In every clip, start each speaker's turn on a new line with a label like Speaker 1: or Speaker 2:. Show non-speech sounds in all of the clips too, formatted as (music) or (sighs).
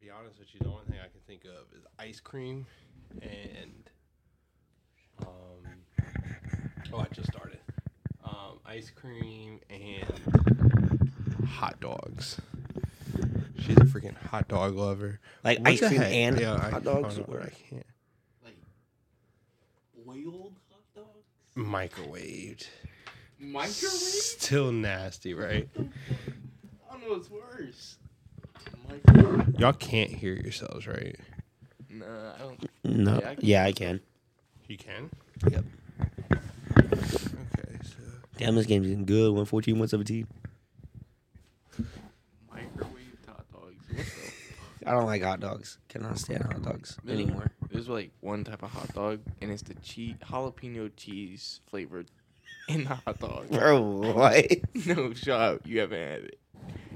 Speaker 1: be honest with you, the only thing I can think of is ice cream, and um, oh, I just started. Um, ice cream and hot dogs. She's a freaking hot dog lover.
Speaker 2: Like
Speaker 1: What
Speaker 2: ice
Speaker 1: the
Speaker 2: cream
Speaker 1: heck?
Speaker 2: and
Speaker 1: Yeah, I-
Speaker 2: hot dogs.
Speaker 1: hold on,
Speaker 2: or-
Speaker 1: I can't.
Speaker 3: Like boiled hot dogs?
Speaker 1: Microwaved.
Speaker 3: Microwave?
Speaker 1: Still nasty, right?
Speaker 3: I don't know what's worse. Microwave?
Speaker 1: Y'all can't hear yourselves, right?
Speaker 3: Nah, I don't.
Speaker 2: No.
Speaker 3: Yeah, I can-
Speaker 2: Yeah, I can.
Speaker 1: You can.
Speaker 2: Yep.
Speaker 1: Okay, so
Speaker 2: Damn, this game's getting good. 114, 117.
Speaker 3: Microwave hot dogs. (laughs) What the?
Speaker 2: I don't like hot dogs. Cannot stand hot dogs anymore.
Speaker 3: There's like one type of hot dog, and it's the cheese, jalapeno cheese flavored (laughs) in the hot dog.
Speaker 2: Bro, what?
Speaker 3: (laughs)
Speaker 2: (laughs)
Speaker 3: No, shut up. You haven't had it.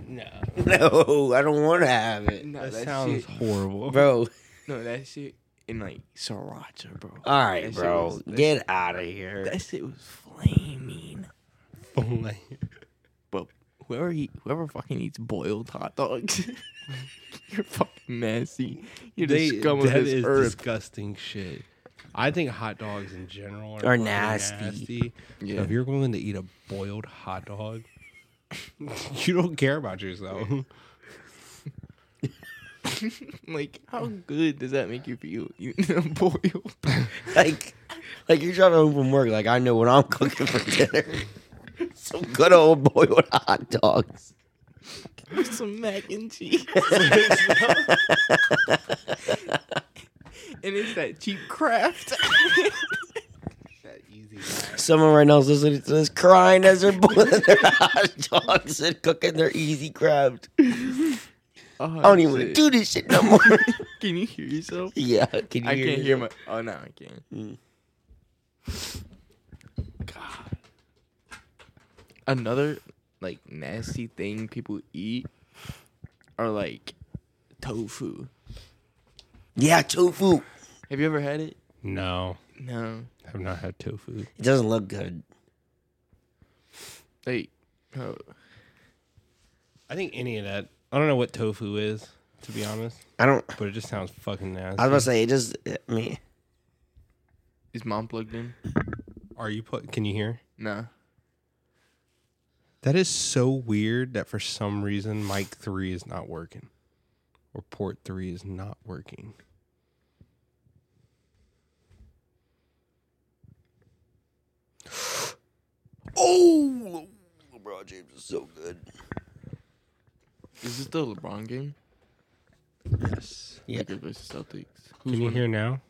Speaker 1: no,
Speaker 2: No, I don't want to have it.
Speaker 3: No,
Speaker 1: that,
Speaker 3: that,
Speaker 1: sounds
Speaker 3: shit.
Speaker 1: horrible,
Speaker 2: Bro,
Speaker 3: No, that shit in like sriracha, bro.
Speaker 1: Uh,
Speaker 2: all right,
Speaker 3: That shit
Speaker 2: bro.
Speaker 3: was- that
Speaker 2: Get out of here.
Speaker 3: (laughs) That shit was flaming.
Speaker 1: (laughs) Only-
Speaker 3: But whoever eat, whoever fucking eats boiled hot dogs, (laughs) you're fucking nasty. You're
Speaker 1: They-
Speaker 3: the scum of
Speaker 1: that
Speaker 3: this
Speaker 1: is
Speaker 3: earth.
Speaker 1: disgusting shit. I think hot dogs in general are,
Speaker 2: Are
Speaker 1: fucking
Speaker 2: nasty.
Speaker 1: nasty. So
Speaker 3: Yeah.
Speaker 1: if you're willing to eat a boiled hot dog, (laughs) you don't care about yourself.
Speaker 3: (laughs) like, how good does that make you feel? You (laughs) boiled.
Speaker 2: Like, like you're trying to home from work. Like, I know what I'm cooking for dinner. (laughs) Some good old boiled hot dogs.
Speaker 3: with some mac and (laughs) cheese. and it's that cheap craft.
Speaker 1: (laughs)
Speaker 2: Someone right now is listening to this crying as they're boiling their (laughs) hot dogs and cooking their easy crab. I
Speaker 3: oh,
Speaker 2: don't even want to do this shit no more.
Speaker 3: (laughs) Can you hear yourself?
Speaker 2: yeah, (laughs) can you
Speaker 3: I can't
Speaker 2: this?
Speaker 3: hear my. Oh no, I can't.
Speaker 2: Mm.
Speaker 3: God. Another like nasty thing people eat are like tofu.
Speaker 2: Yeah, tofu.
Speaker 3: Have you ever had it?
Speaker 1: No,
Speaker 3: No.
Speaker 1: I've not had tofu.
Speaker 2: It doesn't look good.
Speaker 3: Like, oh,
Speaker 1: I think any of that. I don't know what tofu is, to be honest,
Speaker 2: I don't.
Speaker 1: but it just sounds fucking nasty.
Speaker 2: I was about to say it just. I mean,
Speaker 3: is mom plugged in?
Speaker 1: Are you put? Can you hear?
Speaker 3: No.
Speaker 1: That is so weird that for some reason mic three is not working, or port three is not working.
Speaker 2: oh, LeBron James is so good.
Speaker 3: Is this the LeBron game?
Speaker 1: Yes.
Speaker 2: Yeah.
Speaker 3: Lakers versus Celtics.
Speaker 1: Can you
Speaker 3: winning?
Speaker 1: hear now?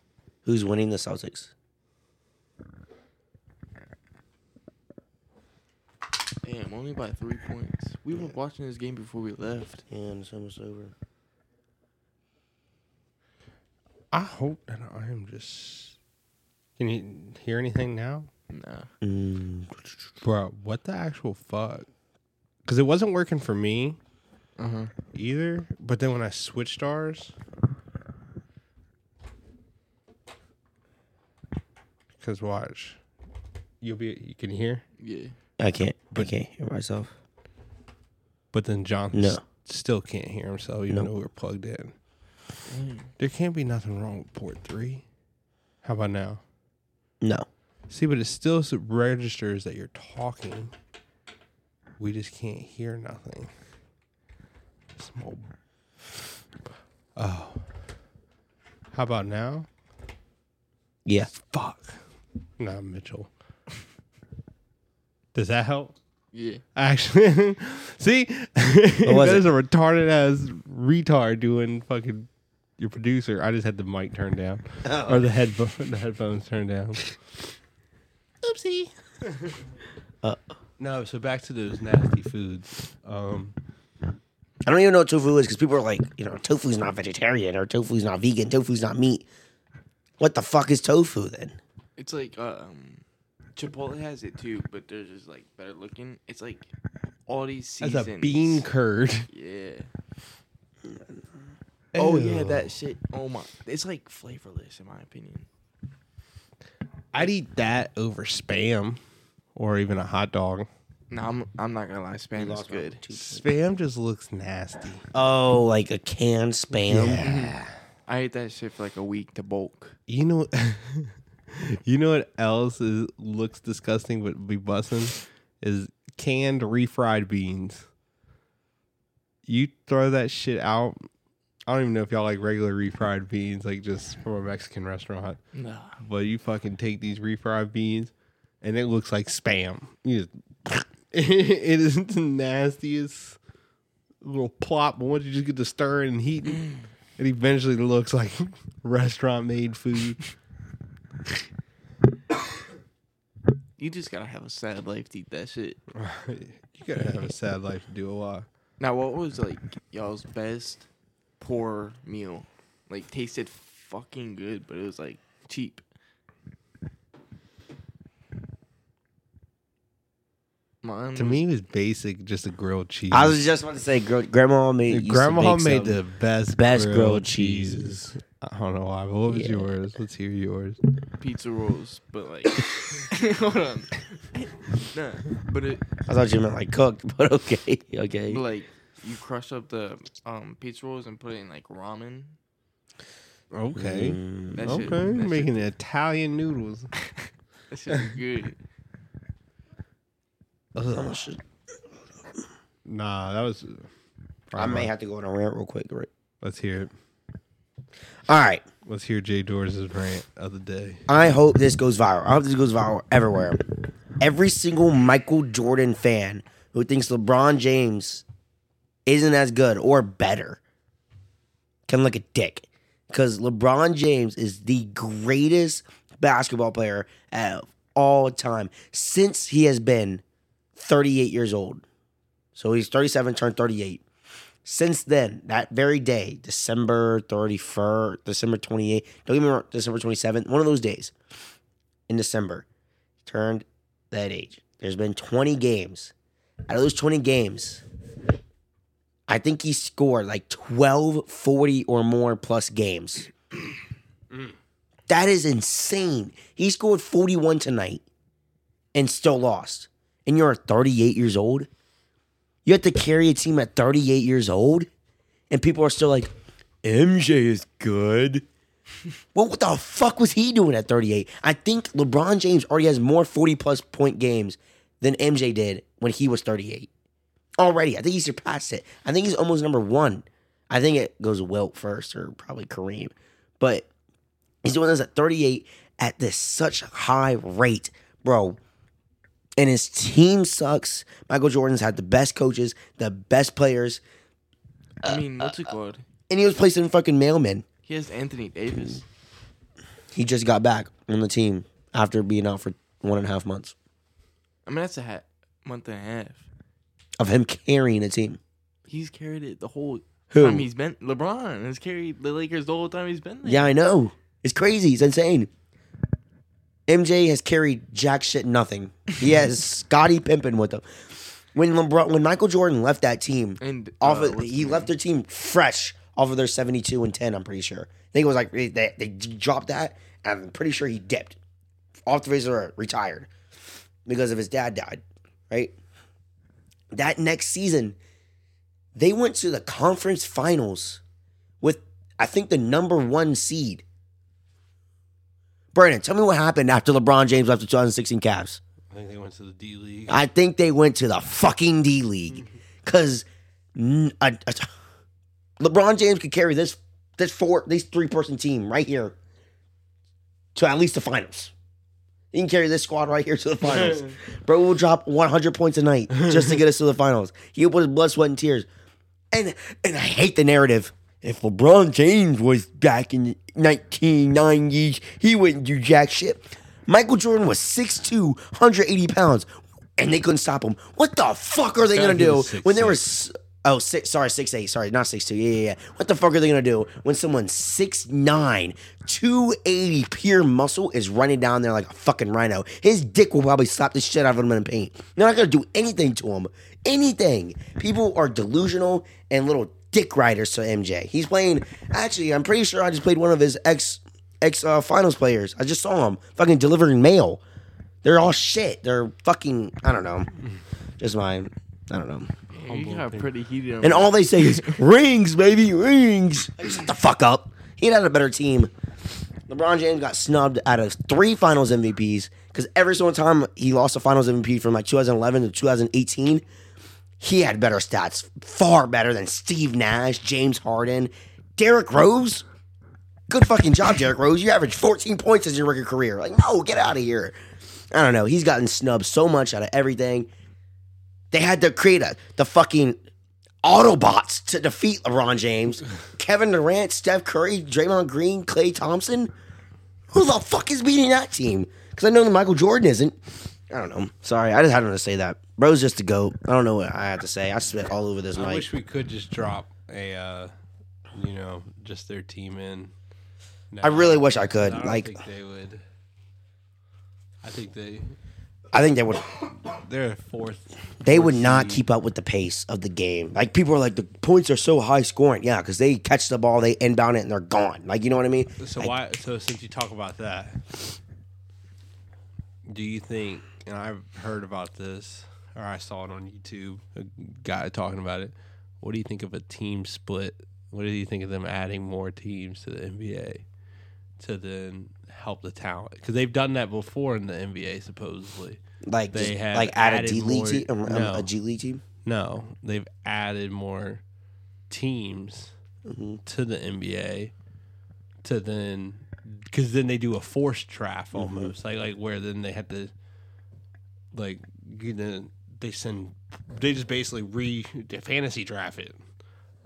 Speaker 2: Who's winning the Celtics?
Speaker 3: Damn, only by three points. We were watching this game before we left.
Speaker 2: And it's almost over.
Speaker 1: I hope that I am just. Can you hear anything now,
Speaker 3: Nah.
Speaker 2: Mm.
Speaker 1: bro? What the actual fuck? Because it wasn't working for me
Speaker 3: Uh huh.
Speaker 1: either. But then when I switched ours, because watch, you'll be you can hear,
Speaker 3: Yeah.
Speaker 2: I can't. I can't hear myself.
Speaker 1: but then John
Speaker 2: No.
Speaker 1: s- still can't hear himself even
Speaker 2: Nope.
Speaker 1: though we're plugged in.
Speaker 3: Damn.
Speaker 1: There can't be nothing wrong with port three. How about now?
Speaker 2: No.
Speaker 1: See, but it still s- registers that you're talking. We just can't hear nothing. Some old- Oh. How about now?
Speaker 2: Yeah.
Speaker 1: Fuck. Nah, Mitchell. Does that help?
Speaker 3: Yeah.
Speaker 1: Actually, (laughs) see, that
Speaker 2: was
Speaker 1: is
Speaker 2: it?
Speaker 1: a retarded ass retard doing fucking your producer. I just had the mic turned down
Speaker 2: Oh.
Speaker 1: or the headphone, (laughs) the headphones turned down.
Speaker 2: Oopsie.
Speaker 1: No, so back to those nasty foods. Um,
Speaker 2: I don't even know what tofu is because people are like, you know, tofu's not vegetarian or tofu's not vegan, tofu's not meat. What the fuck is tofu then?
Speaker 3: It's like um, Chipotle has it too, but they're just like better looking. It's like all these
Speaker 1: that's
Speaker 3: seasons.
Speaker 1: a bean curd. (laughs)
Speaker 3: Yeah. Oh yeah,
Speaker 1: Ew.
Speaker 3: that shit. Oh my, it's like flavorless in my opinion.
Speaker 1: I'd eat that over spam or even a hot dog.
Speaker 3: No, I'm I'm not gonna lie. Spam is
Speaker 2: lost my
Speaker 3: good.
Speaker 2: two-
Speaker 1: Spam just looks nasty.
Speaker 2: Oh, like a canned spam.
Speaker 1: Yeah.
Speaker 3: I ate that shit for like a week to bulk.
Speaker 1: You know, (laughs) you know what else is, looks disgusting but be bussin' is canned refried beans. You throw that shit out. I don't even know if y'all like regular refried beans, like just from a Mexican restaurant.
Speaker 3: Nah.
Speaker 1: But you fucking take these refried beans, and it looks like spam. You just, (laughs) it is the nastiest little plop. But once you just get to stirring and heating, it eventually looks like (laughs) restaurant made food.
Speaker 3: You just gotta have a sad life to eat that shit.
Speaker 1: you gotta have a sad life to do a lot.
Speaker 3: Now, what was like y'all's best poor meal? Like tasted fucking good, but it was like cheap. Mine
Speaker 1: To
Speaker 3: was-
Speaker 1: me, it was basic, just a grilled cheese.
Speaker 2: I was just about to say, gr- grandma made. used to
Speaker 1: Grandma
Speaker 2: bake
Speaker 1: made
Speaker 2: some.
Speaker 1: the best
Speaker 2: best
Speaker 1: grilled,
Speaker 2: grilled
Speaker 1: cheeses. I don't know why, but what was
Speaker 2: Yeah.
Speaker 1: yours? Let's hear yours.
Speaker 3: pizza rolls, but like, (laughs) hold on, nah, but it
Speaker 2: I thought you meant like cooked, (laughs) but okay, okay.
Speaker 3: but, like you crush up the um pizza rolls and put it in like ramen.
Speaker 1: Okay.
Speaker 2: Mm.
Speaker 3: That
Speaker 1: Okay,
Speaker 3: shit, that shit-
Speaker 1: making Italian noodles.
Speaker 3: that shit was good.
Speaker 2: Ugh, shit.
Speaker 1: Nah, that was.
Speaker 2: I may have to go on a rant real quick. Right?
Speaker 1: Let's hear it.
Speaker 2: All right.
Speaker 1: Let's hear Jay Doors' rant of the day.
Speaker 2: I hope this goes viral. I hope this goes viral everywhere. Every single Michael Jordan fan who thinks LeBron James isn't as good or better can look a dick. Because LeBron James is the greatest basketball player of all time since he has been 38 years old. So he's 37, turned 38. Since then, that very day, December 31st, December 28th, don't get me wrong, December 27th, one of those days in December, turned that age. There's been 20 games. Out of those 20 games, I think he scored like 12, 40 or more plus games. that is insane. He scored 41 tonight and still lost. And you're 38 years old? You have to carry a team at 38 years old, and people are still like, MJ is good. (laughs) well, what the fuck was he doing at 38? I think LeBron James already has more 40 plus point games than MJ did when he was 38. Already, I think he surpassed it. I think he's almost number one. I think it goes Wilt first or probably Kareem, but he's doing this at 38 at this such high rate, bro and his team sucks. Michael Jordan's had the best coaches, the best players,
Speaker 3: I mean, what's it called?
Speaker 2: and he was placed in fucking mailman.
Speaker 3: He has Anthony Davis.
Speaker 2: He just got back on the team after being out for one and a half months
Speaker 3: I mean, that's a ha- month and a half.
Speaker 2: of him (laughs) carrying a team.
Speaker 3: He's carried it the whole
Speaker 2: Who?
Speaker 3: time he's been. LeBron has carried the Lakers the whole time he's been there.
Speaker 2: Yeah, I know. It's crazy. It's insane. MJ has carried jack shit nothing. He has Scottie Pimpin with him. When LeBron, when Michael Jordan left that team,
Speaker 3: And,
Speaker 2: off
Speaker 3: uh,
Speaker 2: of,
Speaker 3: what's
Speaker 2: he
Speaker 3: the
Speaker 2: left their team fresh off of their seventy two and ten. I'm pretty sure. I think it was like they, they they dropped that. And I'm pretty sure he dipped off the face of the earth, retired because of his dad died. Right. That next season, they went to the conference finals with I think the number one seed. Brandon, tell me what happened after LeBron James left the 2016 Cavs.
Speaker 1: I think they went to the D League.
Speaker 2: I think they went to the fucking D League because LeBron James could carry this this four this three person team right here to at least the finals. He can carry this squad right here to the finals.
Speaker 1: (laughs)
Speaker 2: Bro will drop 100 points a night just to get us to the finals. He'll put his blood, sweat, and tears. And and I hate the narrative. If LeBron James was back in the 1990s, he wouldn't do jack shit. Michael Jordan was 6'2", 180 pounds, and they couldn't stop him. What the fuck are they
Speaker 1: Gotta
Speaker 2: going to
Speaker 1: give
Speaker 2: do
Speaker 1: him
Speaker 2: when there
Speaker 1: 6'6".
Speaker 2: was... Oh, six, sorry, six eight. Sorry, not six two. Yeah, yeah, yeah. What the fuck are they gonna do when someone 6'9", 280 pure muscle is running down there like a fucking rhino? His dick will probably slap the shit out of him in paint. They're not gonna do anything to him. Anything. People are delusional and little dick riders to MJ. He's playing. Actually, I'm pretty sure I just played one of his ex ex uh, finals players. I just saw him fucking delivering mail. They're all shit. They're fucking. I don't know. Just my, I don't know.
Speaker 3: Yeah, you got pretty heated. on
Speaker 2: And
Speaker 3: that.
Speaker 2: all they say is rings, baby, rings. Like, Shut the fuck up. He had a better team. LeBron James got snubbed out of three Finals MVPs because every single time he lost a Finals MVP from like 2011 to 2018, he had better stats, far better than Steve Nash, James Harden, Derrick Rose. Good fucking job, Derrick Rose. You averaged 14 points as your rookie career. Like, no, get out of here. I don't know. He's gotten snubbed so much out of everything. They had to create a, the fucking Autobots to defeat LeBron James,
Speaker 1: (laughs)
Speaker 2: Kevin Durant, Steph Curry, Draymond Green, Clay Thompson. Who the fuck is beating that team? Because I know that Michael Jordan isn't. I don't know. Sorry, I just had to say that. Bro's just a goat. I don't know what I had to say. I spit all over this
Speaker 1: I
Speaker 2: mic.
Speaker 1: wish we could just drop a, uh, you know, just their team in. No,
Speaker 2: I really wish I could.
Speaker 1: I don't
Speaker 2: like,
Speaker 1: think they would. I think they
Speaker 2: I think they would.
Speaker 1: they're a fourth.
Speaker 2: They would not keep up with the pace of the game. Like people are like, the points are so high scoring. Yeah, because they catch the ball, they inbound it, and they're gone. Like you know what I mean?
Speaker 1: So why? So since you talk about that, do you think? And I've heard about this, or I saw it on YouTube. A guy talking about it. What do you think of a team split? What do you think of them adding more teams to the NBA to then help the talent? Because they've done that before in the NBA, supposedly.
Speaker 2: Like
Speaker 1: They
Speaker 2: just,
Speaker 1: have
Speaker 2: like add a
Speaker 1: added
Speaker 2: D league
Speaker 1: more-
Speaker 2: team, um, um,
Speaker 1: no.
Speaker 2: a G league team.
Speaker 1: No, they've added more teams to the NBA to then because then they do a forced draft almost like like where then they have to like you know they send they just basically re they fantasy draft it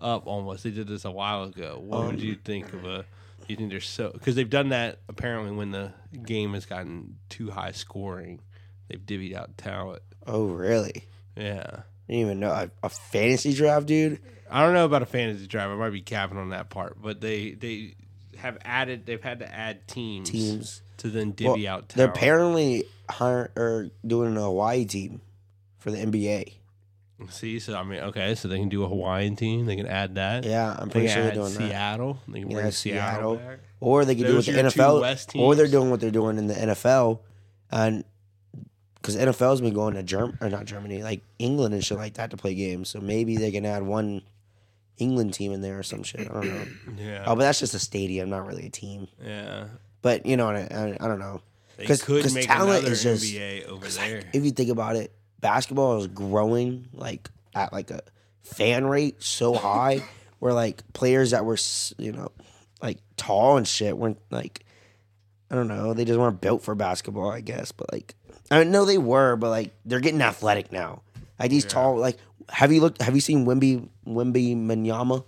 Speaker 1: up almost they did this a while ago what would you think of a you think they're so because they've done that apparently when the game has gotten too high scoring they've divvied out talent
Speaker 2: Oh really?
Speaker 1: yeah
Speaker 2: didn't even know a, a fantasy draft, dude.
Speaker 1: I don't know about a fantasy drive. I might be capping on that part, but they they have added. They've had to add teams,
Speaker 2: Teams.
Speaker 1: to then divvy
Speaker 2: Well,
Speaker 1: out.
Speaker 2: They're
Speaker 1: Talent.
Speaker 2: apparently hire, or doing a Hawaii team for the NBA.
Speaker 1: See, so I mean, okay, so they can do a Hawaiian team. They can add that.
Speaker 2: Yeah, I'm
Speaker 1: They
Speaker 2: pretty
Speaker 1: can
Speaker 2: sure they're
Speaker 1: add
Speaker 2: doing that.
Speaker 1: Seattle. They can
Speaker 2: Yeah,
Speaker 1: bring Seattle.
Speaker 2: Seattle.
Speaker 1: back.
Speaker 2: Or they could do
Speaker 1: Those
Speaker 2: with the
Speaker 1: are your two
Speaker 2: NFL,
Speaker 1: West
Speaker 2: or they're
Speaker 1: teams.
Speaker 2: doing what they're doing in the NFL, and because NFL's been going to Germ or not Germany, like England and shit like that to play games. So maybe they can add one England team in there or some shit. I don't know.
Speaker 1: Yeah,
Speaker 2: Oh, but that's just a stadium, not really a team.
Speaker 1: yeah.
Speaker 2: But you know, what I, I, I don't know.
Speaker 1: They
Speaker 2: 'Cause-
Speaker 1: could
Speaker 2: 'cause
Speaker 1: make
Speaker 2: talent
Speaker 1: another
Speaker 2: is just-
Speaker 1: NBA over
Speaker 2: It's
Speaker 1: there.
Speaker 2: like, if you think about it, basketball is growing like at like a fan
Speaker 1: (laughs)
Speaker 2: rate so high where like players that were s- you know like tall and shit weren't like I don't know they just weren't built for basketball I guess but like I know they were but like they're getting athletic now like these tall like have you looked have you seen Wimby Wimby Manyama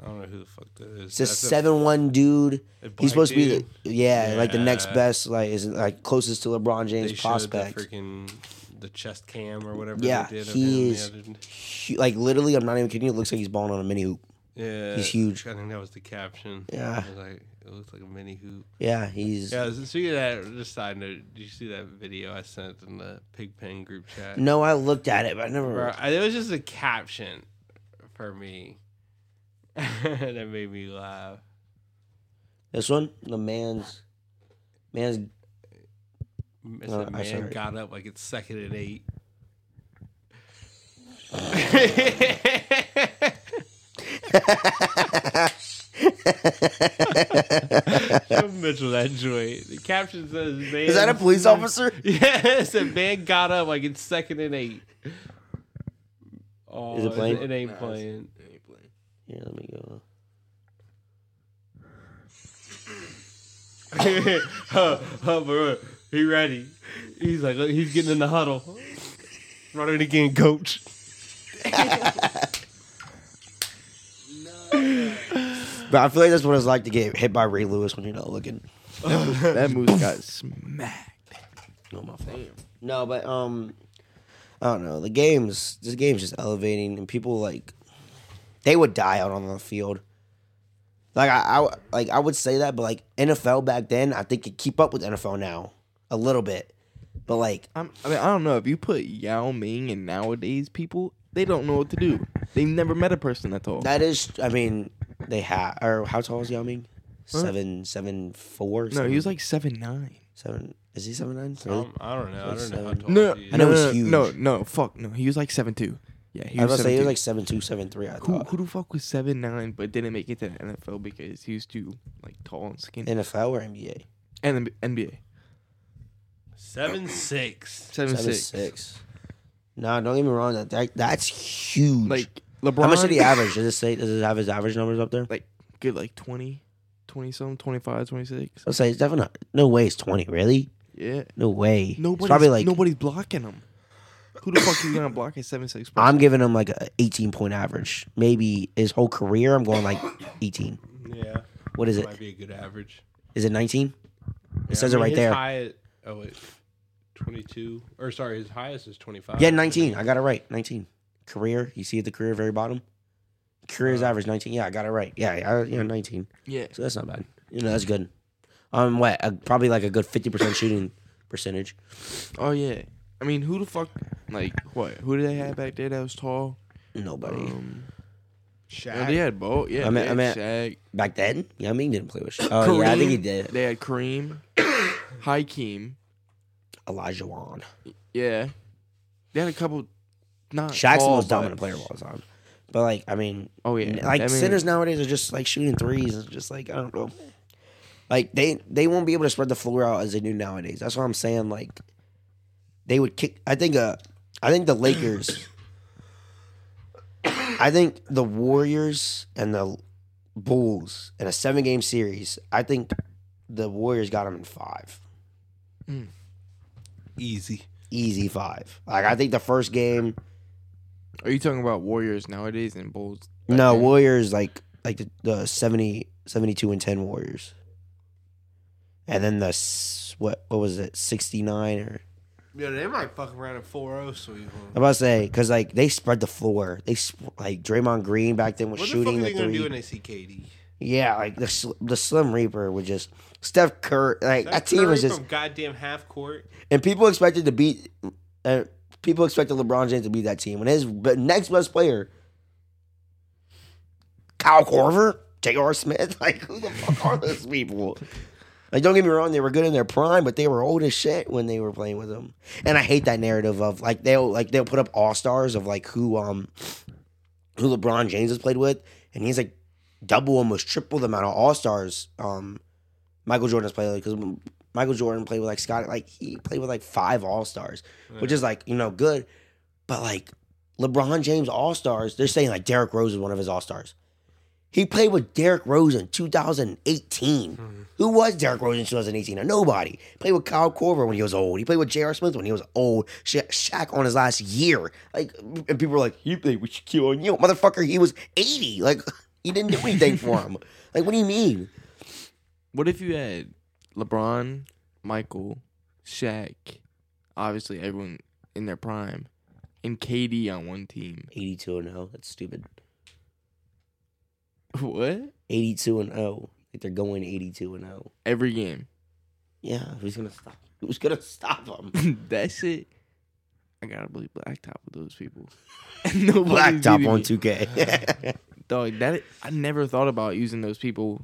Speaker 1: I don't know who the fuck that is.
Speaker 2: it's a
Speaker 1: That's
Speaker 2: seven one dude
Speaker 1: a black
Speaker 2: he's supposed to
Speaker 1: dude.
Speaker 2: be the, yeah, like the next
Speaker 1: Yeah.
Speaker 2: best like is like closest to LeBron
Speaker 1: They
Speaker 2: James
Speaker 1: showed the
Speaker 2: prospect
Speaker 1: freaking the chest cam or whatever.
Speaker 2: Yeah,
Speaker 1: they did of
Speaker 2: he
Speaker 1: him
Speaker 2: is
Speaker 1: The other,
Speaker 2: hu- like literally, I'm not even kidding you. It looks like he's balling on a mini hoop.
Speaker 1: yeah,
Speaker 2: he's huge.
Speaker 1: I think that was the caption.
Speaker 2: Yeah.
Speaker 1: it was like it looks like a mini hoop.
Speaker 2: Yeah, he's
Speaker 1: Yeah, so speaking of that, just side note, did you see that video I sent in the Pig Pen group chat?
Speaker 2: no. I looked at it, but I
Speaker 1: Bro,
Speaker 2: never.
Speaker 1: I- it was just a caption for me (laughs) that made me laugh.
Speaker 2: This one, the man's, (laughs) man's.
Speaker 1: It's
Speaker 2: Uh,
Speaker 1: a
Speaker 2: I'm
Speaker 1: man
Speaker 2: sorry.
Speaker 1: got up like it's second and
Speaker 2: (laughs)
Speaker 1: eight. (laughs) Show Mitchell that joy. The caption says, man,
Speaker 2: Is that a police officer?
Speaker 1: (laughs) Yes, a man got up like it's second and eight. Oh,
Speaker 2: Is it playing?
Speaker 1: It ain't
Speaker 3: Nah, it's-
Speaker 1: playing.
Speaker 3: I ain't playing.
Speaker 2: Here, let me go.
Speaker 1: (laughs) huh, huh, bro, he ready. He's like, look, he's getting in the huddle. Run it again, coach.
Speaker 2: But I feel like that's what it's like to get hit by Ray Lewis when you're not looking.
Speaker 3: (laughs) That moose got smacked.
Speaker 2: No, my fault.
Speaker 3: Damn.
Speaker 2: No, but um, I don't know. The game's this game's just elevating, and people like they would die out on the field. Like I, I like I would say that, but like NFL back then, I think could keep up with NFL now a little bit. But like
Speaker 3: I'm, I mean, I don't know if you put Yao Ming and nowadays people, they don't know what to do. They've never met a person at all.
Speaker 2: that is, I mean, they have or how tall is Yao Ming? Seven, seven, four.
Speaker 3: no, he
Speaker 2: seven-
Speaker 3: was like seven nine.
Speaker 2: Seven? Is he seven nine?
Speaker 1: Um, I don't know. I
Speaker 2: Like
Speaker 1: don't know how
Speaker 2: seven.
Speaker 1: tall
Speaker 3: No,
Speaker 1: he is.
Speaker 2: I know
Speaker 3: no,
Speaker 2: he's
Speaker 3: no, no,
Speaker 2: huge.
Speaker 3: no, fuck, no. He was like seven two. Yeah, he
Speaker 2: I was
Speaker 3: was,
Speaker 2: about to say he
Speaker 3: 7'2".
Speaker 2: was like seven two, seven three. I
Speaker 3: who,
Speaker 2: thought
Speaker 3: who the fuck was seven nine but didn't make it to the NFL because he was too like tall and skinny.
Speaker 2: NFL or NBA?
Speaker 3: And the NBA
Speaker 1: Seven six.
Speaker 3: seven,
Speaker 2: Seven
Speaker 3: six.
Speaker 2: six. No, don't get me wrong. That, that that's huge.
Speaker 3: Like LeBron.
Speaker 2: how much did he average? Does it say? Does it have his average numbers up there?
Speaker 3: Good like 20, 20 something, 25, 26.
Speaker 2: I'll say it's definitely not, no way. It's twenty. Really?
Speaker 3: Yeah.
Speaker 2: No way. It's
Speaker 3: Nobody's
Speaker 2: probably like
Speaker 3: nobody's blocking him. Who the fuck is gonna block a seven six?
Speaker 2: I'm giving him like a 18 point average. Maybe his whole career, I'm going like 18.
Speaker 1: Yeah.
Speaker 2: What is it?
Speaker 1: Might be a good average.
Speaker 2: Is it 19?
Speaker 1: Yeah,
Speaker 2: says it right
Speaker 1: his
Speaker 2: there.
Speaker 1: High, oh wait, twenty-two. Or sorry, his highest is twenty-five.
Speaker 2: Yeah, 19. I got it right. 19. Career. You see at the career very bottom. Career's
Speaker 1: Uh,
Speaker 2: average 19. Yeah, I got it right. Yeah, yeah, yeah, 19.
Speaker 3: Yeah.
Speaker 2: So that's not bad. You know, that's good. Um, what? Uh, probably like a good 50% shooting percentage.
Speaker 3: Oh yeah. I mean, who the fuck? Like what? Who did they have back there that was tall?
Speaker 2: Nobody
Speaker 3: Um, yeah,
Speaker 1: Shaq.
Speaker 3: they had Bo. Yeah.
Speaker 2: I meant-
Speaker 3: they
Speaker 2: I
Speaker 3: had
Speaker 2: meant-
Speaker 3: Shaq.
Speaker 2: back then. Yeah, I mean, didn't play with.
Speaker 3: (clears throat)
Speaker 2: Shaq. Oh yeah, I think he
Speaker 3: Kareem.
Speaker 2: did.
Speaker 3: They
Speaker 2: (coughs)
Speaker 3: had Kareem, Hakeem.
Speaker 2: Elijah Wan.
Speaker 3: Yeah. They had a couple. Not
Speaker 2: Shaq's the
Speaker 3: tall,
Speaker 2: most dominant
Speaker 3: but-
Speaker 2: player of all time. But like, I mean,
Speaker 3: Oh yeah.
Speaker 2: N- Like
Speaker 3: I mean,
Speaker 2: centers nowadays are just like shooting threes. It's just like I don't know. Like they they won't be able to spread the floor out as they do nowadays. That's what I'm saying. Like they would kick. I think. Uh, I think the Lakers. (coughs) I think the Warriors and the Bulls in a seven game series. I think the Warriors got them in five,
Speaker 1: Easy.
Speaker 2: easy five. Like I think the first game.
Speaker 3: Are you talking about Warriors nowadays and Bulls? back
Speaker 2: No,
Speaker 3: then?
Speaker 2: Warriors like like the, the 70, 72 and ten Warriors, and then the s- what what was it sixty nine or
Speaker 1: Yeah, they might fuck around at 4-0 sweet.
Speaker 2: I'm about to say because like they spread the floor. They sp- like Draymond Green back then was
Speaker 1: What the fuck
Speaker 2: shooting
Speaker 1: are
Speaker 2: the,
Speaker 1: they gonna
Speaker 2: three.
Speaker 1: do when they see KD?
Speaker 2: yeah, like the sl- the Slim Reaper would just Steph Curry. Like
Speaker 1: Steph
Speaker 2: that team
Speaker 1: Curry
Speaker 2: was just
Speaker 1: from goddamn half court.
Speaker 2: and people expected to beat. Uh, people expected LeBron James to beat that team, and his b- next best player, Kyle Corver, J.R. Smith. (laughs) Like who the fuck are those people? Like don't get me wrong, they were good in their prime, but they were old as shit when they were playing with them. And I hate that narrative of like they'll like they'll put up all stars of like who um who LeBron James has played with, and he's like double almost triple the amount of all stars um Michael Jordan has played with because Michael Jordan played with like Scott like he played with like five all stars, which is like you know good, but like LeBron James all stars they're saying like Derrick Rose is one of his all stars. He played with Derrick Rose in 2018. Who was Derrick Rose in 2018? Nobody. Played with Kyle Korver when he was old. He played with J.R. Smith when he was old. Sha- Shaq on his last year. Like, and people were like, "He played with Shaquille O'Neal, motherfucker. He was 80. Like, (laughs) he didn't do anything for him. Like, what do you mean?
Speaker 3: What if you had LeBron, Michael, Shaq, obviously everyone in their prime, and KD on one team?
Speaker 2: 82 and 0. That's stupid.
Speaker 3: (laughs) What?
Speaker 2: 82 and 0. Like they're going 82 and oh. 0.
Speaker 3: Every game. (laughs)
Speaker 2: Yeah, who's gonna stop? Who's gonna stop (laughs) them?
Speaker 3: that shit. I gotta believe blacktop with those (laughs) people. no
Speaker 2: Blacktop on 2K.
Speaker 3: Dog, that I never thought about using those people,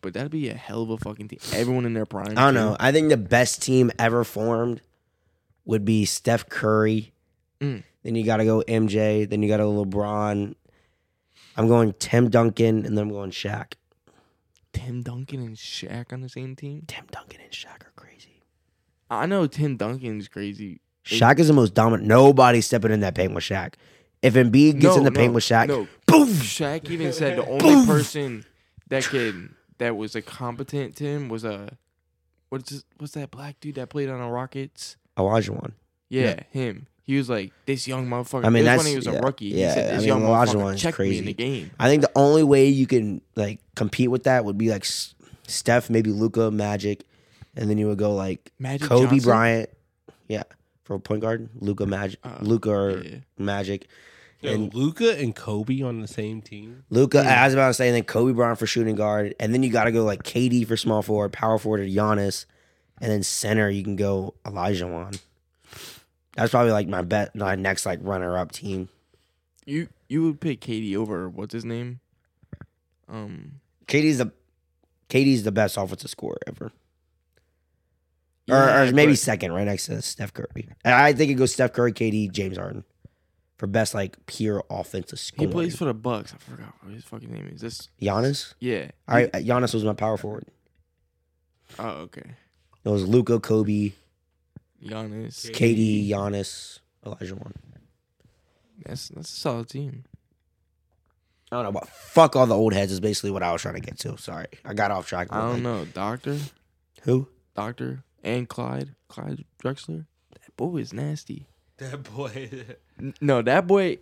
Speaker 3: but that'd be a hell of a fucking team. Everyone in their prime.
Speaker 2: (laughs) I don't
Speaker 3: too.
Speaker 2: know. I think the best team ever formed would be Steph Curry.
Speaker 3: Mm.
Speaker 2: Then you got to go MJ. Then you got to LeBron. I'm going Tim Duncan, and then I'm going Shaq.
Speaker 3: Tim Duncan and Shaq on the same team.
Speaker 2: Tim Duncan and Shaq are crazy.
Speaker 3: I know Tim Duncan's crazy.
Speaker 2: Shaq is the most dominant. Nobody's stepping in that paint with Shaq. If Embiid gets in the paint with Shaq,
Speaker 3: No,
Speaker 2: boom.
Speaker 3: Shaq even said the
Speaker 2: Boom.
Speaker 3: only person that could that was a competent to him was a what's his, what's that black dude that played on the Rockets?
Speaker 2: Elijah won.
Speaker 3: Yeah, him. He was like this young motherfucker.
Speaker 2: I mean,
Speaker 3: It was
Speaker 2: that's-
Speaker 3: when he was
Speaker 2: yeah,
Speaker 3: a rookie.
Speaker 2: yeah,
Speaker 3: he said
Speaker 2: I
Speaker 3: this
Speaker 2: mean,
Speaker 3: young
Speaker 2: Olajuwon's
Speaker 3: motherfucker checked me in
Speaker 2: crazy.
Speaker 3: the game.
Speaker 2: I think the only way you can like compete with that would be like S- Steph, maybe Luca, Magic, and then you would go like
Speaker 3: Magic
Speaker 2: Kobe
Speaker 3: Johnson?
Speaker 2: Bryant, yeah, for point guard, Luca Magic,
Speaker 3: Oh,
Speaker 2: Luca or
Speaker 3: yeah.
Speaker 2: Magic,
Speaker 1: And
Speaker 2: And-
Speaker 1: Luca and Kobe on the same team.
Speaker 2: Luca. I was about to say, and then Kobe Bryant for shooting guard, and then you got to go like KD for small forward, power forward, or Giannis, and then center you can go Elijah Wan. That's probably like my bet, my next like runner up team.
Speaker 3: You you would pick KD over what's his name? Um,
Speaker 2: KD's the KD's the best offensive scorer ever. or,
Speaker 3: Yeah,
Speaker 2: or maybe
Speaker 3: but-
Speaker 2: second, right next to Steph Curry. And I think it goes Steph Curry, KD, James Harden for best like pure offensive
Speaker 3: He
Speaker 2: scoring.
Speaker 3: plays for the Bucks. I forgot what his fucking name is. This
Speaker 2: Giannis.
Speaker 3: yeah.
Speaker 2: All right, Giannis was my power forward.
Speaker 3: Oh okay.
Speaker 2: It was Luca, Kobe,
Speaker 3: Giannis.
Speaker 2: KD, Giannis, Elijah one.
Speaker 3: That's that's a solid team.
Speaker 2: I don't know, but fuck all the old heads is basically what I was trying to get to. Sorry, I got off track.
Speaker 3: I don't know. Doctor,
Speaker 2: who.
Speaker 3: Doctor, and Clyde, Clyde Drexler. That boy is nasty.
Speaker 1: That boy. (laughs)
Speaker 3: N- No, that boy.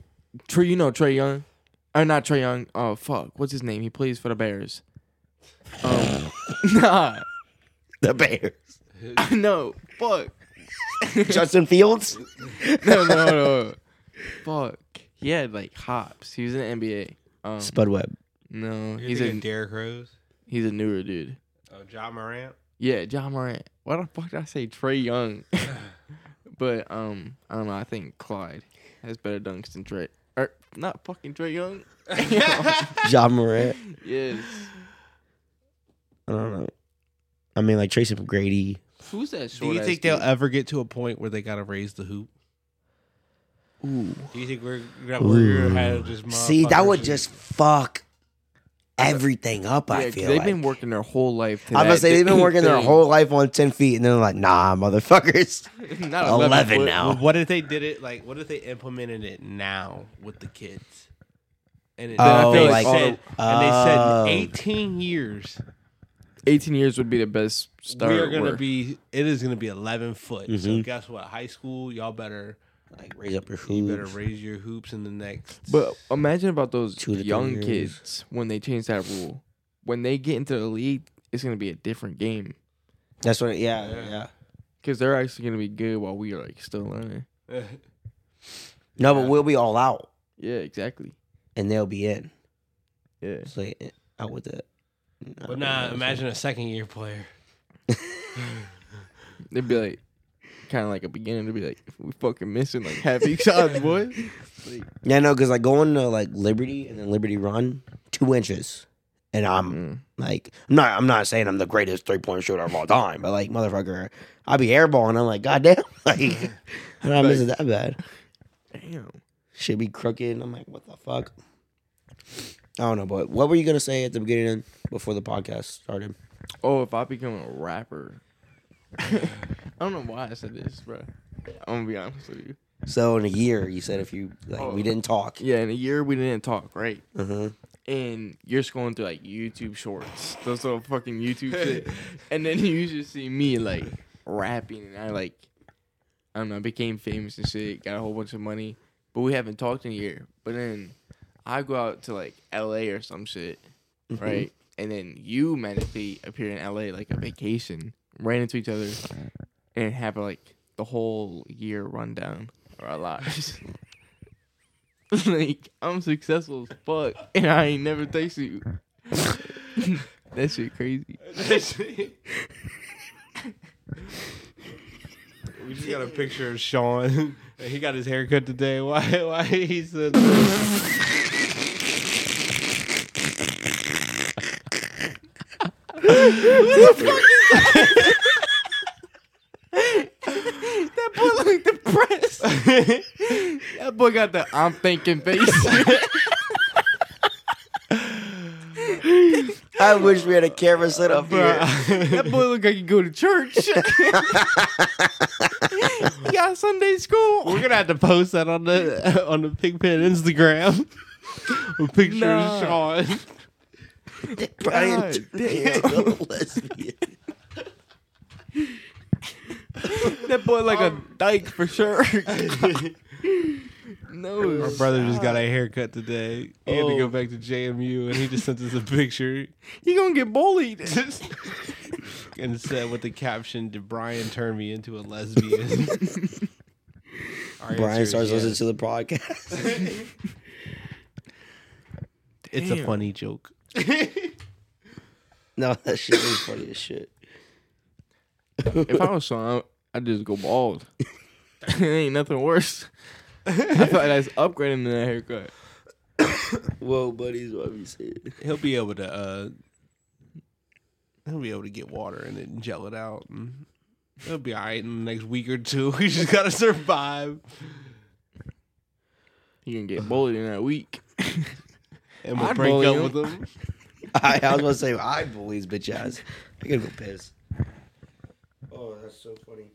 Speaker 3: Trey, you know Trey Young, or not Trey Young? Oh fuck, what's his name? He plays for the Bears. Um, (laughs) nah,
Speaker 2: The Bears. (laughs)
Speaker 3: no, fuck, (laughs)
Speaker 2: Justin Fields.
Speaker 3: no, no, no, fuck. He had like hops. He was in the NBA. Um,
Speaker 2: Spud Webb.
Speaker 3: no,
Speaker 1: He's
Speaker 3: he's
Speaker 1: a
Speaker 3: a
Speaker 1: Derrick Rose.
Speaker 3: he's a newer dude.
Speaker 1: Oh, John (laughs) Morant.
Speaker 3: Yeah, John Morant. Why the fuck did I say
Speaker 2: (laughs)
Speaker 3: Trey Young? but um, I don't know. I think Clyde has better dunks than Trey. Or not fucking
Speaker 2: (laughs)
Speaker 3: Trey Young. (laughs)
Speaker 2: John Morant.
Speaker 3: yes.
Speaker 2: I don't know. I mean, like Tracy McGrady.
Speaker 3: Who's that
Speaker 1: Do
Speaker 3: short?
Speaker 1: you think they'll ever get to a point where they gotta raise the hoop?
Speaker 2: uh,
Speaker 3: Ooh.
Speaker 1: Do you think we're gonna we're gonna
Speaker 2: Ooh.
Speaker 1: have this?
Speaker 2: See, that
Speaker 1: motherfucker
Speaker 2: would
Speaker 1: shoot-
Speaker 2: just fuck everything up. I
Speaker 3: Yeah, 'cause
Speaker 2: feel
Speaker 3: they've
Speaker 2: like.
Speaker 3: been working their whole life.
Speaker 2: I'm
Speaker 3: To
Speaker 2: gonna
Speaker 3: that
Speaker 2: say they've been working (laughs)
Speaker 3: (laughs)
Speaker 2: their
Speaker 3: thing.
Speaker 2: whole life on ten feet, and they're like, "Nah, motherfuckers,
Speaker 3: Not
Speaker 2: eleven
Speaker 3: foot.
Speaker 1: Well,
Speaker 2: now."
Speaker 1: what if they did it like? What if they implemented it now with the kids? And it,
Speaker 2: Oh,
Speaker 1: they
Speaker 2: like-
Speaker 1: said, and they
Speaker 2: Oh.
Speaker 1: said, in 18 years,
Speaker 3: Eighteen years would be the best start.
Speaker 1: we are gonna
Speaker 3: where-
Speaker 1: be. It is gonna be 11 foot. So
Speaker 2: Mhm.
Speaker 1: guess what? High school, y'all better
Speaker 2: (laughs) Like, raise up your
Speaker 1: you better
Speaker 2: hooves.
Speaker 1: raise your hoops in the (laughs) next.
Speaker 3: But imagine about those
Speaker 2: Two to three
Speaker 3: young
Speaker 2: years.
Speaker 3: kids when they change that rule. When they get into the league, it's gonna be a different game
Speaker 2: That's what. Yeah,
Speaker 1: Yeah.
Speaker 2: yeah.
Speaker 3: because they're actually gonna be good while we are like still learning.
Speaker 2: No, but we'll be all out,
Speaker 3: Yeah, exactly.
Speaker 2: and they'll be in.
Speaker 3: Yeah.
Speaker 2: It's like eh, out with it.
Speaker 1: but nah, imagine a second year player.
Speaker 3: They'd be like, kind of like a beginner. They'd be like, we fucking missing like half these (laughs) shots, boy.
Speaker 2: Yeah, no, because like going to like Liberty and then Liberty Run, two inches, and I'm
Speaker 3: Mm.
Speaker 2: like, I'm not, I'm not saying I'm the greatest three point shooter of all time, but like, motherfucker, I be airballing. I'm like, goddamn, (laughs) like,
Speaker 1: (laughs)
Speaker 2: I'm not missing that bad.
Speaker 3: Damn.
Speaker 2: Should be crooked. and I'm like, what the fuck? I don't know, but what were you gonna say at the beginning before the podcast started?
Speaker 3: Oh, if I become a rapper, (laughs) I don't know why I said this, bro. I'm gonna be honest with you.
Speaker 2: So in a year, you said if you like, we didn't talk.
Speaker 3: Yeah, in a year we didn't talk, right?
Speaker 2: Uh-huh.
Speaker 3: and you're scrolling through like YouTube shorts, those little fucking YouTube shit, and then you just see me like rapping, and I like, I don't know, became famous and shit, got a whole bunch of money, but we haven't talked in a year. But then I go out to like L.A. or some shit, right? And then you magically appear in L.A. like a vacation, ran into each other, and it happened like the whole year rundown or our lives. (laughs) like I'm successful as fuck, and I ain't never texted you. (laughs) that shit crazy.
Speaker 1: (laughs) we just got a picture of Sean. (laughs) He got his hair cut today. (laughs) Why? Why he said? (laughs)
Speaker 3: That boy
Speaker 1: (laughs)
Speaker 3: look depressed. that boy got the (laughs) I'm thinking face.
Speaker 2: I wish we had a camera set up here.
Speaker 3: (laughs)
Speaker 2: (laughs)
Speaker 1: uh, (laughs)
Speaker 3: that boy look like he go to (laughs) church. he got Sunday school.
Speaker 1: We're gonna have to post that on the (laughs) on the Pigpen Instagram. (laughs) A picture of
Speaker 3: Nah.
Speaker 1: Sean.
Speaker 2: Brian (laughs)
Speaker 3: God
Speaker 2: damn. lesbian.
Speaker 3: That boy like a dyke for sure. (laughs) no,
Speaker 1: Our brother just got a haircut today. He had to
Speaker 3: Oh.
Speaker 1: go back to JMU, and he just sent us a picture
Speaker 3: he gonna get (laughs) bullied.
Speaker 1: and said with the caption, "Did Brian turn me into a lesbian?" Our answer
Speaker 2: Brian
Speaker 1: is
Speaker 2: starts
Speaker 1: yes.
Speaker 2: listening to the podcast. (laughs)
Speaker 1: It's
Speaker 3: Damn.
Speaker 1: a funny joke.
Speaker 2: no, that shit is funny as shit.
Speaker 3: If I was Sean, I'd just go bald. (laughs) it ain't nothing worse. (laughs) I thought that's upgrading to that haircut.
Speaker 2: Whoa, buddies, what we saying?
Speaker 1: He'll be able to. uh He'll be able to get water and then gel it out. And It'll be all right in the next week or two. (laughs) We just gotta survive.
Speaker 3: You can get bullied in that week.
Speaker 1: And we'll
Speaker 3: I'd
Speaker 1: break
Speaker 3: bully
Speaker 1: up
Speaker 3: him.
Speaker 1: with them.
Speaker 2: (laughs) I, I was going to say, I bully his bitch ass. I gotta go piss. Oh, that's so funny.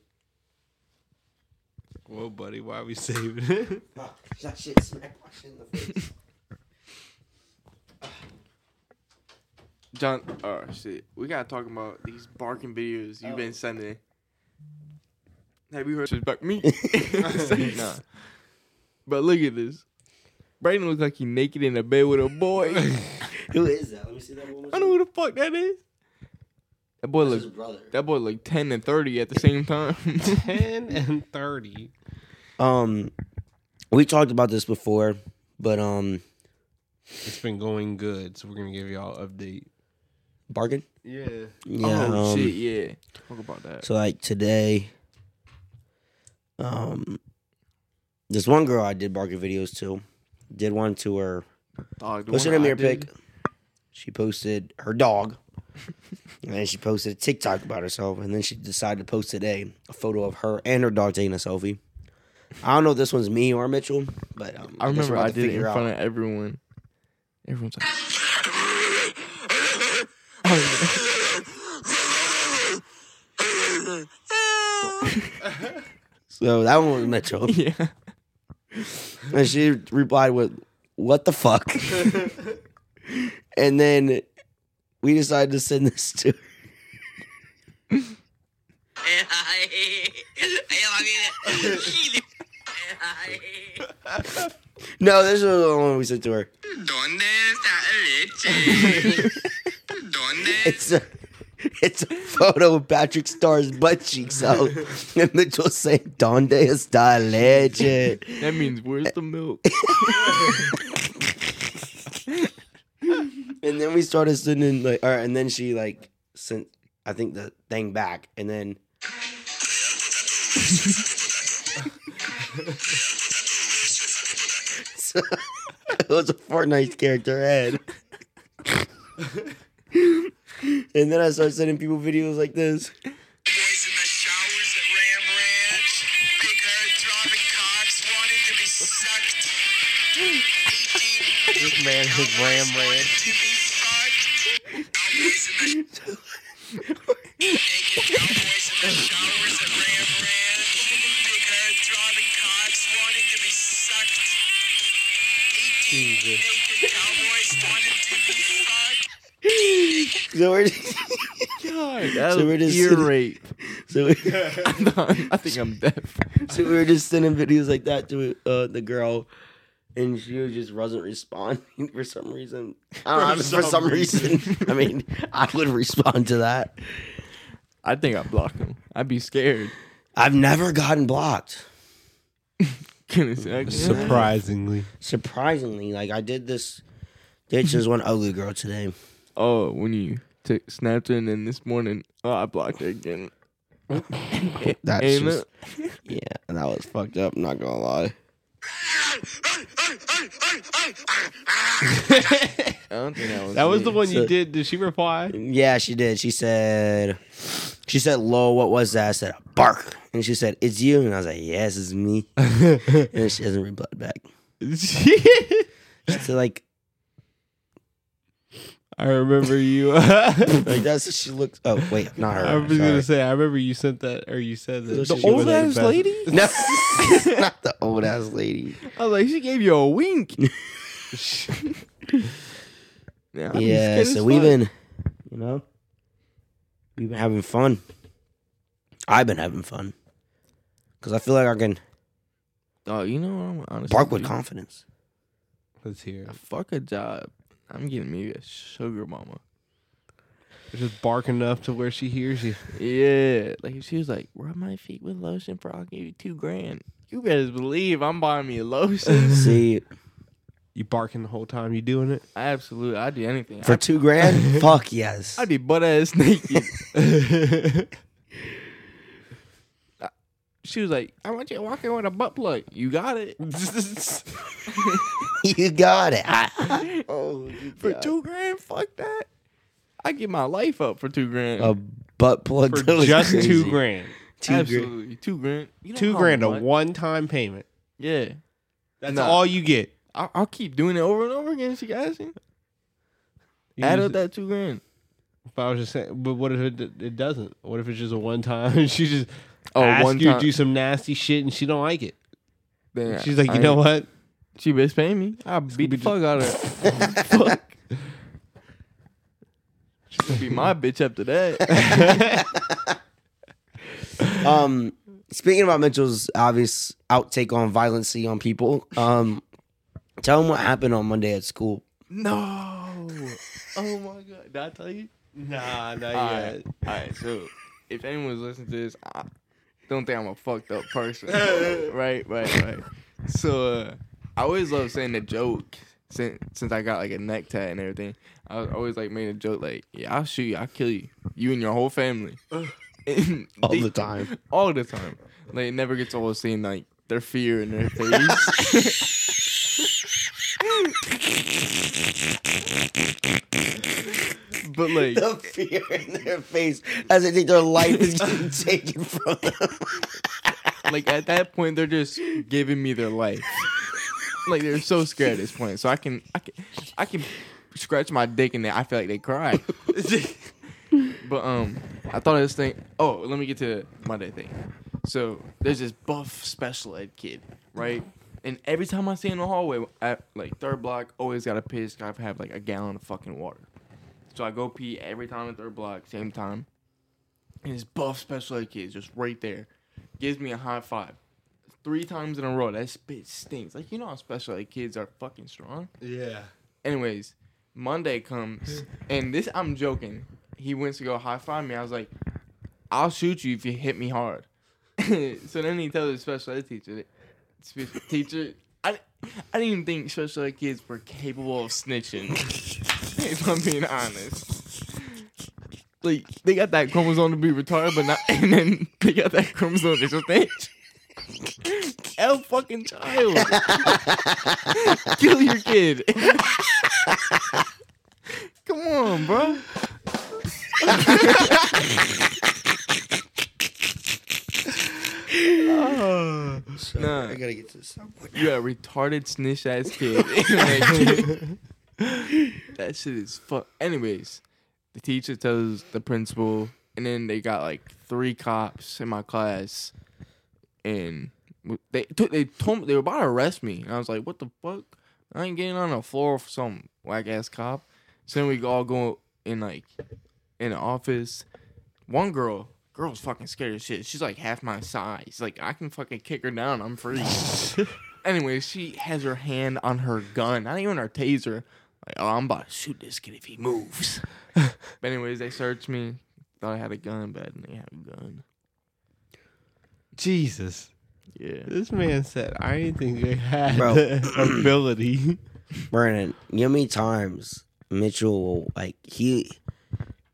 Speaker 1: Whoa, buddy, why are we saving it? (laughs)
Speaker 2: Fuck, that shit smacked my shit in the face.
Speaker 3: John, oh shit, we gotta talk about these barking videos you've
Speaker 2: Oh.
Speaker 3: been sending. Have you heard disrespect (laughs) me? (laughs)
Speaker 1: Nah.
Speaker 3: But look at this. Brayden looks like he naked in a bed with a boy. (laughs)
Speaker 2: Who is that? Let me see that one more
Speaker 3: I know
Speaker 2: time.
Speaker 3: who the fuck that is. That boy
Speaker 2: That's his
Speaker 3: look.
Speaker 2: brother.
Speaker 3: That boy look ten and thirty at the
Speaker 2: (laughs)
Speaker 3: same time.
Speaker 1: 10 and 30.
Speaker 2: Um, we talked about this before, but um,
Speaker 1: It's been going good, so we're gonna give y'all an update.
Speaker 2: bargain.
Speaker 1: Yeah.
Speaker 2: Yeah.
Speaker 3: oh
Speaker 2: um,
Speaker 3: shit, yeah. Talk about that.
Speaker 2: So like today, um, this one girl I did bargain videos to, did one to her.
Speaker 3: Dog, the
Speaker 2: Posted a
Speaker 3: one I
Speaker 2: mirror
Speaker 3: did-
Speaker 2: pic. She posted her dog, and then she posted a TikTok about herself, and then she decided to post today a photo of her and her dog taking a selfie. I don't know if this one's me or Mitchell, but um,
Speaker 3: I
Speaker 2: guess we're
Speaker 3: remember
Speaker 2: about
Speaker 3: I
Speaker 2: to
Speaker 3: did it in
Speaker 2: figure out.
Speaker 3: front of everyone. Everyone's like, oh,
Speaker 2: So that one was Mitchell.
Speaker 3: yeah. yeah.
Speaker 2: And she replied with, What the fuck? and then we decided to send this to her. No, this was the one we sent to her.
Speaker 4: ¿Dónde está
Speaker 2: (laughs)
Speaker 4: el leche? ¿Dónde
Speaker 2: It's a, it's a photo of Patrick Starr's butt cheeks out. And Mitchell saying, Donde está leche?
Speaker 3: That means where's
Speaker 2: (laughs)
Speaker 3: the milk?
Speaker 2: And then we started sending, like, or, and then she, like, sent, I think, the thing back. And then (laughs) So, it was a Fortnite character ad. (laughs) and then I started sending people videos like this. (laughs)
Speaker 4: Boys in the showers at Ram Ranch. Big herd throbbing cocks wanted to be sucked.
Speaker 1: This man has Ram Ranch.
Speaker 4: To be fucked. Cowboys in
Speaker 1: (laughs)
Speaker 4: the naked cowboys in the showers at Ram Ranch. Big herd throbbing cocks wanted to be sucked. Eighteen
Speaker 1: Jesus.
Speaker 4: naked cowboys wanted to be fucked.
Speaker 2: So we're, (laughs)
Speaker 3: God, that
Speaker 2: So
Speaker 3: so
Speaker 2: we're just (laughs)
Speaker 3: ear
Speaker 2: sitting-
Speaker 3: rape. (laughs)
Speaker 2: so, we,
Speaker 3: I'm not- I think I'm deaf.
Speaker 2: so (laughs) we were just sending videos like that to uh, the girl. And she was just wasn't responding (laughs) for some reason. I don't
Speaker 1: For
Speaker 2: know, for
Speaker 1: some
Speaker 2: some reason. I mean, I would (laughs) respond to that.
Speaker 3: I think I blocked him. I'd be scared.
Speaker 2: I've never gotten blocked.
Speaker 3: Can I say that?
Speaker 1: Surprisingly.
Speaker 2: Surprisingly, like I did this. Did this one ugly girl today.
Speaker 3: Oh, when you t- snapped in and this morning, oh, I blocked it again.
Speaker 2: That's
Speaker 3: Ain't
Speaker 2: just-
Speaker 3: it?
Speaker 2: Yeah, and that was fucked up. Not gonna lie.
Speaker 3: I don't think that was.
Speaker 1: That was
Speaker 3: me.
Speaker 1: the one you
Speaker 2: So-
Speaker 1: did. Did she
Speaker 3: (laughs)
Speaker 1: reply?
Speaker 2: Yeah, she did. She said, she said, "Lo, what was that?" I said, "A "Bark," and she said, "It's you," and I was like, "Yes, it's me." and she hasn't replied back.
Speaker 1: (laughs)
Speaker 2: She said, like,
Speaker 1: I remember you. (laughs) I
Speaker 2: like that's she looks. Oh wait, not her.
Speaker 1: was gonna
Speaker 2: sorry.
Speaker 1: say, I remember you sent that, or you said that.
Speaker 2: The
Speaker 1: she
Speaker 2: old
Speaker 1: was the
Speaker 3: ass
Speaker 1: best-
Speaker 3: lady?
Speaker 2: No, (laughs) not the old ass lady.
Speaker 3: I was like, she gave you
Speaker 2: (laughs)
Speaker 3: a wink. (laughs) yeah, I'd be
Speaker 2: yeah,
Speaker 3: scared as
Speaker 2: so we've
Speaker 3: fuck.
Speaker 2: been, you know, we've been having fun. I've been having fun because I feel like I can
Speaker 3: Dog, you know what? I'm honestly.
Speaker 2: bark with
Speaker 3: do?
Speaker 2: confidence.
Speaker 1: (laughs) Let's hear. it.
Speaker 3: Fuck a job. I'm getting me a sugar mama.
Speaker 1: Just bark enough to where she hears you.
Speaker 3: Yeah, like if she was like, rub my feet with lotion for I'll give you two grand. You better believe I'm buying
Speaker 2: (laughs)
Speaker 3: me lotion.
Speaker 2: See,
Speaker 1: You barking the whole time you doing
Speaker 3: (laughs)
Speaker 1: it.
Speaker 3: Absolutely, I'd do anything.
Speaker 2: for
Speaker 1: (laughs)
Speaker 2: two grand, fuck yes.
Speaker 3: I'd be butt ass naked. (laughs) she was like, I want you walking with a butt plug. You got it.
Speaker 2: (laughs) you got
Speaker 1: (laughs)
Speaker 2: it.
Speaker 3: oh, for two grand, fuck that. I give my life up for two grand.
Speaker 2: A butt plug
Speaker 1: For
Speaker 2: that was
Speaker 1: just
Speaker 2: crazy.
Speaker 1: two grand.
Speaker 2: Two grand.
Speaker 3: Absolutely. Two grand. You know
Speaker 1: Two
Speaker 3: how
Speaker 1: grand, a
Speaker 3: much-
Speaker 1: one time payment.
Speaker 3: Yeah.
Speaker 1: That's
Speaker 3: Nah.
Speaker 1: all you get.
Speaker 3: I'll, I'll keep doing it over and over again. She got me.
Speaker 1: You
Speaker 3: Add
Speaker 1: just-
Speaker 3: up that two grand.
Speaker 1: If I was just saying, but what if it, it doesn't? What if it's just a one time? (laughs) she just
Speaker 3: Oh,
Speaker 1: asks
Speaker 3: one
Speaker 1: you
Speaker 3: time-
Speaker 1: to do some nasty shit and she don't like it.
Speaker 3: Then
Speaker 1: She's like,
Speaker 3: I
Speaker 1: you know
Speaker 3: ain't-
Speaker 1: what?
Speaker 3: She best paying me. I'll beat the fuck out of her. (laughs) fuck. She gonna be
Speaker 1: (laughs)
Speaker 3: my bitch after that.
Speaker 2: Um, speaking about Mitchell's obvious outtake on violency on people, um, tell him what happened on Monday at school.
Speaker 3: no. Oh my god. Did I tell you?
Speaker 1: Nah, not
Speaker 3: All right. All right. So, if anyone's listening to this, I don't think I'm a fucked up
Speaker 1: (laughs)
Speaker 3: person. right. Right. Right. So, uh, I always love saying the joke since since I got like a neck tat and everything. I was always like making a joke like, "Yeah, I'll shoot you. I'll kill you. You and your whole
Speaker 1: (laughs)
Speaker 3: family." (laughs)
Speaker 1: All the time.
Speaker 3: All the time. Like it never gets old seeing like their fear in their face. (laughs) but like
Speaker 2: The fear in their face as they think their life is getting taken from them. (laughs)
Speaker 3: like at that point they're just giving me their life like they're so scared at this point so i can i can i can scratch my dick and they, i feel like they cry (laughs) but um i thought of this thing oh let me get to monday thing so there's this buff special ed kid right and every time i see him in the hallway at like third block always gotta piss gotta have like a gallon of fucking water so i go pee every time at third block same time and this buff special ed kid is just right there gives me a high five three times in a row. That spit stinks. Like you know how special ed kids are fucking strong.
Speaker 1: Yeah.
Speaker 3: Anyways, Monday comes and this I'm joking. He went to go high five me. I was like, I'll shoot you if you hit me hard. (laughs) so then he tells the special ed teacher, that- special teacher, I, I didn't even think special ed kids were capable of snitching. (laughs) if I'm being honest. Like they got that chromosome to be retarded, but not, (laughs) and then they got that chromosome to snitch. (laughs) L fucking child, (laughs) kill your kid. (laughs) Come on, bro. Nah. I
Speaker 2: gotta get to somewhere.
Speaker 3: You a retarded snitch ass kid. (laughs) Like, that shit is fuck. Anyways, the teacher tells the principal, and then they got like three cops in my class, and w- they took they told me they were about to arrest me, and I was like, "What the fuck? I ain't getting on the floor for some whack ass cop." So then we all go in like in the office. One girl, girl's fucking scared as shit. She's like half my size. Like I can fucking kick her down. I'm free. Anyway, she has her hand on her gun, not even her taser. Like, oh, I'm about to shoot this kid if he moves. but anyways, they searched me. Thought I had a gun, but I didn't have a gun.
Speaker 1: Jesus.
Speaker 3: Yeah.
Speaker 1: This man said, I didn't think they had
Speaker 2: Bro.
Speaker 1: the ability.
Speaker 2: Brandon, you know how many times Mitchell will, like he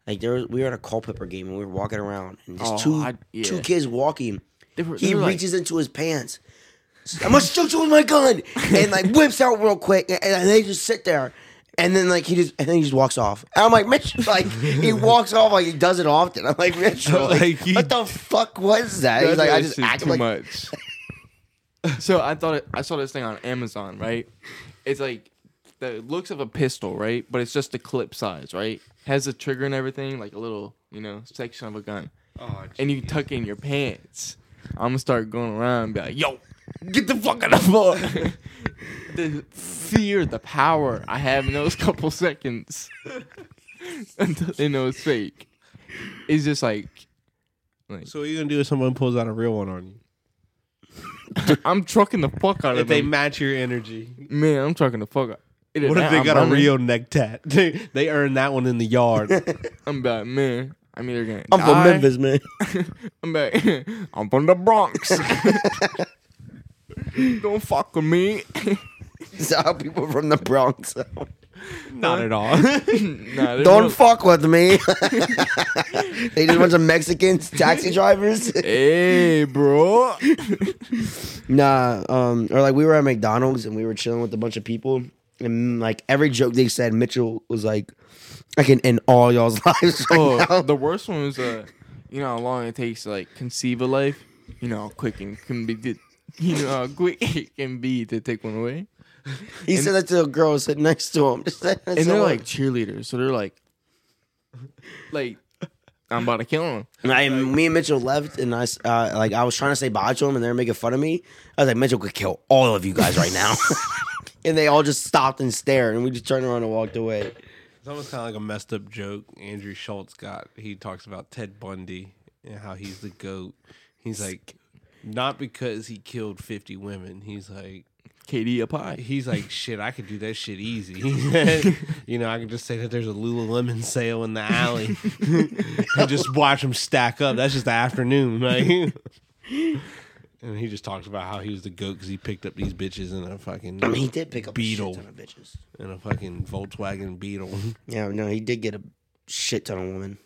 Speaker 2: like there was, we were at a Culpepper game and we were walking around and
Speaker 3: Oh,
Speaker 2: just two
Speaker 3: I- yeah.
Speaker 2: two kids walking.
Speaker 3: They were- they
Speaker 2: He
Speaker 3: were like-
Speaker 2: reaches into his pants. I'm gonna shoot you with my gun, and like
Speaker 3: (laughs)
Speaker 2: whips out real quick, and, and they just sit there, and then like he just and then he just walks off. And I'm like Mitch, like
Speaker 3: (laughs)
Speaker 2: he walks off like he does it often. I'm like Mitch, like,
Speaker 1: Like, he-
Speaker 2: what the fuck was that? He's
Speaker 3: That's
Speaker 2: like
Speaker 3: why
Speaker 2: I just
Speaker 3: this shit's
Speaker 2: acted
Speaker 3: too
Speaker 2: like
Speaker 3: much. (laughs) so I thought it, I saw this thing on Amazon, right? It's like the looks of a pistol, right? But it's just the clip size, right? Has a trigger and everything, like a little, you know, section of a gun.
Speaker 1: Oh,
Speaker 3: and you tuck in your pants. I'm gonna start going around and be like, yo, get the fuck out of the floor. (laughs) the fear, the power I have in those (laughs) couple seconds (laughs) until they know it's fake. It's just like
Speaker 1: so what are you gonna do if someone pulls out a real one on you?
Speaker 3: I'm trucking the fuck out
Speaker 1: If
Speaker 3: of
Speaker 1: they
Speaker 3: them.
Speaker 1: match your energy.
Speaker 3: Man, I'm trucking the fuck out. Either
Speaker 1: What if
Speaker 3: that,
Speaker 1: they
Speaker 3: I'm
Speaker 1: got a
Speaker 3: running.
Speaker 1: real neck tat? (laughs) They, they earned that one in the (laughs) yard.
Speaker 3: I'm back, man. I'm either gonna.
Speaker 2: I'm from
Speaker 3: die.
Speaker 2: Memphis, man.
Speaker 3: (laughs)
Speaker 2: (laughs)
Speaker 3: I'm back. (laughs) I'm from the Bronx. (laughs) Don't fuck with me. (laughs)
Speaker 2: These are people from the Bronx.
Speaker 1: Not at (laughs) all.
Speaker 3: nah,
Speaker 2: Don't
Speaker 3: fuck.
Speaker 2: fuck with me. (laughs) they just bunch of Mexicans,
Speaker 3: (laughs)
Speaker 2: taxi drivers.
Speaker 3: Hey, (laughs) bro.
Speaker 2: Nah, um, or like we were at McDonald's and we were chilling with a bunch of people, and like every joke they said, Mitchell was like, "I can end all y'all's (laughs) lives." Right
Speaker 3: oh,
Speaker 2: now."
Speaker 3: the worst one was uh, you you know how long it takes to like conceive a life. You know how quick it can be. To, you know how quick (laughs) it can be to take one away.
Speaker 2: He said that to a girl sitting next to him. (laughs) Just like,
Speaker 3: And they're like cheerleaders, so they're like, (laughs) like, I'm about to kill him.
Speaker 2: And I, me and Mitchell left, and I, s- uh, like, I was trying to say bye to him, and they were making fun of me. I was like, Mitchell could kill all of you guys right
Speaker 3: (laughs)
Speaker 2: now. and they all just stopped and stared, and we just turned around and walked away.
Speaker 1: It's almost kind of like a messed up joke Andrew Schultz got. He talks about Ted Bundy and how he's the goat. He's like, not because he killed 50 women. He's like,
Speaker 3: Katie up high.
Speaker 1: he's (laughs) like, shit, I could do that shit (laughs) easy. you know, I can just say that there's a Lululemon sale in the (laughs) alley and just watch them stack up. That's just the afternoon. (laughs) Like, and he just talks about how he was the goat because he picked up these bitches in a fucking
Speaker 2: I mean, he did pick up
Speaker 1: Beetle.
Speaker 2: a shit ton of bitches.
Speaker 1: in a fucking Volkswagen Beetle. (laughs)
Speaker 2: Yeah, no, he did get a shit ton of women.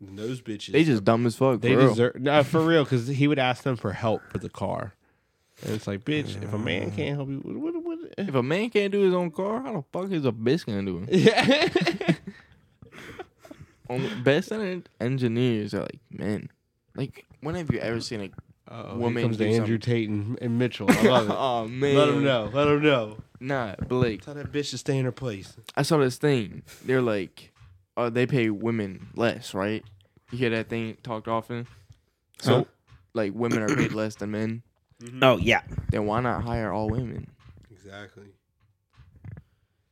Speaker 1: And those bitches.
Speaker 3: They just dumb as fuck.
Speaker 1: They
Speaker 3: for real.
Speaker 1: deserve no for real because he would ask them for help with the car, and it's like, bitch, if a man can't help you, what, what, what? (laughs)
Speaker 3: If a man can't do his own car, how the fuck is a bitch gonna do it?
Speaker 1: Yeah.
Speaker 3: Only best en- engineers are like men. Like, when have you ever seen a (laughs)
Speaker 1: Uh,
Speaker 3: Women
Speaker 1: comes to
Speaker 3: do
Speaker 1: Andrew Tate and, and Mitchell. I love
Speaker 3: (laughs)
Speaker 1: it.
Speaker 3: oh man.
Speaker 1: Let him know. Let him know.
Speaker 3: Nah, but like
Speaker 1: Tell that bitch to stay in her place.
Speaker 3: I saw this thing. They're like, oh, they pay women less, right? You hear that thing talked often. So,
Speaker 2: Huh?
Speaker 3: like, women are (coughs) paid less than men. Mm-hmm.
Speaker 2: Oh, yeah.
Speaker 3: Then why not hire all women?
Speaker 1: Exactly.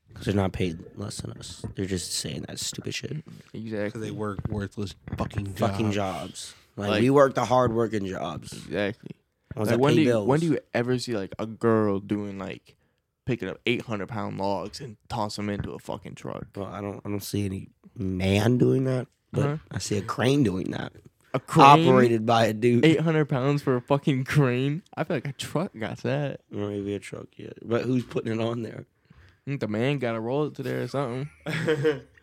Speaker 2: Because they're not paid less than us. They're just saying that stupid shit.
Speaker 1: Because
Speaker 3: Exactly.
Speaker 1: they work worthless fucking
Speaker 2: Fucking
Speaker 1: jobs.
Speaker 2: jobs. Like,
Speaker 3: Like-
Speaker 2: we work the hard working jobs.
Speaker 3: Exactly.
Speaker 2: I was
Speaker 3: Like,
Speaker 2: like,
Speaker 3: when
Speaker 2: pay
Speaker 3: do you,
Speaker 2: bills.
Speaker 3: when do you ever see like a girl doing like picking up eight hundred pound logs and toss them into a fucking truck?
Speaker 2: Well, I don't, I don't see any man doing that, but
Speaker 3: Huh?
Speaker 2: I see a crane doing that.
Speaker 3: A Uh-huh. crane,
Speaker 2: Operated by a dude.
Speaker 3: eight hundred pounds for a fucking crane. I feel like a truck got that.
Speaker 2: Or maybe a truck, yeah. But who's putting it on there?
Speaker 3: I think the man got to roll it to there or something.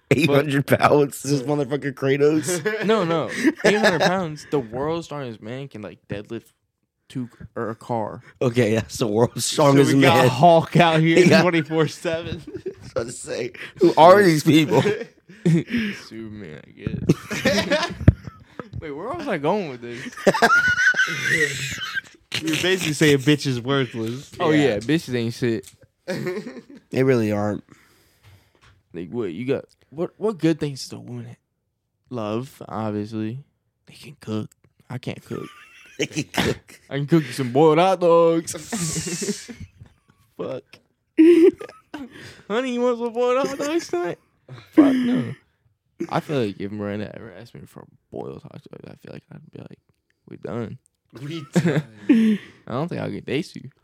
Speaker 2: 800 pounds.
Speaker 3: (laughs)
Speaker 2: This motherfucker Kratos. (laughs)
Speaker 3: No, no, eight hundred pounds. The world's strongest man can like deadlift two or a car.
Speaker 2: okay, that's the world's strongest
Speaker 3: (laughs)
Speaker 2: man. (laughs) I
Speaker 1: Hulk out
Speaker 2: He got-
Speaker 1: here twenty four seven.
Speaker 2: was about to say, who are these people?
Speaker 3: (laughs) Superman, I guess.
Speaker 2: (laughs)
Speaker 3: (laughs) Wait, where was I going with this?
Speaker 1: You're basically saying bitch is worthless.
Speaker 3: Oh yeah, bitches ain't shit.
Speaker 2: they really
Speaker 3: (laughs)
Speaker 2: aren't.
Speaker 3: Like what you got? What what good things does a woman have? Love, obviously. They can cook. I can't (laughs) cook.
Speaker 2: They can cook.
Speaker 3: I can cook you some boiled hot (laughs) dogs. (laughs) Fuck. Honey, you want some boiled hot dogs tonight? Fuck no. I feel like if Miranda ever asked me for boiled hot dogs, I feel like I'd be like, we're done.
Speaker 1: We
Speaker 3: I don't think I'll get dates you. (laughs)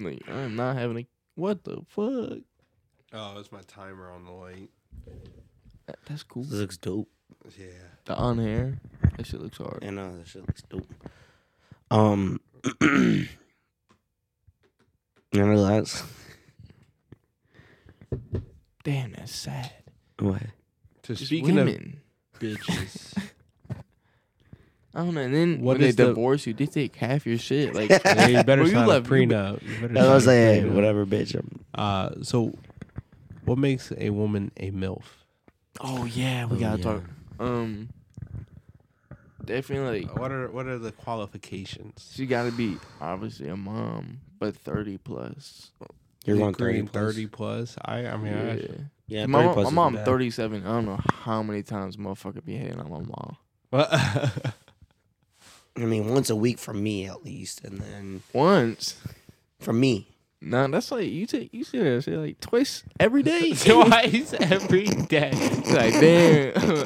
Speaker 3: Like, I'm not having a. What the fuck?
Speaker 1: oh, it's my timer on the light.
Speaker 3: That- That's cool.
Speaker 2: This looks dope.
Speaker 1: Yeah.
Speaker 3: The on hair. That shit looks hard.
Speaker 2: I know, this uh, shit looks dope. Um, (clears throat) none of that's.
Speaker 3: Damn, that's sad.
Speaker 2: (laughs) What?
Speaker 1: So
Speaker 3: Just
Speaker 1: speaking
Speaker 3: women.
Speaker 1: of bitches. (laughs)
Speaker 3: I don't know. And then
Speaker 1: What
Speaker 3: when they
Speaker 1: is the-
Speaker 3: divorce you, they take half your shit.
Speaker 1: (laughs)
Speaker 3: Like,
Speaker 1: Yeah, you better
Speaker 3: Well, you
Speaker 1: sign
Speaker 3: love-
Speaker 1: a
Speaker 3: you
Speaker 1: prenup. You better
Speaker 2: That was like,
Speaker 1: sign a
Speaker 2: hey,
Speaker 1: prenup.
Speaker 2: (laughs) whatever, bitch. I'm-
Speaker 1: Uh, so, what makes a woman a MILF?
Speaker 3: oh yeah, we
Speaker 2: Oh,
Speaker 3: gotta
Speaker 2: yeah.
Speaker 3: talk. Um, definitely. Like,
Speaker 1: What are what are the qualifications?
Speaker 3: she gotta be obviously a mom, but thirty plus.
Speaker 2: You're going 30
Speaker 1: Agreeing
Speaker 2: plus.
Speaker 1: 30 plus. I I mean, I,
Speaker 2: Yeah,
Speaker 3: my
Speaker 2: 30
Speaker 3: mom,
Speaker 2: plus
Speaker 3: my
Speaker 2: is
Speaker 3: mom
Speaker 2: bad.
Speaker 3: thirty-seven. I don't know how many times motherfucker be hating on my mom.
Speaker 1: (laughs) What-
Speaker 2: I mean, once a week for me at least, and then
Speaker 3: Once.
Speaker 2: for (laughs) me,
Speaker 3: Nah, that's like you take you see that shit like twice every
Speaker 1: (laughs)
Speaker 3: day.
Speaker 1: twice every day.
Speaker 3: It's like,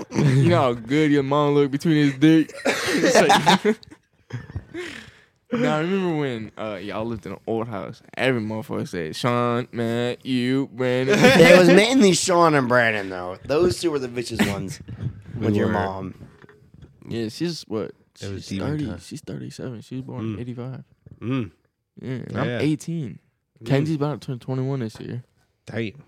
Speaker 3: damn, (laughs) you know how good your mom look between his dick. (laughs) It's like- now I remember when uh, y'all lived in an old house. Every motherfucker said, "Sean, Matt, you,
Speaker 2: (laughs)
Speaker 3: Brandon."
Speaker 2: it was mainly Sean and Brandon though. Those two were the vicious (laughs) ones with your
Speaker 1: were.
Speaker 2: mom.
Speaker 3: yeah, she's what?
Speaker 1: It was
Speaker 3: she's
Speaker 1: demon
Speaker 3: thirty.
Speaker 1: time.
Speaker 3: She's thirty-seven. She was born in
Speaker 1: Mm.
Speaker 3: eighty-five.
Speaker 1: Mm,
Speaker 3: Yeah, and I'm
Speaker 1: Yeah.
Speaker 3: eighteen. Kenzie's about to turn twenty-one this year,
Speaker 1: damn.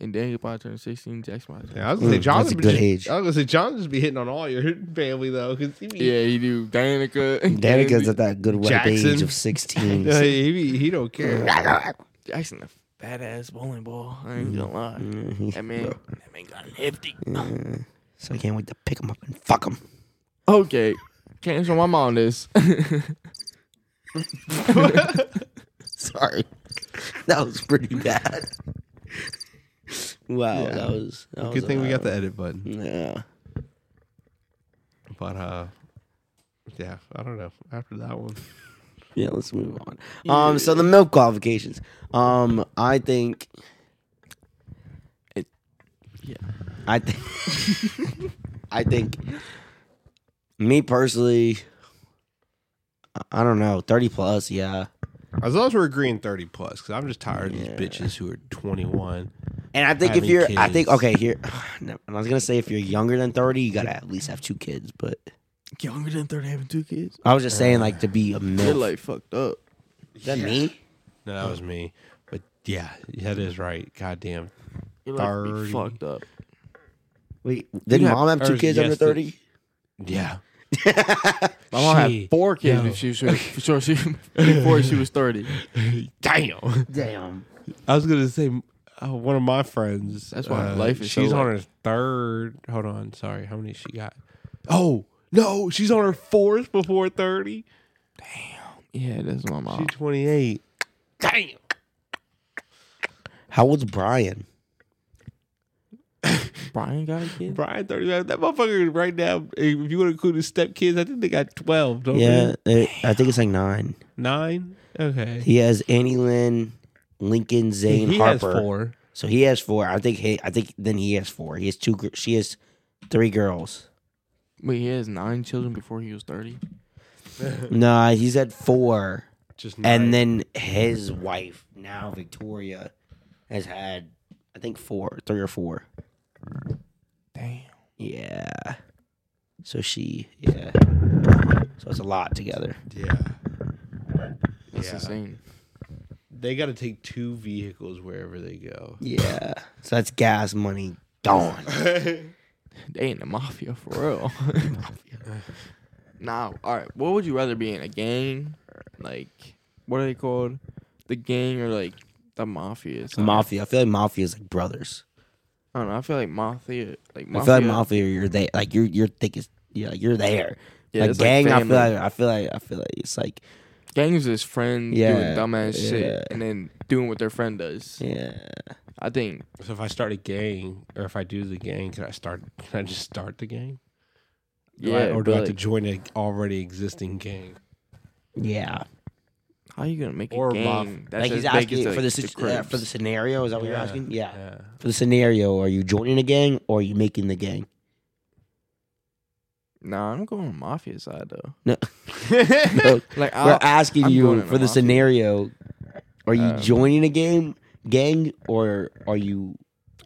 Speaker 3: and Daniel's about to turn sixteen. Jack's about to turn.
Speaker 1: Yeah, I was gonna say
Speaker 2: Mm,
Speaker 1: John.
Speaker 2: that's a
Speaker 1: would
Speaker 2: good
Speaker 1: just,
Speaker 2: age.
Speaker 1: I was gonna say John just be hitting on all your (laughs) family though, because he be,
Speaker 3: Yeah, he do. Danica.
Speaker 2: Danica's
Speaker 3: (laughs) Kenzie-
Speaker 2: at that good ripe age
Speaker 1: Jackson.
Speaker 2: of sixteen.
Speaker 1: (laughs) (laughs) Yeah, he, be- he don't care.
Speaker 2: Mm.
Speaker 3: Jackson, a fat ass bowling ball. I ain't gonna lie.
Speaker 2: Mhm.
Speaker 3: That man, that man got nifty.
Speaker 2: (laughs) So I can't wait to pick them up and fuck them.
Speaker 3: Okay, cancel my mom (laughs) this.
Speaker 2: (laughs) Sorry, that was pretty bad. wow,
Speaker 1: Yeah.
Speaker 2: that was that was
Speaker 1: Good thing we got the
Speaker 2: that.
Speaker 1: edit button.
Speaker 2: Yeah,
Speaker 1: But uh, yeah, I don't know. After that one,
Speaker 2: yeah. Let's move on. Um, so the milk qualifications. Um, I think. It,
Speaker 3: Yeah.
Speaker 2: I think. (laughs) I think. Me personally, I- I don't know. Thirty plus, yeah.
Speaker 1: as long as we're agreeing thirty plus, because I'm just tired of
Speaker 2: Yeah.
Speaker 1: these bitches who are 21.
Speaker 2: And I think if
Speaker 1: Having
Speaker 2: you're, I think
Speaker 1: kids.
Speaker 2: okay here. (sighs) no, I was gonna say if you're younger than thirty, you gotta at least have two kids. But
Speaker 3: Younger than thirty, having two kids.
Speaker 2: I was just saying like to be a
Speaker 3: Your
Speaker 2: milf.
Speaker 3: life fucked up.
Speaker 2: Is that me?
Speaker 1: No, that was me. But yeah, that is right. Goddamn.
Speaker 3: Your life
Speaker 1: 30.
Speaker 3: be fucked up.
Speaker 2: Wait, did
Speaker 1: Yeah,
Speaker 2: mom have
Speaker 1: or
Speaker 2: two kids
Speaker 1: yes,
Speaker 2: under
Speaker 1: the-
Speaker 2: thirty? (laughs)
Speaker 1: Yeah.
Speaker 3: My mom
Speaker 1: Shit.
Speaker 3: had four kids
Speaker 1: Yo.
Speaker 3: if she was before she, before she was thirty.
Speaker 1: Damn.
Speaker 2: Damn.
Speaker 1: I was gonna say uh, one of my friends.
Speaker 3: That's why
Speaker 1: uh,
Speaker 3: life is so
Speaker 1: She's on
Speaker 3: like-
Speaker 1: her third. Hold on. Sorry. How many she got? Oh no, she's on her fourth before thirty.
Speaker 3: Yeah, that's my mom.
Speaker 1: She's twenty eight. Damn.
Speaker 2: How old's Brian?
Speaker 3: Brian got a kid.
Speaker 1: Brian thirty five. That motherfucker right now. If you would include his stepkids, I think they got twelve. Don't
Speaker 2: Yeah,
Speaker 1: they?
Speaker 2: it- I think it's like nine.
Speaker 1: Nine. Okay.
Speaker 2: He has Annie Lynn, Lincoln, Zane,
Speaker 1: he
Speaker 2: Harper.
Speaker 1: has four.
Speaker 2: So he has four. I think. He, I think then he has four. He has two. gir- She has
Speaker 1: (laughs)
Speaker 2: three girls.
Speaker 3: Wait, he has nine children before he was thirty.
Speaker 2: Nah, he's had four.
Speaker 1: Just
Speaker 2: And
Speaker 1: nine.
Speaker 2: then his wife, now Victoria, has had I think four, three or four.
Speaker 3: Damn.
Speaker 2: Yeah. So she, yeah. So it's a lot together.
Speaker 1: yeah.
Speaker 3: That's
Speaker 1: Yeah.
Speaker 3: insane.
Speaker 1: They got to take two vehicles wherever they go.
Speaker 2: Yeah. So that's gas money gone.
Speaker 3: They in the mafia for real. (laughs) now, all right. What would you rather be in? A gang? Like, what are they called? The gang or like the mafia? It's not-
Speaker 2: Mafia. I feel like mafia is like brothers.
Speaker 3: I don't know. I feel like mafia. Like mafia.
Speaker 2: I feel like mafia. You're there. Like you're you're thick as yeah. Like you're there.
Speaker 3: Yeah,
Speaker 2: like
Speaker 3: it's like
Speaker 2: gang. I feel
Speaker 3: family.
Speaker 2: like I feel like I feel like it's like
Speaker 3: gangs is friends
Speaker 2: Yeah,
Speaker 3: doing dumbass
Speaker 2: yeah.
Speaker 3: shit and then doing what their friend does.
Speaker 2: yeah.
Speaker 3: I think
Speaker 1: So if I start a gang, or if I do the gang, can I start? Can I just start the gang? Do I-
Speaker 3: yeah.
Speaker 1: or do I
Speaker 3: but,
Speaker 1: have to
Speaker 3: like,
Speaker 1: join an already existing gang?
Speaker 2: Yeah.
Speaker 3: How you gonna make
Speaker 1: or
Speaker 3: a gang?
Speaker 1: mafia.
Speaker 3: that's
Speaker 2: like he's
Speaker 3: as big
Speaker 2: asking
Speaker 3: as,
Speaker 2: for
Speaker 3: like,
Speaker 2: the, sit- uh, for the
Speaker 3: Crips?
Speaker 2: scenario. Is that what you're
Speaker 1: Yeah.
Speaker 2: asking? yeah.
Speaker 1: Yeah.
Speaker 2: for the scenario, are you joining a gang or are you making the (laughs) gang?
Speaker 3: Nah, I'm going on mafia side though.
Speaker 2: No, (laughs)
Speaker 1: yeah.
Speaker 2: no,
Speaker 3: (laughs) Like
Speaker 2: we're
Speaker 3: I,
Speaker 2: asking
Speaker 3: I'm going
Speaker 2: you
Speaker 3: in
Speaker 2: for
Speaker 3: a
Speaker 2: the
Speaker 3: mafia.
Speaker 2: scenario. Are you
Speaker 3: Um,
Speaker 2: joining a game gang or are you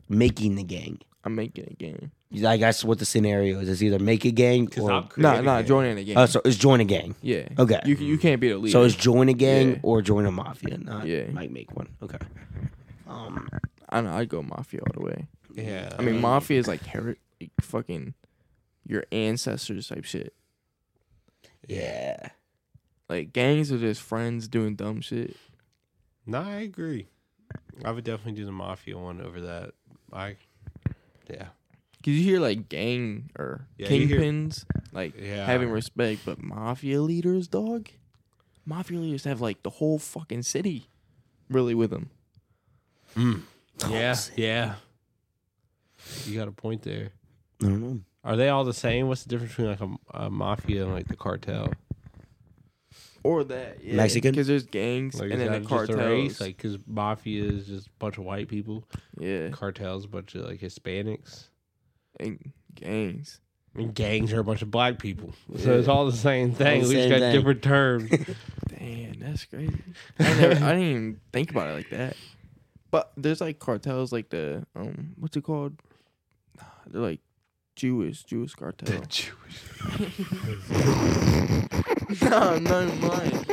Speaker 2: making the gang?
Speaker 3: I'm making a gang.
Speaker 2: Like that's what the scenario is. It's either make a gang or
Speaker 3: No, no, joining a gang.
Speaker 2: oh, so it's join a gang.
Speaker 3: yeah.
Speaker 2: Okay.
Speaker 3: You you can't be the leader.
Speaker 2: So it's join a gang
Speaker 3: Yeah.
Speaker 2: or join a mafia, not
Speaker 3: Yeah.
Speaker 2: like make one. Okay. Um,
Speaker 3: I know I'd go mafia all the way.
Speaker 1: Yeah.
Speaker 3: I
Speaker 2: Mm.
Speaker 3: mean, mafia is like heri- like fucking your ancestors type shit.
Speaker 2: yeah.
Speaker 3: Like gangs are just friends doing dumb shit.
Speaker 1: No, I agree. I would definitely do the mafia one over that. I. Yeah.
Speaker 3: Cause you hear like gang or
Speaker 1: Yeah, you hear-
Speaker 3: kingpins like
Speaker 1: Yeah.
Speaker 3: having respect, but mafia leaders, dog. Mafia leaders have like the whole fucking city, really with them.
Speaker 2: Mm.
Speaker 1: Yeah. Yeah. You got a point there.
Speaker 2: I don't know.
Speaker 1: Are they all the same? What's the difference between like a, a mafia and like the cartel?
Speaker 3: Or that yeah.
Speaker 2: Mexican?
Speaker 3: because there's gangs
Speaker 1: Like,
Speaker 3: and
Speaker 1: is
Speaker 3: then the
Speaker 1: that just a
Speaker 3: cartels.
Speaker 1: race? Like, because mafia is just a bunch of white people.
Speaker 3: yeah,
Speaker 1: Cartels, a bunch of like Hispanics.
Speaker 3: and gangs.
Speaker 1: And gangs are a bunch of black people. So it's
Speaker 3: Yeah.
Speaker 1: all the same thing. we
Speaker 2: same
Speaker 1: just got
Speaker 2: thing.
Speaker 1: different
Speaker 3: (laughs)
Speaker 1: terms.
Speaker 3: Damn, that's crazy. I, never, I didn't even think about it like that. But there's like cartels, like the um, what's it called? They're like Jewish, Jewish cartel. (laughs) no, no, mine.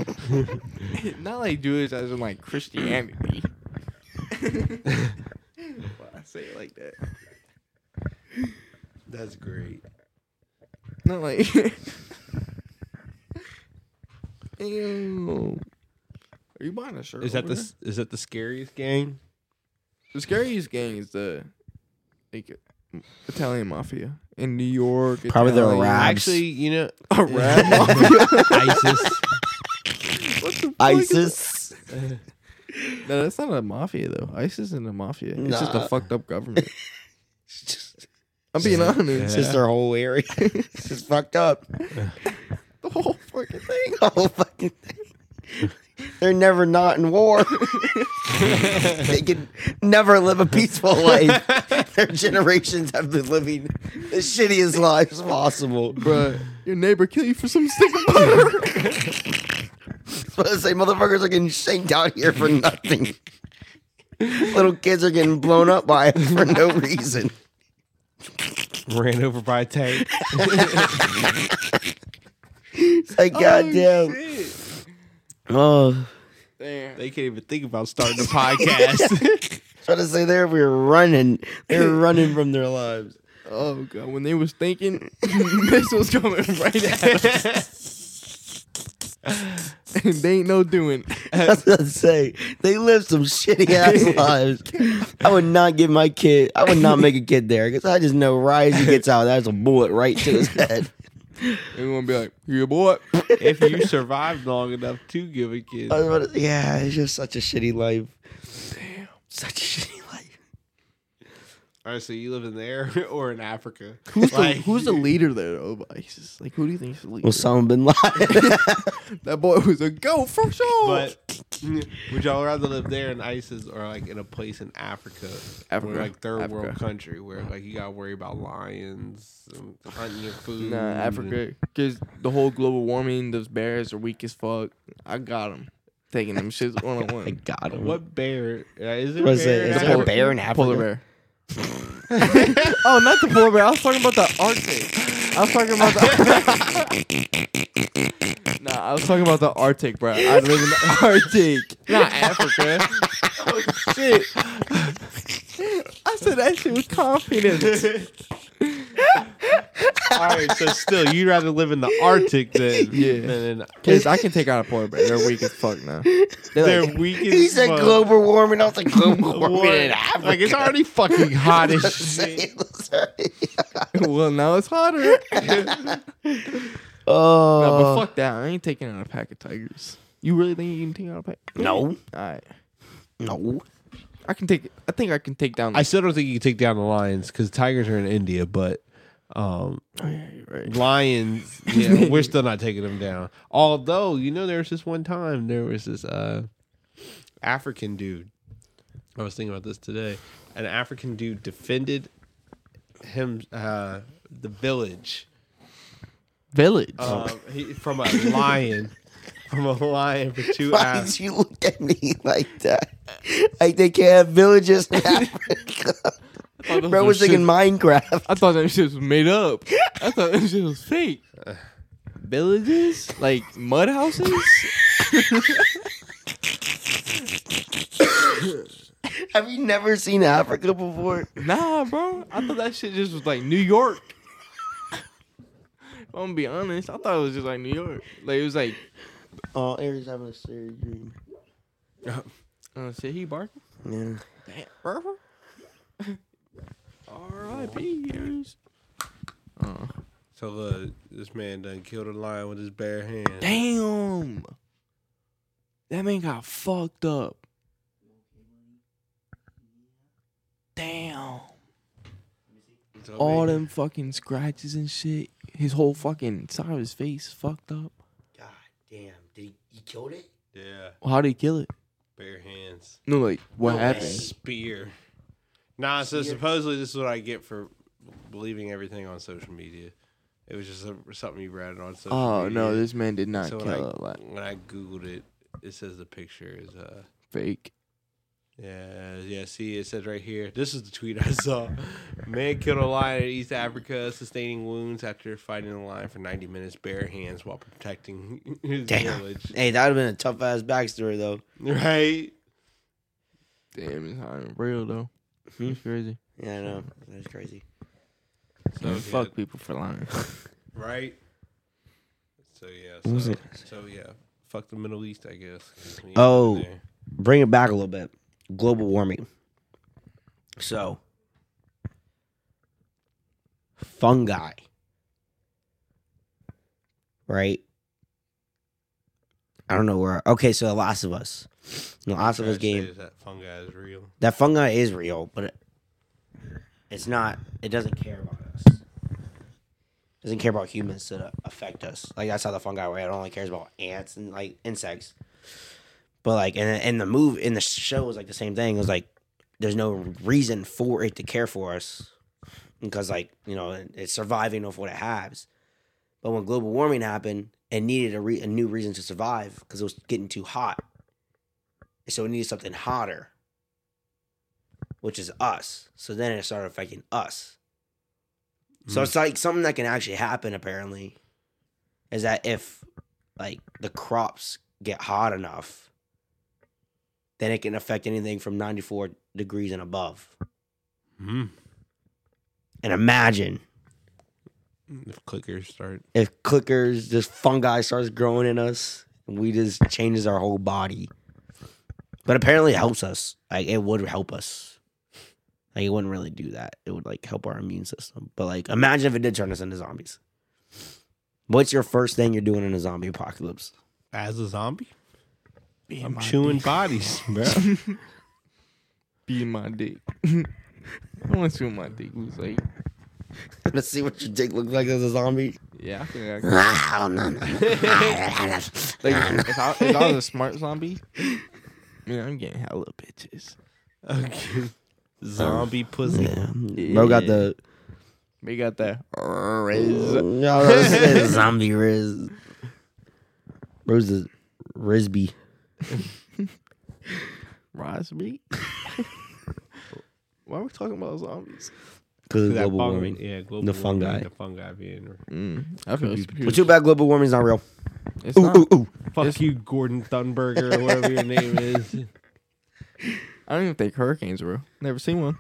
Speaker 3: (laughs) Not like Jewish as in like Christianity. (laughs) Why I say it like that?
Speaker 1: That's great.
Speaker 3: Not like. (laughs) Ew. Are you buying a shirt?
Speaker 1: Is that
Speaker 3: over
Speaker 1: the
Speaker 3: there?
Speaker 1: s- is that the scariest gang?
Speaker 3: The scariest gang is the like Italian mafia in New York. and
Speaker 2: Probably the
Speaker 3: LA.
Speaker 2: rap.
Speaker 1: Actually, you know,
Speaker 3: A rap (laughs) mafia?
Speaker 1: ISIS.
Speaker 3: What the fuck is
Speaker 2: ISIS.
Speaker 3: that? No, that's not a mafia though. ISIS isn't a mafia. It's just
Speaker 2: Nah.
Speaker 3: a fucked up
Speaker 2: (laughs)
Speaker 3: government. I'm being honest.
Speaker 2: (laughs) It's just their whole area. (laughs) it's just fucked up.
Speaker 3: the whole fucking thing.
Speaker 2: (laughs) The whole fucking thing. They're never not in war. they can never live a peaceful life. Their generations have been living the shittiest lives possible.
Speaker 3: Bruh, your neighbor kill you for some stick of butter.
Speaker 2: But to say motherfuckers are getting shanked out here for nothing. Little kids are getting blown up by it for no reason.
Speaker 1: ran over by a tank.
Speaker 2: It's like, (laughs) goddamn. Oh,
Speaker 3: Damn.
Speaker 1: They can't even think about starting a podcast.
Speaker 3: (laughs)
Speaker 2: trying to say there we were running. They were running from their lives.
Speaker 3: Oh god, when they was thinking, (laughs) missiles coming
Speaker 2: (laughs)
Speaker 3: right at us, and they ain't no doing.
Speaker 2: That's what I say. They live some shitty (laughs) ass lives. I would not give my kid. I would not make a kid there because I just know right as he gets out, that's a bullet right to his head.
Speaker 3: They gonna be like, "Yeah, boy."
Speaker 1: if you survived long enough to give a kid,
Speaker 2: (laughs)
Speaker 3: Uh,
Speaker 2: I was about to- yeah, it's just such a shitty life. Damn, such a shitty life.
Speaker 1: Alright, so you live in there (laughs) or in Africa?
Speaker 3: Who's
Speaker 1: (laughs) Like-
Speaker 3: the Who's the leader there though of ISIS? Like, who do you think's the (laughs) leader?
Speaker 2: Osama bin (laughs) Laden.
Speaker 3: that boy was a go for sure.
Speaker 1: But would y'all rather live there in ISIS or like in a place in Africa,
Speaker 3: Africa.
Speaker 1: Or, like third world
Speaker 3: Africa.
Speaker 1: country where like you gotta worry about lions and hunting your food?
Speaker 3: (laughs) nah,
Speaker 1: and-
Speaker 3: Africa, because the whole global warming, those bears are weak as fuck. I got them, taking
Speaker 1: (laughs)
Speaker 3: them shits one on one.
Speaker 2: got him.
Speaker 1: What bear uh, is there?
Speaker 2: Was
Speaker 1: bear
Speaker 2: it?
Speaker 1: in
Speaker 2: Is there
Speaker 1: Africa?
Speaker 2: a bear in Africa?
Speaker 3: Polar bear. (laughs) oh, not the polar bear. I was talking about the Arctic. I was talking about the. (laughs) nah, I was talking about the Arctic, bro. I
Speaker 1: (laughs)
Speaker 3: live in the Arctic, not (laughs) Africa. Oh shit! I said that shit with confidence.
Speaker 1: All right, so still, you'd rather live in the Arctic than
Speaker 3: (laughs) Yeah.
Speaker 1: than in,
Speaker 3: Cause I can take out a polar bear. They're weak as fuck now. They're
Speaker 1: they're
Speaker 3: like,
Speaker 1: weak. As
Speaker 2: He said
Speaker 1: fuck.
Speaker 2: global warming. I was like,
Speaker 1: (laughs)
Speaker 2: global warming in
Speaker 1: What?
Speaker 2: Africa.
Speaker 1: Like it's already fucking hot
Speaker 3: (laughs)
Speaker 1: as shit.
Speaker 3: well, now it's (laughs) hotter. Uh, Nah, but
Speaker 2: Oh
Speaker 3: fuck that. I ain't taking out a pack of tigers. You really think you can take out a pack?
Speaker 2: no,
Speaker 3: All right.
Speaker 2: (laughs) no.
Speaker 3: I can take. I think I can take down.
Speaker 1: I still don't think you can take down the lions because tigers are in India, but um,
Speaker 3: Oh, yeah, you're right. (laughs)
Speaker 1: lions, yeah, we're still not taking them down. Although, you know, there was this one time there was this uh, African dude. I was thinking about this today. An African dude defended him uh, the village
Speaker 3: Village.
Speaker 1: um, he, from a
Speaker 3: (laughs)
Speaker 1: lion. From a lion for two
Speaker 2: Why
Speaker 1: hours.
Speaker 2: did you look at me (laughs) like that? Like they can't have villages
Speaker 1: (laughs)
Speaker 2: in Africa.
Speaker 3: (laughs)
Speaker 2: Bro was thinking Minecraft.
Speaker 3: I thought that shit was made up. I thought that shit was fake. Villages? Like mud houses? (laughs)
Speaker 2: Have you never seen Africa before?
Speaker 3: nah, bro. I thought that shit just was like New York. If I'm gonna be honest, I thought it was just like New York. Like it was like,
Speaker 2: Oh, Aries having a serious dream.
Speaker 3: oh shit, he barking.
Speaker 2: Yeah.
Speaker 3: Damn, bro. (laughs) R.I.P. Aries.
Speaker 1: So look, this man done killed a lion with his bare hand.
Speaker 3: Damn. That man got fucked up. Damn.
Speaker 1: So
Speaker 3: all
Speaker 1: big.
Speaker 3: them fucking scratches and shit. His whole fucking side of his face fucked up.
Speaker 2: God damn. Did he, he killed it?
Speaker 1: yeah,
Speaker 3: Well, how did he kill it?
Speaker 1: bare hands.
Speaker 3: No, like what
Speaker 2: No
Speaker 3: happened?
Speaker 2: way.
Speaker 1: Spear. Nah, so
Speaker 2: Spear.
Speaker 1: supposedly this is what I get for believing everything on social media. It was just a, something you read on social
Speaker 3: Oh
Speaker 1: media.
Speaker 3: no, this man did not
Speaker 1: So when I,
Speaker 3: kill a lot.
Speaker 1: when I googled it, it says the picture is uh
Speaker 3: Fake.
Speaker 1: yeah yeah see it says right here this is the tweet I saw (laughs) man killed a lion in East Africa sustaining wounds after fighting the lion for 90 minutes bare hands while protecting (laughs) his
Speaker 2: Damn.
Speaker 1: village
Speaker 2: Hey, that would have been a tough ass backstory though.
Speaker 1: right
Speaker 3: Damn, it's not even real though.
Speaker 2: Hmm?
Speaker 3: It's crazy.
Speaker 2: Yeah, I know. That's crazy.
Speaker 1: so yeah,
Speaker 3: fuck people for (laughs) lying.
Speaker 1: right so yeah
Speaker 2: What was
Speaker 1: so,
Speaker 2: it?
Speaker 1: so yeah fuck the Middle East I guess 'cause we ain't
Speaker 2: Oh.
Speaker 1: been there.
Speaker 2: bring it back a little bit. Global warming. So, fungi. Right? I don't know where. Okay, so The Last of Us. The Last of
Speaker 1: Try
Speaker 2: Us
Speaker 1: to
Speaker 2: game.
Speaker 1: say That fungi is real.
Speaker 2: That fungi is real, but it, it's not. It doesn't care about us. doesn't care about humans to affect us. Like that's how the fungi were. It only cares about ants and like insects. But like, and and the move in the show was like the same thing. It was like there's no reason for it to care for us because like you know it- it's surviving off what it has. But when global warming happened, it needed a, re- a new reason to survive because it was getting too hot. So it needed something hotter which is us. So then it started affecting us. So
Speaker 1: Mm.
Speaker 2: it's like something that can actually happen apparently is that if like the crops get hot enough, then it can affect anything from 94 degrees and above.
Speaker 1: Mm.
Speaker 2: And imagine
Speaker 1: If clickers start.
Speaker 2: if clickers, this fungi starts growing in us, and we just changes our whole body. But apparently, it helps us. Like it would help us. Like it wouldn't really do that. It would like help our immune system. But like, imagine if it did turn us into zombies. What's your first thing you're doing in a zombie apocalypse? (laughs)
Speaker 1: As a zombie? I'm chewing
Speaker 3: (laughs)
Speaker 1: bodies, bro.
Speaker 3: Be my dick. (laughs) I want to see what my dick looks like.
Speaker 2: Let's see what your dick looks like as a (laughs) zombie.
Speaker 3: Yeah, I think I (laughs) can.
Speaker 2: (laughs) Like,
Speaker 3: Like, if I, if I was a smart zombie, man, I'm getting hella bitches.
Speaker 1: okay. Zombie pussy.
Speaker 2: yeah. Bro got the
Speaker 3: We got that.
Speaker 2: (laughs) No, no, this is zombie Riz. Bro's the Risby.
Speaker 3: (laughs) Raspberry. Why are we talking about zombies?
Speaker 2: Because of
Speaker 1: That
Speaker 2: global
Speaker 1: fung-
Speaker 2: warming.
Speaker 1: Yeah, global
Speaker 2: The
Speaker 1: warming,
Speaker 2: fungi.
Speaker 1: The fungi being.
Speaker 3: Mm, I feel it's
Speaker 2: Well, too bad global warming's not (laughs) real.
Speaker 3: It's not,
Speaker 2: ooh.
Speaker 1: Fuck you, Gordon Thunberger, or whatever your
Speaker 2: (laughs)
Speaker 1: name is.
Speaker 3: I don't even think hurricanes were. Never seen one.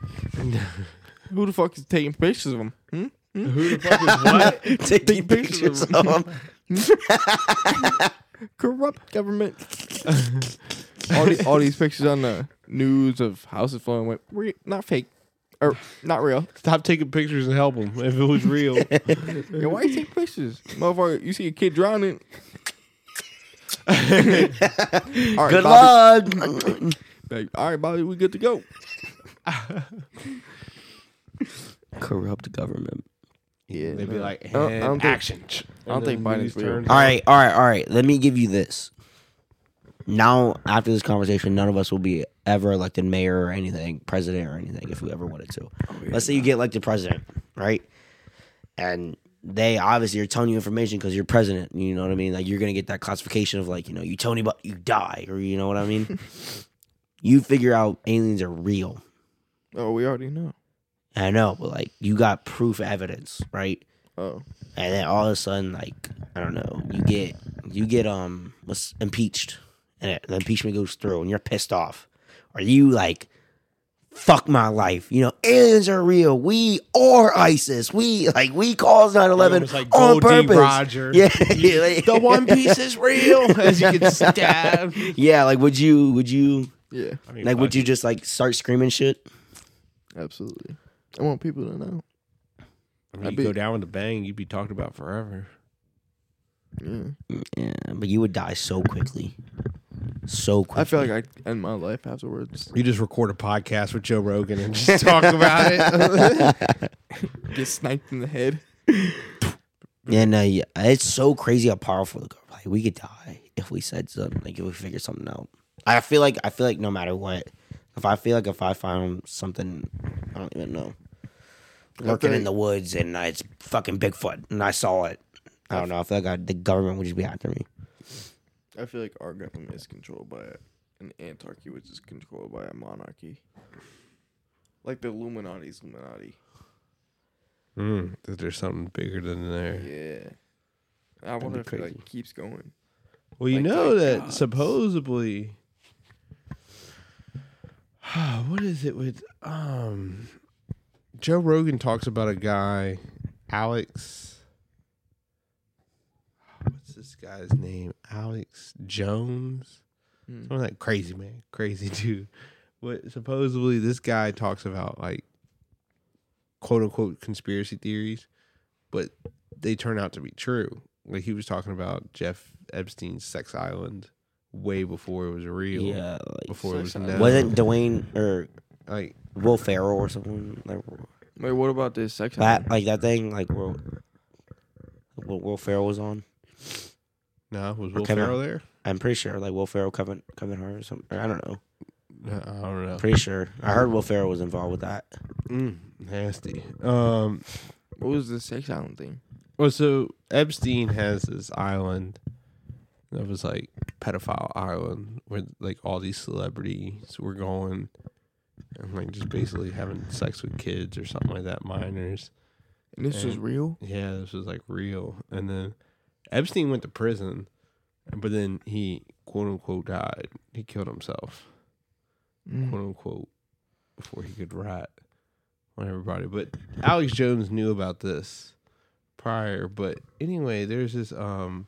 Speaker 3: (laughs) Who the fuck is taking pictures of them? Hmm?
Speaker 1: Who the fuck is what?
Speaker 2: Taking pictures of them.
Speaker 3: Corrupt government. (laughs) all, the, all these pictures on the news of houses flowing away. Re- not fake. Or not real.
Speaker 1: (laughs) Stop taking pictures and help him if it was
Speaker 2: (laughs)
Speaker 1: real.
Speaker 3: Yo, why you take pictures? Motherfucker, you see a kid drowning. all right,
Speaker 2: Good
Speaker 3: Bobby.
Speaker 2: luck.
Speaker 3: Like, all right, Bobby, we good to go.
Speaker 2: Corrupt government.
Speaker 3: Yeah.
Speaker 1: They'd be
Speaker 3: man.
Speaker 1: like,
Speaker 3: Uh, I don't- I
Speaker 1: and
Speaker 3: don't think-
Speaker 1: action.
Speaker 3: I don't think Biden's real.
Speaker 2: All right, all right, all right. Let me give you this. Now, after this conversation, none of us will be ever elected mayor or anything, president or anything, if we ever wanted to. Let's say you get elected president, right? And they obviously are telling you information because you're president. You know what I mean? Like you're gonna get that classification of like, you know, you Tony, but you die, or you know what I mean? you figure out aliens are real.
Speaker 3: Oh, we already know.
Speaker 2: I know, but like you got proof evidence, right?
Speaker 3: Oh.
Speaker 2: and then all of a sudden like i don't know you get you get um what's impeached and it, the impeachment goes through and you're pissed off or you like fuck my life you know aliens are real we are isis we like we caused 9-11
Speaker 1: Almost like
Speaker 2: on
Speaker 1: Goldie
Speaker 2: purpose
Speaker 1: Roger.
Speaker 2: yeah (laughs) like,
Speaker 1: The One Piece is
Speaker 2: (laughs)
Speaker 1: real (laughs) as you get (laughs) stabbed.
Speaker 2: yeah like would you would you
Speaker 3: Yeah,
Speaker 1: I mean,
Speaker 2: like
Speaker 1: fuck
Speaker 2: would you just like start screaming shit
Speaker 3: absolutely. I want people to know.
Speaker 1: I mean,
Speaker 3: I'd
Speaker 1: you
Speaker 3: be-
Speaker 1: go down with a bang, you'd be talked about forever.
Speaker 3: Yeah.
Speaker 2: yeah but you would die so quickly so quickly
Speaker 3: I feel like I'd end my life afterwards.
Speaker 1: You just record a podcast with Joe Rogan and (laughs) just talk about it.
Speaker 3: Get sniped in the head.
Speaker 2: And uh, yeah, it's so crazy how powerful the government. Like we could die if we said something. Like if we figured something out. I feel like I feel like no matter what, if I feel like if I found something, I don't even know. Working in
Speaker 3: think-
Speaker 2: the woods and it's fucking Bigfoot and I saw it. I don't know. I feel like I, the government would just be after me.
Speaker 3: I feel like our government is controlled by an anarchy, which is controlled by a monarchy. Like the Illuminati's Illuminati.
Speaker 1: (laughs) Mm, that there's something bigger than there.
Speaker 3: Yeah. I wonder if it
Speaker 2: crazy.
Speaker 3: like keeps going.
Speaker 1: Well, you
Speaker 3: Like,
Speaker 1: know
Speaker 3: like
Speaker 1: that
Speaker 3: gods.
Speaker 1: supposedly, (sighs) what is it with um? Joe Rogan talks about a guy, Alex. What's this guy's name? Alex Jones.
Speaker 3: Hmm.
Speaker 1: Something like crazy man, crazy (laughs) dude. What supposedly this guy talks about like quote unquote conspiracy theories, but they turn out to be true. Like he was talking about Jeff Epstein's Sex Island way before it was real.
Speaker 2: Yeah, like,
Speaker 1: Before it was
Speaker 3: Sex Island.
Speaker 1: known.
Speaker 2: wasn't Dwayne or
Speaker 1: like
Speaker 2: Will Ferrell or something like
Speaker 3: Wait, what about this sex?
Speaker 2: that? Like that thing? Like Will, what Will Ferrell was on?
Speaker 1: no, was Will
Speaker 2: Kevin-
Speaker 1: Ferrell there?
Speaker 2: I'm pretty sure. Like Will Ferrell, Kevin Kevin Hart or something. Or I don't know.
Speaker 1: No, I don't know.
Speaker 2: Pretty sure. I heard Will Ferrell was involved with that.
Speaker 1: Mm, nasty. Um,
Speaker 3: What was the sex island thing?
Speaker 1: Well, so Epstein has this island that was like pedophile island where like all these celebrities were going and like just basically having sex with kids or something like that, minors.
Speaker 3: And this was
Speaker 1: Um,
Speaker 3: real.
Speaker 1: Yeah, this was like real. And then Epstein went to prison, but then he quote unquote died. He killed himself
Speaker 3: Mm.
Speaker 1: quote unquote before he could rat on everybody. But Alex Jones knew about this prior. But anyway, there's this um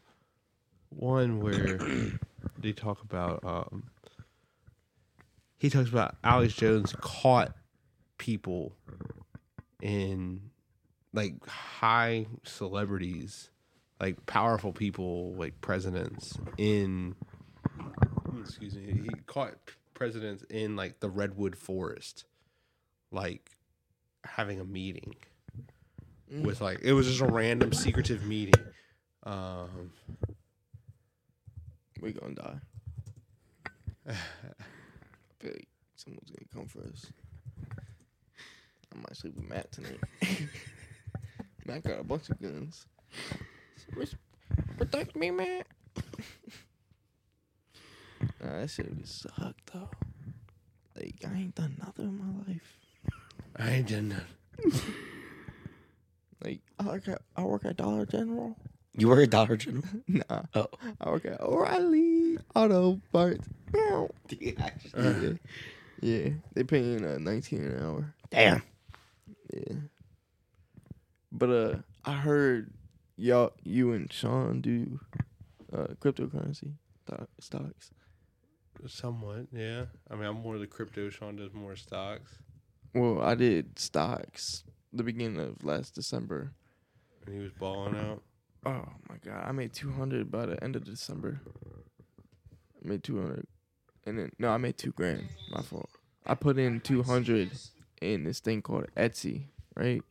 Speaker 1: one where (clears throat) they talk about um he talks about Alex Jones caught people in like high celebrities, like powerful people, like presidents in excuse me, he caught p- presidents in like the redwood forest, like having a meeting with like it was just a random secretive meeting. Um,
Speaker 3: We gonna die. I feel like someone's gonna come for us. I might sleep with Matt tonight. Matt got a bunch of guns. Res- Protect me, Matt. (laughs) nah, that shit would suck though. Like I ain't done nothing in my life.
Speaker 1: I ain't done nothing.
Speaker 3: Like I work at I work at Dollar General. (laughs)
Speaker 2: You were a Dollar (laughs) General.
Speaker 3: Nah.
Speaker 2: Oh.
Speaker 3: I work at O'Reilly Auto Parts. Meow. yeah. yeah, they paying uh, nineteen an hour.
Speaker 2: Damn.
Speaker 3: Yeah. But uh, I heard y'all, you and Sean do uh cryptocurrency stock, stocks.
Speaker 1: Somewhat, yeah. I mean, I'm more of the crypto. Sean does more stocks.
Speaker 3: Well, I did stocks the beginning of last December.
Speaker 1: And he was balling out.
Speaker 3: Oh my god, I made two hundred by the end of December. I made two hundred, and then no, I made two grand. My fault. I put in two hundred in this thing called Etsy, right?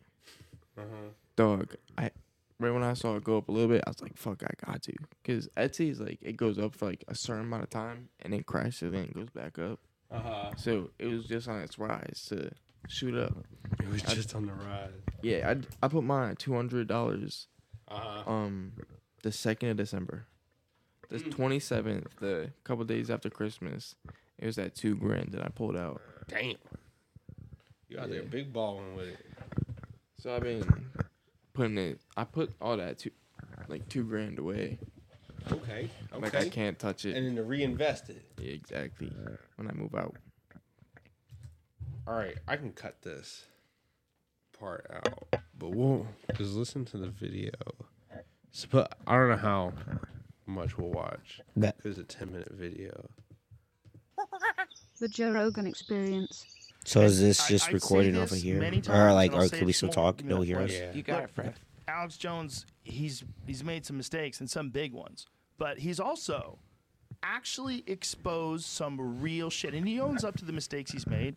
Speaker 1: Uh-huh.
Speaker 3: dog, I right when I saw it go up a little bit, I was like, fuck, I got to. Because Etsy is like, it goes up for like a certain amount of time and then crashes and then it goes back up.
Speaker 1: Uh-huh.
Speaker 3: So it was just on its rise to shoot up.
Speaker 1: It was just on the rise.
Speaker 3: Yeah, I, I put mine at $200
Speaker 1: Uh-huh.
Speaker 3: um the 2nd of December. The 27th, the couple days after Christmas, it was at two grand that I pulled out.
Speaker 1: Damn. You out there
Speaker 3: Yeah.
Speaker 1: big balling with it.
Speaker 3: So I've been putting it, I put all that two, like two grand away.
Speaker 1: Okay. Okay.
Speaker 3: Like I can't touch it.
Speaker 1: and then to reinvest it.
Speaker 3: Yeah, exactly. When I move out.
Speaker 1: All right, I can cut this part out, but we'll just listen to the video. So, but I don't know how much we'll watch.
Speaker 2: That-
Speaker 1: It's a 10 minute video.
Speaker 5: The Joe Rogan Experience.
Speaker 2: So is this
Speaker 6: I-
Speaker 2: just
Speaker 6: I've
Speaker 2: recording
Speaker 6: seen
Speaker 2: off of
Speaker 6: this
Speaker 2: here,
Speaker 6: many
Speaker 2: or
Speaker 6: times,
Speaker 2: like,
Speaker 6: and I'll
Speaker 2: or
Speaker 6: say
Speaker 2: can we
Speaker 6: it
Speaker 2: still
Speaker 6: more
Speaker 2: talk?
Speaker 6: than
Speaker 2: No
Speaker 6: the
Speaker 2: hear us.
Speaker 6: first.
Speaker 1: Yeah.
Speaker 6: You got it, Fred. Alex Jones, he's he's made some mistakes and some big ones, but he's also actually exposed some real shit, and he owns up to the mistakes he's made.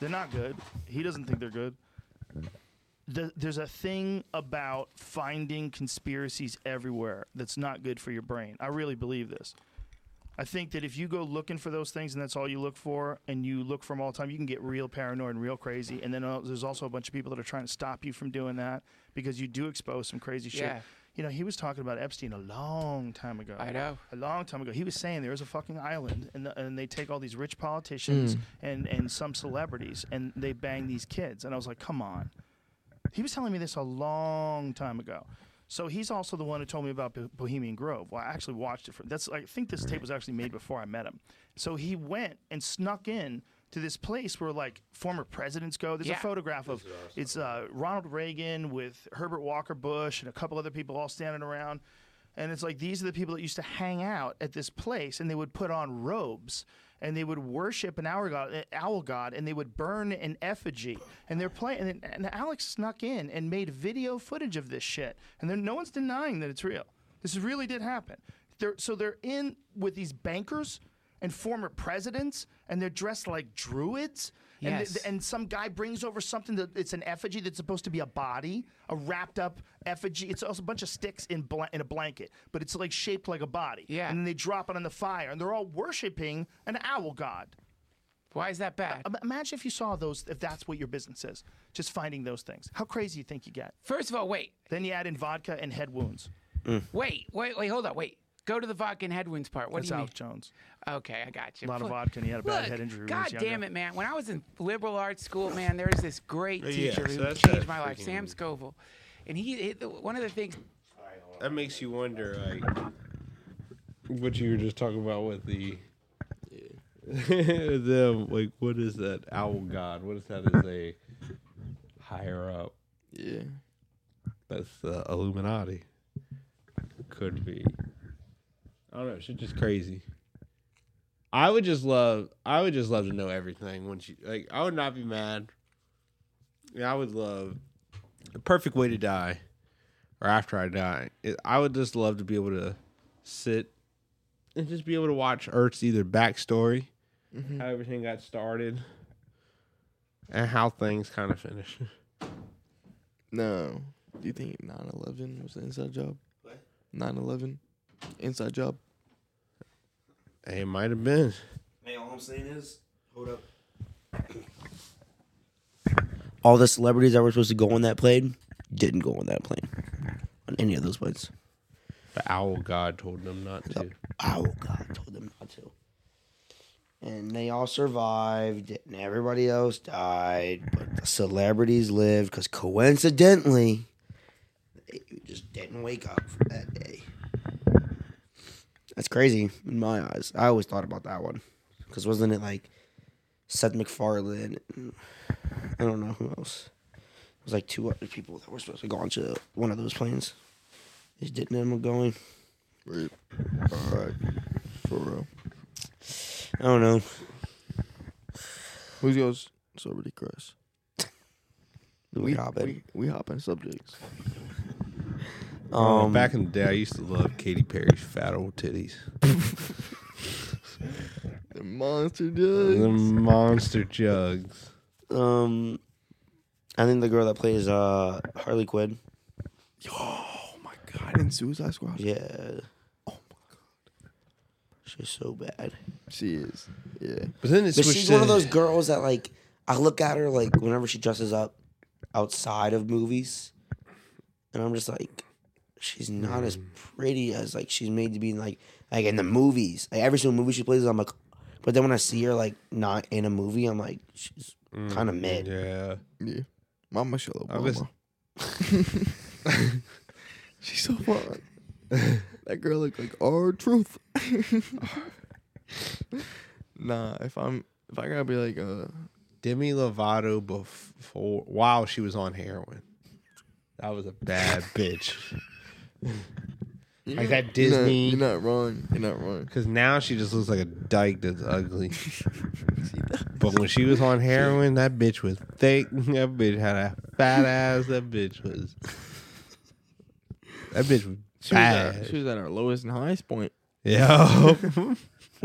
Speaker 6: They're not good. He doesn't think they're good. The, there's a thing about finding conspiracies everywhere that's not good for your brain. I really believe this. I think that if you go looking for those things and that's all you look for, and you look for them all the time, you can get real paranoid and real crazy. And then uh, there's also a bunch of people that are trying to stop you from doing that because you do expose some crazy shit.
Speaker 3: Yeah.
Speaker 6: You know, he was talking about Epstein a long time ago.
Speaker 3: I know.
Speaker 6: A long time ago. He was saying there is a fucking island, and, the, and they take all these rich politicians and, and some celebrities and they bang these kids. And I was like, come on. He was telling me this a long time ago. So he's also the one who told me about Bo- Bohemian Grove. Well, I actually watched it. From, that's I think this tape was actually made before I met him. So he went and snuck in to this place where like former presidents go. There's a photograph of it's uh, Ronald Reagan with Herbert Walker Bush and a couple other people all standing around. And it's like these are the people that used to hang out at this place, and they would put on robes and they would worship an owl god, an owl god, and they would burn an effigy. And they're playing, and, and Alex snuck in and made video footage of this shit. And then no one's denying that it's real. This really did happen. They're, so they're in with these bankers and former presidents, and they're dressed like druids. And, th-
Speaker 7: Yes.
Speaker 6: th- and some guy brings over something that it's an effigy that's supposed to be a body, a wrapped up effigy. It's also a bunch of sticks in bla- in a blanket, but it's like shaped like a body.
Speaker 7: Yeah.
Speaker 6: And then they drop it on the fire, and they're all worshiping an owl god.
Speaker 7: Why is that bad?
Speaker 6: Im- Imagine if you saw those. If that's what your business is, just finding those things. How crazy you think you get?
Speaker 7: First of all, wait,
Speaker 6: Then you add in vodka and head wounds.
Speaker 7: wait, wait, wait, hold on, wait. Go to the vodka and headwinds part. What
Speaker 6: That's
Speaker 7: do you
Speaker 6: Alex Jones.
Speaker 7: mean? Okay, I got
Speaker 6: A
Speaker 7: you.
Speaker 6: lot of
Speaker 7: Look-
Speaker 6: vodka, and he had a bad
Speaker 7: Look,
Speaker 6: head injury. when he was
Speaker 7: God damn
Speaker 6: younger.
Speaker 7: it, man. When I was in liberal arts school, man, there was this great
Speaker 1: Yeah,
Speaker 7: teacher
Speaker 1: so
Speaker 7: who
Speaker 1: that's
Speaker 7: changed
Speaker 1: that
Speaker 7: my life, Sam
Speaker 1: freaking-
Speaker 7: Scoville. And he, he- one of the things,
Speaker 1: That makes you wonder, like, what you were just talking about with the, (laughs) the like, what is that owl god? What is that? Is a higher up?
Speaker 7: yeah,
Speaker 1: That's the Illuminati. Could be. I don't know. Shit, just crazy. I would just love. I would just love to know everything. Once you like, I would not be mad. Yeah, I would love. The perfect way to die, or after I die, is I would just love to be able to sit and just be able to watch Earth's either backstory, how everything got started, and how things kind of finish.
Speaker 3: No. Do you think 9/11 was an inside job? What? 9/11, inside job.
Speaker 1: It might have been.
Speaker 2: Hey, all I'm saying is, hold up. All the celebrities that were supposed to go on that plane didn't go on that plane. On any of those planes.
Speaker 1: The owl god told them not to.
Speaker 2: Oh God, told them not to. And they all survived, and everybody else died, but the celebrities lived because coincidentally, they just didn't wake up for that day. That's crazy in my eyes. I always thought about that one because wasn't it like Seth MacFarlane? And I don't know who else. It was like two other people that were supposed to go onto one of those planes. They just didn't end up going.
Speaker 3: Right. All right. For real.
Speaker 2: I don't know.
Speaker 3: Who goes celebrity crush?
Speaker 2: The
Speaker 3: We
Speaker 2: Wee Hobbit.
Speaker 3: we, we hop in subjects.
Speaker 1: Oh,
Speaker 2: Um,
Speaker 1: back in the day, I used to love Katy Perry's fat old titties.
Speaker 3: The monster
Speaker 1: The
Speaker 3: dude.
Speaker 1: monster jugs.
Speaker 2: um, I think the girl that plays uh Harley Quinn.
Speaker 3: Oh my god! In Suicide Squad.
Speaker 2: Yeah. Oh my god. She's so bad.
Speaker 3: She is. Yeah.
Speaker 1: But then it
Speaker 2: But
Speaker 1: switched
Speaker 2: she's one of
Speaker 1: to-
Speaker 2: those girls that like I look at her like whenever she dresses up outside of movies, and I'm just like, she's not
Speaker 1: Mm.
Speaker 2: as pretty as like she's made to be in, like like in the movies. Like every single movie she plays, I'm like, but then when I see her like not in a movie, I'm like, she's kind of mid.
Speaker 1: Mm,
Speaker 2: (laughs)
Speaker 1: Yeah.
Speaker 3: Yeah. My Michelle
Speaker 1: I was-
Speaker 3: Obama. (laughs) She's so fun. that girl look like our truth. (laughs) nah, if I'm if I gotta be like uh
Speaker 1: Demi Lovato before while she was on heroin. That was a
Speaker 2: (laughs)
Speaker 1: bad bitch. like that
Speaker 3: you're not-
Speaker 1: Disney.
Speaker 3: you're not, wrong. You're not (laughs) wrong.
Speaker 1: Because now she just looks like a dyke that's ugly. but when she
Speaker 2: (laughs)
Speaker 1: was on heroin, that bitch was thick. (laughs) That bitch had a fat ass. That bitch was. That bitch was
Speaker 7: she was,
Speaker 2: uh,
Speaker 1: bad.
Speaker 7: at, she was at her lowest and highest point.
Speaker 2: (laughs)
Speaker 1: Yeah. (laughs)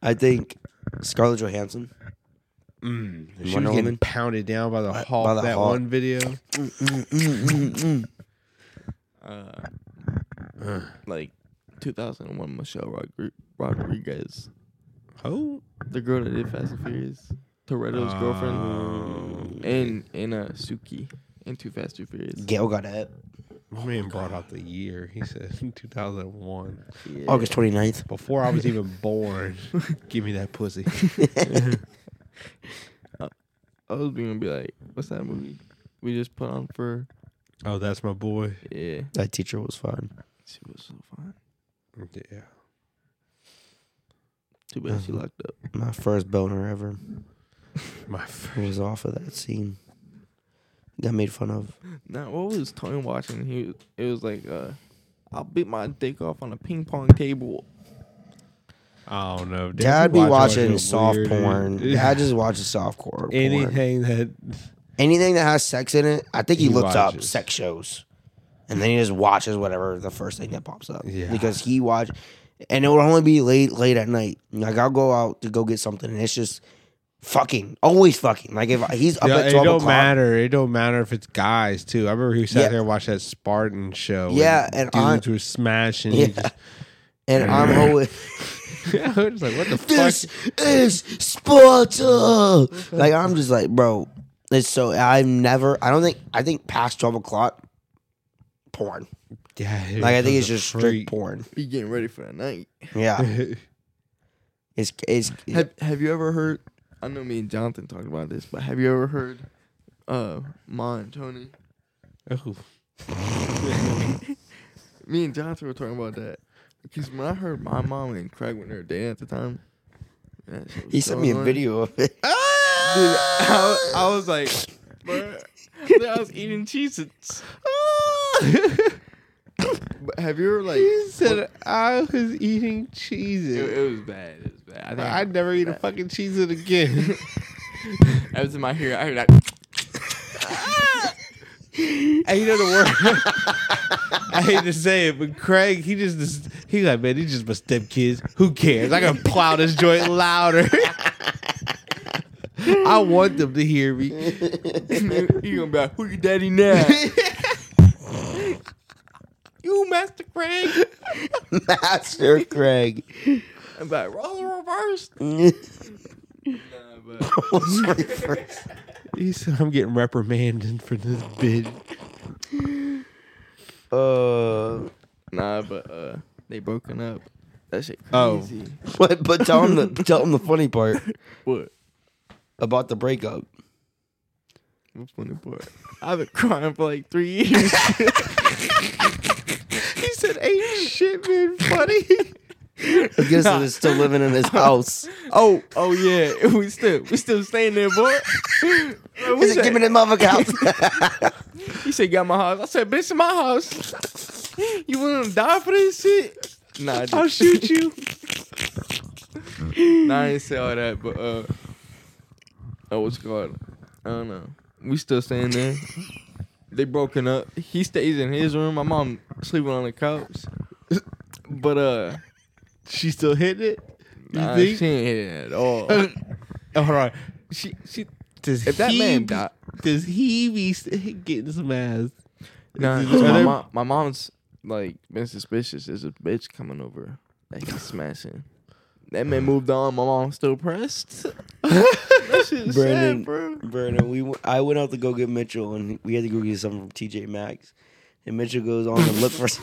Speaker 2: I think Scarlett Johansson.
Speaker 1: she was
Speaker 2: Wonder
Speaker 1: getting
Speaker 2: Woman?
Speaker 1: pounded down by the Hulk.
Speaker 2: the
Speaker 1: that
Speaker 2: Hulk.
Speaker 1: one video.
Speaker 3: Uh, like 2001 Michelle Rodri- Rodriguez,
Speaker 1: Oh,
Speaker 3: the girl that did Fast and Furious, Toretto's girlfriend, and and uh, Suki and Too Fast Too Furious.
Speaker 2: Gail got it.
Speaker 1: my man brought out the year. He said (laughs) 2001.
Speaker 2: August 29th.
Speaker 1: Before I was even
Speaker 2: (laughs)
Speaker 1: born, give me that pussy.
Speaker 3: I was gonna be like, what's that movie we just put on for?
Speaker 1: Oh, that's my boy.
Speaker 3: Yeah,
Speaker 2: That teacher was fun.
Speaker 3: she was so fine.
Speaker 1: Yeah.
Speaker 3: Too bad
Speaker 2: Uh-huh.
Speaker 3: she locked up.
Speaker 2: My first boner ever
Speaker 1: My first.
Speaker 2: was off of that scene. Got made fun of.
Speaker 3: Now what was Tony watching? He was, it was like, uh, I'll beat my dick off on a ping pong table.
Speaker 1: I don't know.
Speaker 2: Dad be
Speaker 1: watch all
Speaker 2: watching
Speaker 1: the
Speaker 2: soft
Speaker 1: weird- eh? (laughs)
Speaker 2: porn. Dad just watches soft porn. Anything.
Speaker 1: Anything that
Speaker 2: Anything that has sex in it, I think he,
Speaker 1: He
Speaker 2: looks up
Speaker 1: watches.
Speaker 2: sex shows, and then he just watches whatever the first thing that pops up.
Speaker 1: Yeah.
Speaker 2: Because he watch, and it would only be late, late at night. Like I'll go out to go get something, and it's just fucking, always fucking. Like if he's up
Speaker 1: Yeah,
Speaker 2: at
Speaker 1: it
Speaker 2: twelve
Speaker 1: don't
Speaker 2: o'clock,
Speaker 1: matter. It don't matter if it's guys too. I remember he sat
Speaker 2: Yeah.
Speaker 1: there and watched that Spartan show.
Speaker 2: Yeah, and I-
Speaker 1: dudes were smashing.
Speaker 2: (laughs) Yeah.
Speaker 1: Yeah. Just,
Speaker 2: and I'm always.
Speaker 1: (laughs) I was like, what the fuck?
Speaker 2: this is Sparta. Like I'm just like, bro, it's so I've never. I don't think. I think past twelve o'clock, porn.
Speaker 1: Yeah,
Speaker 2: Like I think it's just strict porn.
Speaker 3: Be getting ready for that night.
Speaker 2: Yeah, it's it's.
Speaker 3: Have Have you ever heard? I know me and Jonathan talked about this, but have you ever heard? Uh, Ma and Tony.
Speaker 1: oh,
Speaker 3: Me and Jonathan were talking about that because when I heard my mom and Craig when they were dating at the time, that shit was
Speaker 2: he sent
Speaker 3: so
Speaker 2: me a
Speaker 3: annoying.
Speaker 2: video of it. (laughs)
Speaker 3: Dude, I, I was like, bruh. Dude, I was eating cheese. (laughs) But have you ever like?
Speaker 1: he
Speaker 3: looked-
Speaker 1: said I was eating
Speaker 8: It,
Speaker 1: cheeses.
Speaker 8: it was bad. It was bad. I think I,
Speaker 1: I'd never eat a fucking cheese it again. (laughs)
Speaker 8: every time I hear, it, I hear
Speaker 3: (laughs)
Speaker 8: that.
Speaker 1: and you know the word. (laughs) I hate to say it, but Craig, he just he like, man, these just my stepkids. Who cares? I can plow this joint louder. (laughs) I want them to hear me.
Speaker 3: you gonna be like, who your daddy (laughs) now?
Speaker 8: You, Master Craig.
Speaker 2: Master Craig.
Speaker 3: I'm like, roll the reverse.
Speaker 2: What's my first-
Speaker 1: He said, I'm getting reprimanded for this bid.
Speaker 2: uh,
Speaker 3: Nah, but uh, they broken up. That shit
Speaker 1: Oh.
Speaker 3: crazy.
Speaker 2: but but tell him the tell him the funny part
Speaker 3: What?
Speaker 2: about the breakup.
Speaker 3: What's funny part? I've been crying for like three years. (laughs)
Speaker 1: He said, ain't shit been funny.
Speaker 2: I guess that it's still living in his house.
Speaker 3: (laughs) oh, oh yeah, we still we still staying there, (laughs) boy. Bro, we
Speaker 2: He said,
Speaker 3: said-
Speaker 2: "Give me that motherfucker house."
Speaker 3: He said, "Got my house." I said, "Bitch, in my house." you want to die for this shit? Nah, I
Speaker 1: I'll
Speaker 3: just,
Speaker 1: shoot you.
Speaker 3: nah, I didn't say all that, but uh, oh, what's it called? I don't know. We still staying there. they broken up. He stays in his room. My mom sleeping on the couch. But uh,
Speaker 1: She still hitting it? You
Speaker 3: nah, she
Speaker 1: think?
Speaker 3: ain't hitting it at all.
Speaker 1: oh, hold on.
Speaker 3: she, she,
Speaker 1: Does
Speaker 3: if that
Speaker 1: he
Speaker 3: man
Speaker 1: be-
Speaker 3: died,
Speaker 1: does he be st- getting some ass?
Speaker 3: nah, (laughs)
Speaker 1: Is this
Speaker 3: my,
Speaker 1: other-
Speaker 3: mom, my mom's like been suspicious. There's a bitch coming over that he's smashing. That (sighs) man moved on. My mom's still pressed. (laughs) that shit's
Speaker 2: Brandon,
Speaker 3: sad, bro.
Speaker 2: Brandon, we w- I went out to go get Mitchell, and we had to go get something from TJ Maxx. And Mitchell goes on to look for. (laughs) s-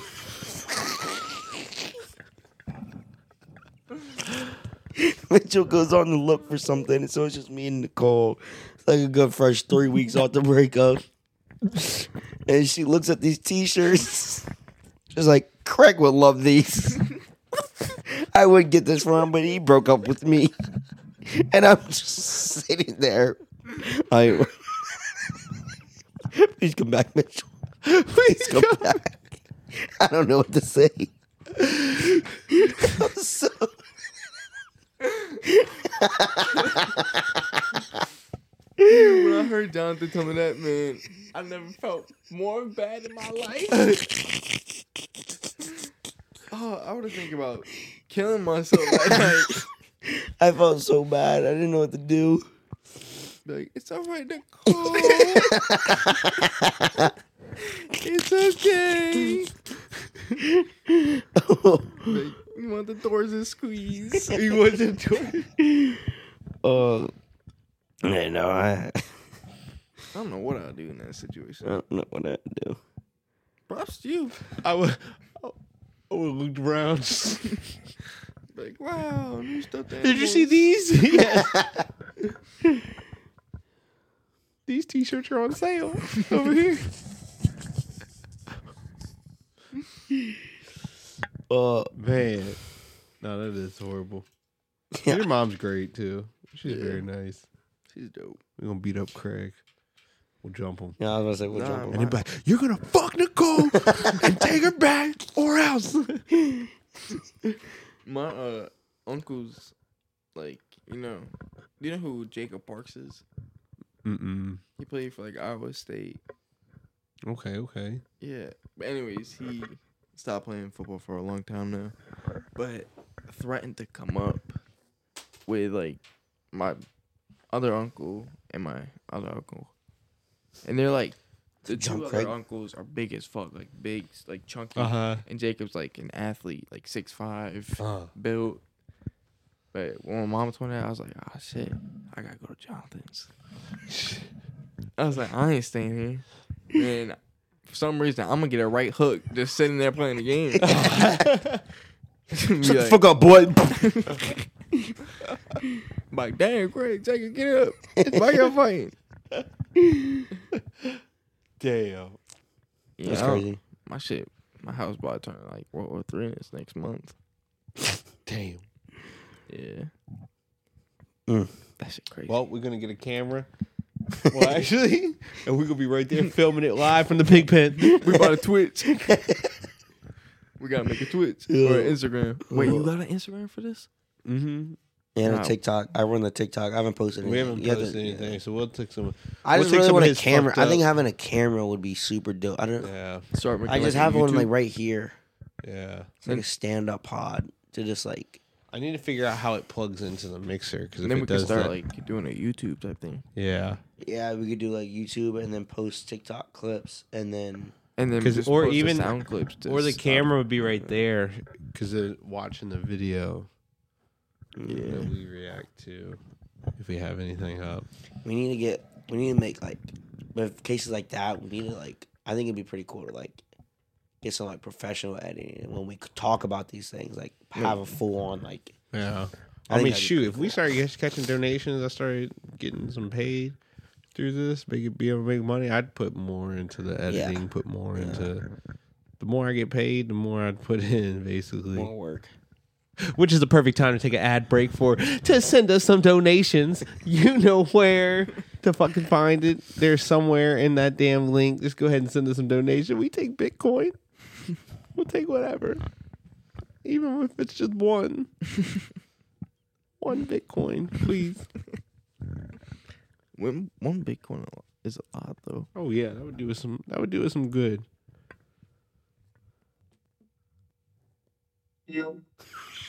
Speaker 2: Mitchell goes on to look for something, and so it's just me and Nicole. It's like a good fresh three weeks off the breakup, and she looks at these T-shirts. She's like, "Craig would love these. (laughs) I would get this for him, but he broke up with me." (laughs) And I'm just sitting there. I (laughs) please come back, Mitchell. Please come back. I don't know what to say. I'm so
Speaker 3: When I heard Jonathan tell me that, man, I never felt more bad in my life. (laughs) oh, I would think about killing myself that (laughs) night.
Speaker 2: I felt so bad. I didn't know what to do.
Speaker 1: (laughs)
Speaker 3: Be Like, it's all right, (laughs) Nicole. it's okay. Like, you want the doors to (laughs) squeeze? You want the door?
Speaker 2: uh, I know. I, (laughs)
Speaker 3: I don't know what I'll do in that situation.
Speaker 2: I
Speaker 1: Uh,
Speaker 2: don't know what I do.
Speaker 3: Props to you.
Speaker 1: I would. I would looked around. (laughs)
Speaker 3: Like, wow, new stuff.
Speaker 1: Did you see these? (laughs) yes. these t-shirts are on sale over (laughs) here.
Speaker 2: Uh,
Speaker 1: Man, no, that is horrible. Your mom's great too. She's very nice.
Speaker 3: She's dope.
Speaker 1: We're gonna beat up Craig. We'll jump him.
Speaker 2: yeah, I was gonna say, we'll
Speaker 3: Nah,
Speaker 2: jump
Speaker 3: man.
Speaker 1: And he'd be like, "You're gonna fuck (laughs) Nicole and take her back, or else."
Speaker 3: My uh, uncle's like you know, you know who Jacob Parks is?
Speaker 1: Mm-mm.
Speaker 3: He played for like Iowa State.
Speaker 1: Okay, okay.
Speaker 3: Yeah. But anyways, he stopped playing football for a long time now, but threatened to come up with like my other uncle and my other uncle, and they're like the two
Speaker 2: Jump
Speaker 3: other
Speaker 2: right-
Speaker 3: uncles are big as fuck, like big, like chunky,
Speaker 1: Uh huh.
Speaker 3: and Jacob's like an athlete, like six five
Speaker 1: Uh.
Speaker 3: built. But when my mom told me that, I was like, ah, shit, I gotta go to Jonathan's. I was like, I ain't staying here. And for some reason, I'm gonna get a right hook just sitting there playing
Speaker 2: (laughs)
Speaker 3: the game. (laughs) Shut the fuck up, boy. like, damn, Craig, Jacob, get up. Why y'all fighting?
Speaker 1: Damn.
Speaker 2: (laughs)
Speaker 3: Yeah,
Speaker 2: That's
Speaker 3: I don't-
Speaker 2: crazy.
Speaker 3: My shit, my house about to turn like World War Three in this next month.
Speaker 1: Damn.
Speaker 3: Yeah.
Speaker 2: Mm.
Speaker 3: That shit crazy.
Speaker 1: Well, we're gonna get a camera. Well, actually, (laughs) and we're gonna be right there filming it live from the pig pen.
Speaker 3: we bought a
Speaker 2: (laughs)
Speaker 3: Twitch. we gotta make a Twitch or an Instagram. Wait, you got an Instagram for this?
Speaker 1: Mm-hmm.
Speaker 2: And
Speaker 3: Nah.
Speaker 2: a TikTok. I run the TikTok. I haven't posted
Speaker 1: We haven't
Speaker 2: anything. You have to-
Speaker 1: posted anything, so we'll take some.
Speaker 2: I
Speaker 1: we'll
Speaker 2: just
Speaker 1: take
Speaker 2: really
Speaker 1: some of
Speaker 2: want a
Speaker 1: his
Speaker 2: camera.
Speaker 1: fucked
Speaker 2: I think
Speaker 1: up-
Speaker 2: having a camera would be super dope. I don't.
Speaker 1: Yeah,
Speaker 3: Start making.
Speaker 2: I just
Speaker 3: like, a
Speaker 2: have one
Speaker 3: YouTube-
Speaker 2: like right here.
Speaker 1: yeah.
Speaker 2: It's like a stand up pod to just like.
Speaker 1: I need to figure out how it plugs into the mixer because if
Speaker 3: And then
Speaker 1: it
Speaker 3: we can
Speaker 1: does
Speaker 3: start
Speaker 1: that,
Speaker 3: like doing a YouTube type thing,
Speaker 1: yeah,
Speaker 2: Yeah, we could do like YouTube and then post TikTok clips and then
Speaker 3: and then
Speaker 1: 'Cause-
Speaker 3: just
Speaker 1: or
Speaker 3: post the
Speaker 1: even-
Speaker 3: sound clips to
Speaker 1: or the
Speaker 3: stop.
Speaker 1: camera would be right there because watching the video
Speaker 3: Yeah,
Speaker 1: that we react to if we have anything up.
Speaker 2: we need to get we need to make like with cases like that we need to like I think it'd be pretty cool to like get some like professional editing and when we could talk about these things like have a full on like
Speaker 1: Yeah.
Speaker 2: I
Speaker 1: I,
Speaker 2: think
Speaker 1: mean,
Speaker 2: that'd be
Speaker 1: shoot,
Speaker 2: pretty
Speaker 1: if we
Speaker 2: cool.
Speaker 1: started just catching donations, I started getting some paid through this, make it be able to make money, I'd put more into the
Speaker 2: Yeah.
Speaker 1: editing, put more into. The more I get paid, the more I'd put in, basically.
Speaker 2: more work.
Speaker 1: Which is the perfect time to take an ad break for to send us some donations. You know where to fucking find it. There's somewhere in that damn link. Just go ahead and send us some donation. We take Bitcoin. We'll take whatever, even if it's just one. (laughs) One Bitcoin, please.
Speaker 3: when one Bitcoin a lot- is a lot (laughs) though.
Speaker 1: Oh yeah, that would do us some. That would do us some good.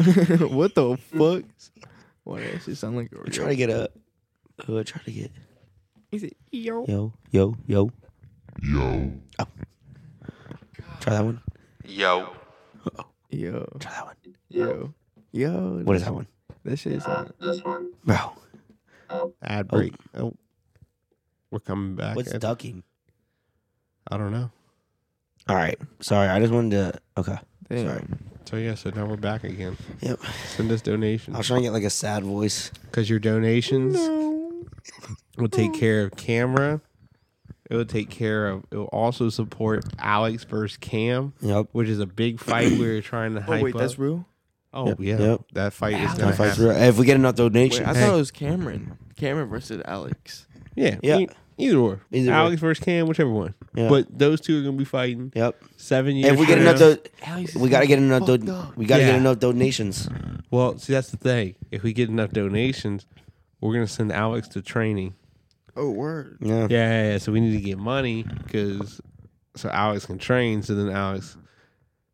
Speaker 3: what the fuck? Why that shit sound like a
Speaker 2: I'm trying to get up. Who I try to get?
Speaker 3: Is it yo?
Speaker 2: Yo, yo, yo. Yo. Oh. Try that one.
Speaker 3: Yo,
Speaker 2: Try that one.
Speaker 3: yo, yo.
Speaker 2: What is that one?
Speaker 3: That shit sound.
Speaker 2: Bro.
Speaker 1: Ad
Speaker 2: Oh.
Speaker 1: break. Oh, we're coming back.
Speaker 2: What's
Speaker 1: at-
Speaker 2: ducking?
Speaker 1: I don't know.
Speaker 2: All right. Sorry. I just wanted to. Okay.
Speaker 3: Damn.
Speaker 2: Sorry.
Speaker 1: So yeah, so now we're back again.
Speaker 2: Yep.
Speaker 1: Send us donations.
Speaker 2: I was trying to get like a sad voice.
Speaker 1: Because your donations will take care of camera. It will take care of. It will also support Alex versus Cam,
Speaker 2: Yep.
Speaker 1: which is a big fight we were trying to
Speaker 3: Oh
Speaker 1: hype
Speaker 3: wait,
Speaker 1: up.
Speaker 3: that's real.
Speaker 1: oh
Speaker 2: Yep.
Speaker 1: yeah,
Speaker 2: Yep.
Speaker 1: that fight is
Speaker 2: If,
Speaker 1: gonna
Speaker 2: I-
Speaker 1: happen.
Speaker 2: if we get enough
Speaker 3: Wait,
Speaker 2: donations,
Speaker 3: I thought it was Cameron. Cameron versus Alex.
Speaker 1: Yeah,
Speaker 2: Yeah.
Speaker 1: e- Either or,
Speaker 2: Either or.
Speaker 1: Alex versus Cam, whichever one.
Speaker 2: Yeah.
Speaker 1: But those two are gonna be fighting
Speaker 2: yep.
Speaker 1: seven years.
Speaker 2: If we get
Speaker 1: from
Speaker 2: enough,
Speaker 1: now.
Speaker 2: do- we gotta get enough. Do- we gotta get
Speaker 1: Yeah.
Speaker 2: enough donations.
Speaker 1: well, see that's the thing. If we get enough donations, we're gonna send Alex to training.
Speaker 3: Oh word.
Speaker 2: Yeah.
Speaker 1: Yeah, yeah, yeah. So we need to get money because so Alex can train. So then Alex,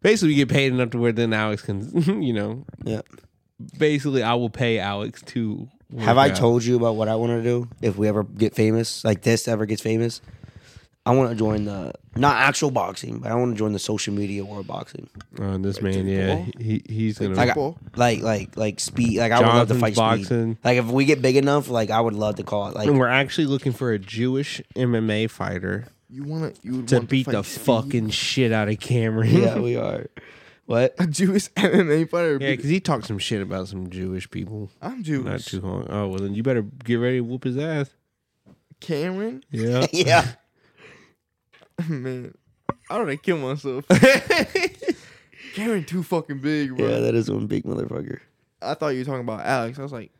Speaker 1: basically, we get paid enough to where then Alex can, (laughs) you know,
Speaker 2: Yep.
Speaker 1: basically, I will pay Alex to. work
Speaker 2: Have I
Speaker 1: out.
Speaker 2: told you about what I want to do if we ever get famous? Like this ever gets famous? I want to join the not actual boxing, but I want to join the social media world boxing.
Speaker 1: Oh, this man, yeah, he, he's gonna.
Speaker 2: Like, I, like, like, like speed. Like, I would love to
Speaker 1: Jonathan's
Speaker 2: fight speed.
Speaker 1: boxing,
Speaker 2: Like, if we get big enough, like, I would love to call it. Like,
Speaker 1: and we're actually looking for a Jewish MMA fighter
Speaker 3: You wanna you would
Speaker 1: to
Speaker 3: want
Speaker 1: beat
Speaker 3: fight
Speaker 1: the
Speaker 3: Speed?
Speaker 1: fucking shit out of Cameron. (laughs)
Speaker 2: yeah, we are. What?
Speaker 3: (laughs) a Jewish MMA fighter.
Speaker 1: Yeah,
Speaker 3: beat-
Speaker 1: because he talked some shit about some Jewish people
Speaker 3: I'm
Speaker 1: not
Speaker 3: Jewish.
Speaker 1: too long. Oh well, then you better get ready to whoop his
Speaker 2: (laughs)
Speaker 1: ass.
Speaker 3: Cameron, (laughs)
Speaker 1: Yeah,
Speaker 2: Yeah.
Speaker 3: man, I would have
Speaker 1: (laughs)
Speaker 3: killed myself. Cameron, too fucking big,
Speaker 2: (laughs)
Speaker 3: bro.
Speaker 2: Yeah, that is one big motherfucker.
Speaker 3: I thought you were talking about Alex. I was like,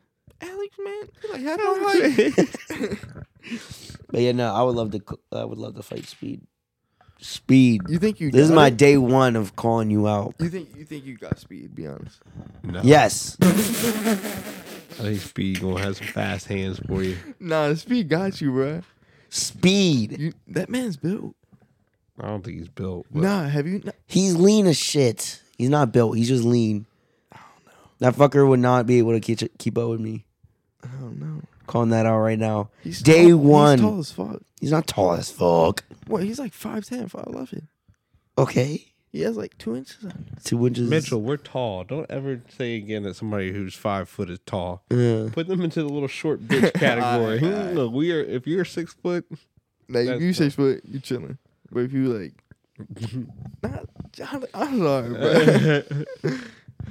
Speaker 3: Alex, man, you like half (laughs) my height.
Speaker 2: But yeah, no, I would love to. co- I would love to fight speed. Speed.
Speaker 3: You think you
Speaker 2: This is
Speaker 3: got
Speaker 2: my
Speaker 3: it?
Speaker 2: day one of calling you out.
Speaker 3: You think you think you got speed? Be honest.
Speaker 1: No.
Speaker 2: (laughs) Yes.
Speaker 1: I think Speed gonna have some fast hands for you.
Speaker 3: Nah, speed got you, bro.
Speaker 2: Speed.
Speaker 3: You that man's built.
Speaker 1: I don't think he's built. But
Speaker 3: Nah, have you? Not,
Speaker 2: He's lean as shit. He's not built. He's just lean. That fucker would not be able to keep, keep up with me.
Speaker 3: I don't know.
Speaker 2: Calling that out right now.
Speaker 3: He's
Speaker 2: Day
Speaker 3: tall-
Speaker 2: one.
Speaker 3: He's tall as fuck.
Speaker 2: He's not tall as fuck.
Speaker 3: What? He's like 5'10", 5'11".
Speaker 2: Okay.
Speaker 3: He has like two inches on. him.
Speaker 2: Two inches.
Speaker 1: Mitchell, we're tall. Don't ever say again that somebody who's five foot is tall.
Speaker 2: Yeah.
Speaker 1: Put them into the little
Speaker 3: (laughs)
Speaker 1: short bitch category. Look, we are. If you're six foot,
Speaker 3: Now if
Speaker 1: That's
Speaker 3: you six foot, you chilling. But if you like, (laughs) not, I'm- I'm sorry, bro.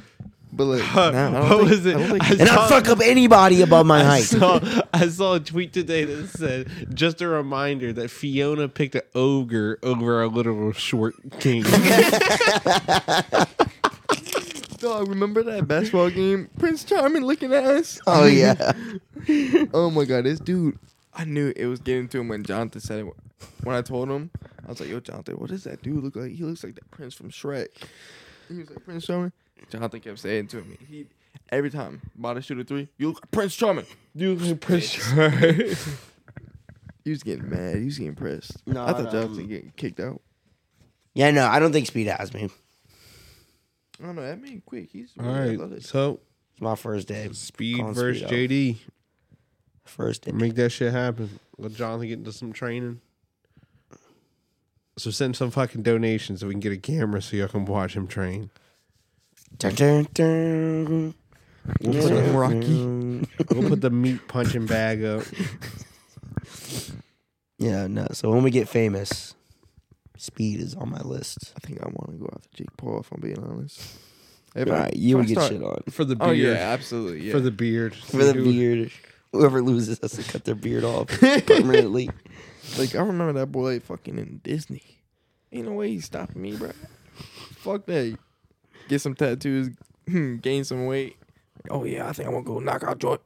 Speaker 3: (laughs) but like, nah, (laughs) I don't
Speaker 9: what
Speaker 3: think-
Speaker 9: was it?
Speaker 3: I don't think-
Speaker 9: I
Speaker 2: And I
Speaker 1: (laughs)
Speaker 2: fuck up anybody above
Speaker 3: (laughs)
Speaker 2: my
Speaker 9: I
Speaker 2: height.
Speaker 9: saw, I saw a tweet today that said, just a reminder that Fiona picked an ogre over a literal short
Speaker 3: (laughs)
Speaker 9: king.
Speaker 3: Dog, remember that basketball game? Prince Charming looking at us. (laughs)
Speaker 2: Oh yeah.
Speaker 3: oh my god, this dude. I knew it was getting to him when Jonathan said it. When I told him, I was like, "Yo, Jonathan, what does that dude look like? He looks like that Prince from Shrek." And he was like, "Prince Charming." Jonathan kept saying to me, "He every time about to shoot a three, you look like Prince Charming. You look like Prince Charming." (laughs) he was getting mad. He was getting pressed.
Speaker 2: No,
Speaker 3: I
Speaker 2: no.
Speaker 3: thought Jonathan getting kicked out.
Speaker 2: Yeah, no, I don't think Speed has me.
Speaker 3: I don't know. That man quick. He's
Speaker 1: all right. So
Speaker 2: It's my first day.
Speaker 1: Speed
Speaker 2: Calling
Speaker 1: versus
Speaker 2: Speed out.
Speaker 1: JD.
Speaker 2: First day.
Speaker 1: Make that shit happen. Let Jonathan get into some training. So send some fucking donations so we can get a camera so y'all can watch him train.
Speaker 2: Dun, dun, dun.
Speaker 1: We'll put, the,
Speaker 3: Rocky.
Speaker 1: we'll put the meat punching bag up.
Speaker 2: Yeah, no. So when we get famous, Speed is on my list.
Speaker 3: I think I want to go after Jake Paul. If I'm being honest.
Speaker 2: All
Speaker 3: If I-
Speaker 2: right, you
Speaker 3: if I
Speaker 2: would get
Speaker 3: start-
Speaker 2: shit on
Speaker 1: For
Speaker 2: (laughs)
Speaker 1: the
Speaker 3: Oh
Speaker 1: beard.
Speaker 3: yeah, absolutely. Yeah.
Speaker 1: For the beard.
Speaker 2: for the
Speaker 1: Dude,
Speaker 2: beard. Whoever loses has to cut their beard (laughs) off permanently.
Speaker 3: Like I remember that boy fucking in Disney. Ain't no way he's stopping me, bro. Fuck that. Get some tattoos, (clears throat) gain some weight. Oh yeah, I think I'm gonna go knock out Joy,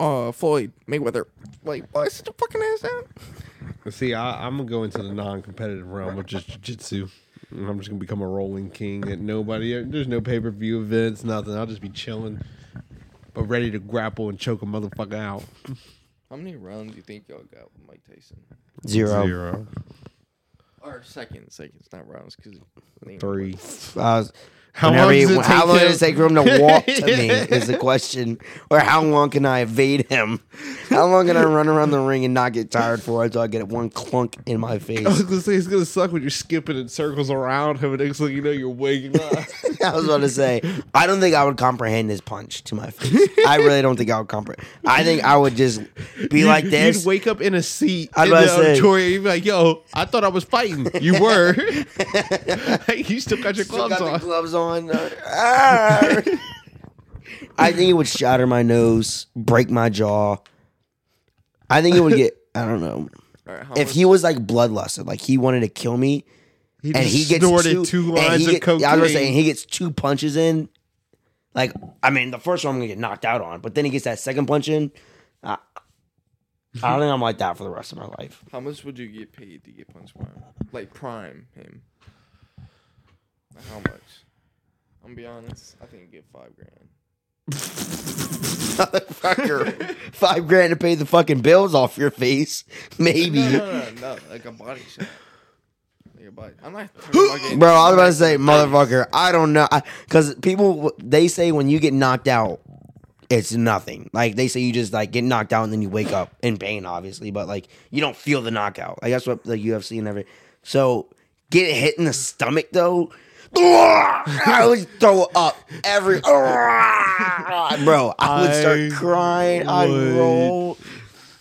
Speaker 3: uh, Floyd Mayweather. Like, why sit your fucking ass down?
Speaker 1: See, I, I'm going to go into the non competitive realm, which is jiu jitsu. And I'm just going to become a rolling king that nobody, there's no pay per view events, nothing. I'll just be chilling, but ready to grapple and choke a motherfucker out.
Speaker 3: How many rounds do you think y'all got with Mike Tyson?
Speaker 2: Zero.
Speaker 1: Zero.
Speaker 3: Or seconds, seconds, not rounds, because
Speaker 1: Three.
Speaker 2: I was,
Speaker 1: How
Speaker 2: whenever
Speaker 1: long
Speaker 2: he-
Speaker 1: does it
Speaker 2: how
Speaker 1: take
Speaker 2: long
Speaker 1: him?
Speaker 2: does it take for him to walk
Speaker 1: (laughs)
Speaker 2: to me is the question, or how long can I evade him? How long can I run around the ring and not get tired for until I get one clunk in my
Speaker 1: I was
Speaker 2: face?
Speaker 1: gonna say it's gonna suck when you're skipping in circles around him, and next thing you know, you're waking
Speaker 2: (laughs)
Speaker 1: up.
Speaker 2: I was about to say, I don't think I would comprehend his punch to my face. I really don't think I would comprehend. I think I would just be like this.
Speaker 1: You'd wake up in a seat
Speaker 2: I was
Speaker 1: in
Speaker 2: about
Speaker 1: the
Speaker 2: to say-
Speaker 1: auditorium. You'd be like, "Yo, I thought I was fighting. You
Speaker 2: (laughs)
Speaker 1: were. (laughs) Hey, you still got your
Speaker 2: Still
Speaker 1: gloves
Speaker 2: got
Speaker 1: on."
Speaker 2: the gloves on. Uh, ah. I think it would shatter my nose, break my jaw. I think it would get. I don't know. If he was like bloodlusted, like he wanted to kill me, and
Speaker 1: just
Speaker 2: he gets
Speaker 1: snorted
Speaker 2: two,
Speaker 1: two
Speaker 2: and
Speaker 1: lines
Speaker 2: he
Speaker 1: of
Speaker 2: get- yeah, I was
Speaker 1: cocaine.
Speaker 2: saying he gets two punches in. Like I mean, the first one I'm gonna get knocked out on, but then he gets that second punch in. I, I don't think I'm like that for the rest of my life. (laughs)
Speaker 3: how much would you get paid to get punched by him? Like prime him. How much? I'm gonna be honest. I think you get five grand.
Speaker 2: Motherfucker, five grand to pay the fucking bills off your face, (laughs) maybe.
Speaker 3: (laughs) No, no, no, no, like a body shot. Like a body. I'm not. talking
Speaker 2: (gasps)
Speaker 3: about getting-
Speaker 2: Bro, I was about to say, motherfucker, I don't know. Because people, they say when you get knocked out, it's nothing. Like, they say you just, like, get knocked out and then you wake up in pain, obviously. But, like, you don't feel the knockout. Like, that's what the UFC and everything. So, get hit in the stomach, though. (laughs) I would throw up every. (laughs) Bro, I would
Speaker 1: I
Speaker 2: start crying. I
Speaker 1: would.
Speaker 2: roll.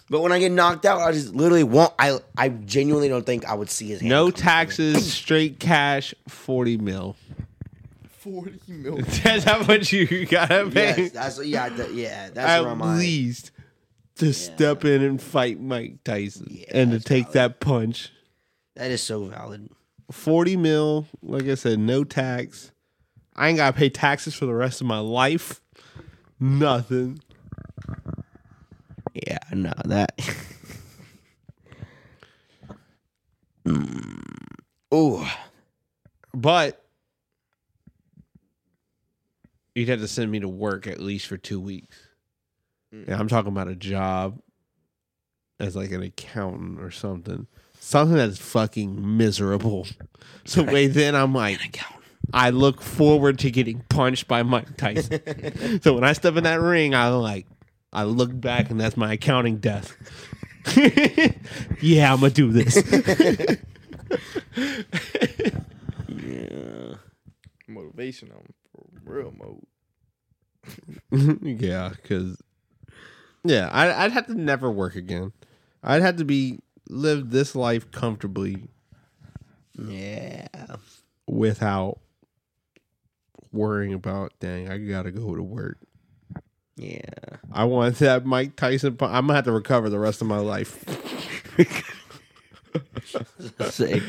Speaker 2: But when I get knocked out, I just literally won't. I I genuinely don't think I would see his hand.
Speaker 9: no
Speaker 2: come.
Speaker 9: taxes, straight cash, 40 mil.
Speaker 3: forty
Speaker 1: (laughs)
Speaker 3: million.
Speaker 9: That's how much you gotta pay.
Speaker 2: Yes, that's yeah, th- yeah. That's
Speaker 9: At
Speaker 2: where I'm at.
Speaker 9: least to step in and fight Mike Tyson
Speaker 2: Yeah,
Speaker 9: and to take that punch.
Speaker 2: That is so valid.
Speaker 9: 40 mil, like I said, no tax. I ain't gotta pay taxes for the rest of my life. Nothing.
Speaker 2: Yeah, no, that. (laughs) Ooh.
Speaker 1: But you'd have to send me to work at least for two weeks. And I'm talking about a job as like an accountant or something. Something that's fucking miserable. So wait, then I'm like, I look forward to getting punched by Mike Tyson. so when I step in that ring, I like, I look back and that's my accounting desk. (laughs) yeah, I'm gonna do this.
Speaker 3: Yeah. Motivation on for real mode.
Speaker 1: (laughs) yeah, because yeah, I, I'd have to never work again. I'd have to be live this life comfortably
Speaker 2: Yeah.
Speaker 1: without worrying about dang, I gotta go to work.
Speaker 2: Yeah. (laughs)
Speaker 1: I want that Mike Tyson. pu- I'm gonna have to recover the rest of my life. (laughs)
Speaker 2: Sick.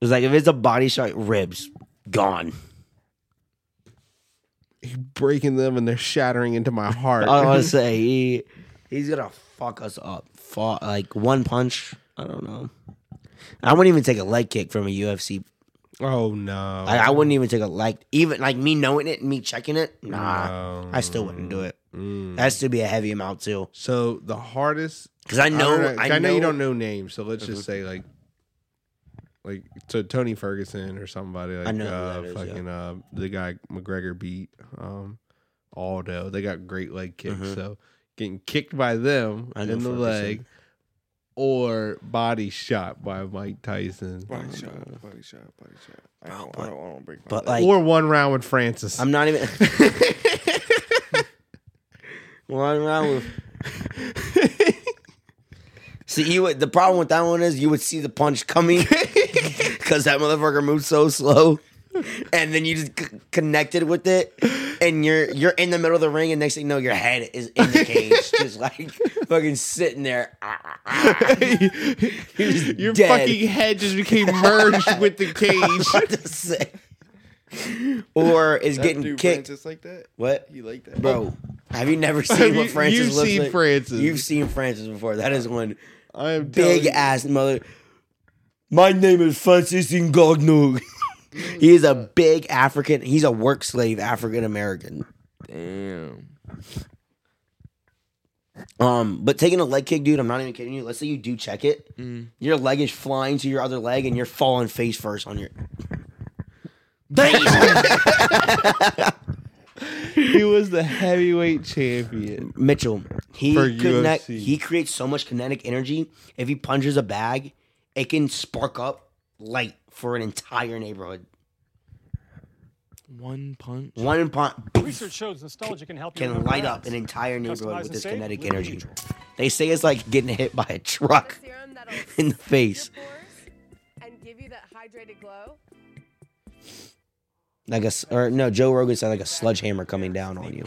Speaker 2: It's like if it's a body shot, ribs gone.
Speaker 1: Breaking them and they're shattering into my heart.
Speaker 2: I want to say he he's gonna fuck us up. Fuck, like one punch. I don't know. I wouldn't even take a leg kick from a UFC.
Speaker 1: (laughs) oh no!
Speaker 2: I, I wouldn't even take a leg. Even like me knowing it and me checking it. Nah,
Speaker 1: No.
Speaker 2: I still wouldn't do it.
Speaker 1: Mm.
Speaker 2: That'd still be a heavy amount too.
Speaker 1: So the hardest
Speaker 2: Because I know, I,
Speaker 1: don't
Speaker 2: know,
Speaker 1: I you don't know names, so let's just say like, like so Tony Ferguson or somebody like
Speaker 2: I know who
Speaker 1: uh,
Speaker 2: that is, yeah.
Speaker 1: fucking uh, the guy McGregor beat um, Aldo. They got great leg kicks,
Speaker 2: Mhm.
Speaker 1: so getting kicked by them
Speaker 2: I
Speaker 1: in
Speaker 2: know
Speaker 1: the
Speaker 2: Ferguson.
Speaker 1: leg or body shot by Mike Tyson.
Speaker 3: Body shot, body shot, body shot. I
Speaker 2: Bro,
Speaker 3: don't,
Speaker 2: but-
Speaker 3: I don't, I don't break my
Speaker 2: But
Speaker 3: leg.
Speaker 2: like,
Speaker 1: or one round with Francis. (laughs)
Speaker 2: I'm (laughs) not even. one round. With... See, you would, the problem with that one is you would see the punch coming because that motherfucker moved so slow, and then you just c- connected with it, and you're you're in the middle of the ring, and next thing you know, your head is in the cage, just like fucking sitting there. He's
Speaker 1: Your
Speaker 2: dead.
Speaker 1: fucking head just became merged with
Speaker 2: (laughs)
Speaker 1: the cage.
Speaker 2: What to say? Or is
Speaker 3: That
Speaker 2: getting
Speaker 3: dude
Speaker 2: kicked.
Speaker 3: Francis like that.
Speaker 2: What?
Speaker 3: He like that,
Speaker 2: Bro, have you never seen
Speaker 1: Have
Speaker 2: what
Speaker 1: you-
Speaker 2: Francis
Speaker 1: you've
Speaker 2: looks
Speaker 1: seen
Speaker 2: like?
Speaker 1: Francis.
Speaker 2: You've seen Francis before. That is one
Speaker 1: I am telling
Speaker 2: big
Speaker 1: you.
Speaker 2: ass mother. My name is Francis Ngogno. (laughs) he is a big African. He's a work slave African American.
Speaker 3: Damn.
Speaker 2: Um, but taking a leg kick, dude, I'm not even kidding you. Let's say you do check it,
Speaker 1: Mm.
Speaker 2: your leg is flying to your other leg, and you're falling face first on your.
Speaker 1: he was the heavyweight champion.
Speaker 2: Mitchell, he
Speaker 1: For
Speaker 2: connect,
Speaker 1: UFC.
Speaker 2: he creates so much kinetic energy. If he punches a bag, it can spark up light for an entire neighborhood.
Speaker 3: One punch.
Speaker 2: One punch
Speaker 10: Research shows nostalgia can help you
Speaker 2: can
Speaker 10: remember
Speaker 2: light up an
Speaker 10: brands.
Speaker 2: entire neighborhood
Speaker 10: Customize
Speaker 2: with
Speaker 10: and
Speaker 2: this
Speaker 10: save
Speaker 2: kinetic
Speaker 10: with
Speaker 2: energy.
Speaker 10: Neutral.
Speaker 2: They say it's like getting hit by a truck (laughs)
Speaker 11: serum that'll
Speaker 2: in the face.
Speaker 11: your pores and give you that hydrated glow.
Speaker 2: Like a, s- or no, Joe Rogan said like a sledgehammer coming down on you.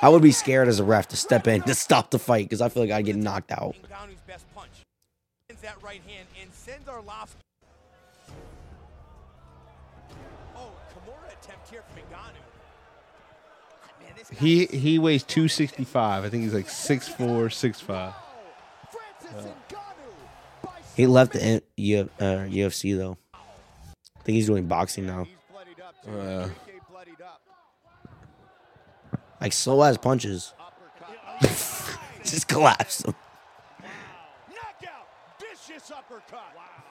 Speaker 2: I would be scared as a ref to step in to stop the fight because I feel like I'd get knocked out.
Speaker 4: Ngannou's best punch. Sends that right hand and sends Arlovski. Oh, Kimura attempt here from Ngannou. Ah, Man, this guy
Speaker 1: He
Speaker 4: is-
Speaker 1: he weighs two sixty five. I think he's like six four, six five.
Speaker 2: He left the N- U- uh, UFC though. I think he's doing boxing now. Like slow ass punches. (laughs) Just collapse him.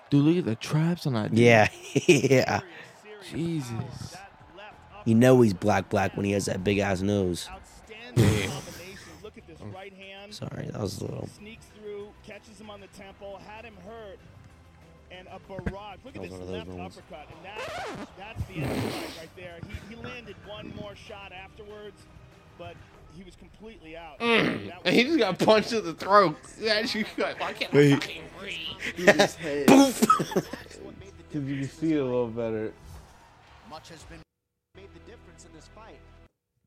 Speaker 12: Dude, look at the traps on that. dude.
Speaker 2: Yeah, (laughs) yeah.
Speaker 12: Jesus.
Speaker 2: You know he's black black when he has that big ass nose.
Speaker 6: Outstanding combination. Look at this
Speaker 2: Oh.
Speaker 6: right hand.
Speaker 2: Sorry, that was a little.
Speaker 6: Sneaks through, catches him on the temple, had him hurt, and a barrage. Look
Speaker 2: That
Speaker 6: at
Speaker 2: was
Speaker 6: this
Speaker 2: one of those
Speaker 6: left
Speaker 2: ones.
Speaker 6: uppercut, and that, that's the end of the fight right there. He, he landed one more shot afterwards, but he was completely out.
Speaker 2: Mm.
Speaker 6: That was-
Speaker 1: He just got punched in the throat. Yeah, she got- you can see it a little better.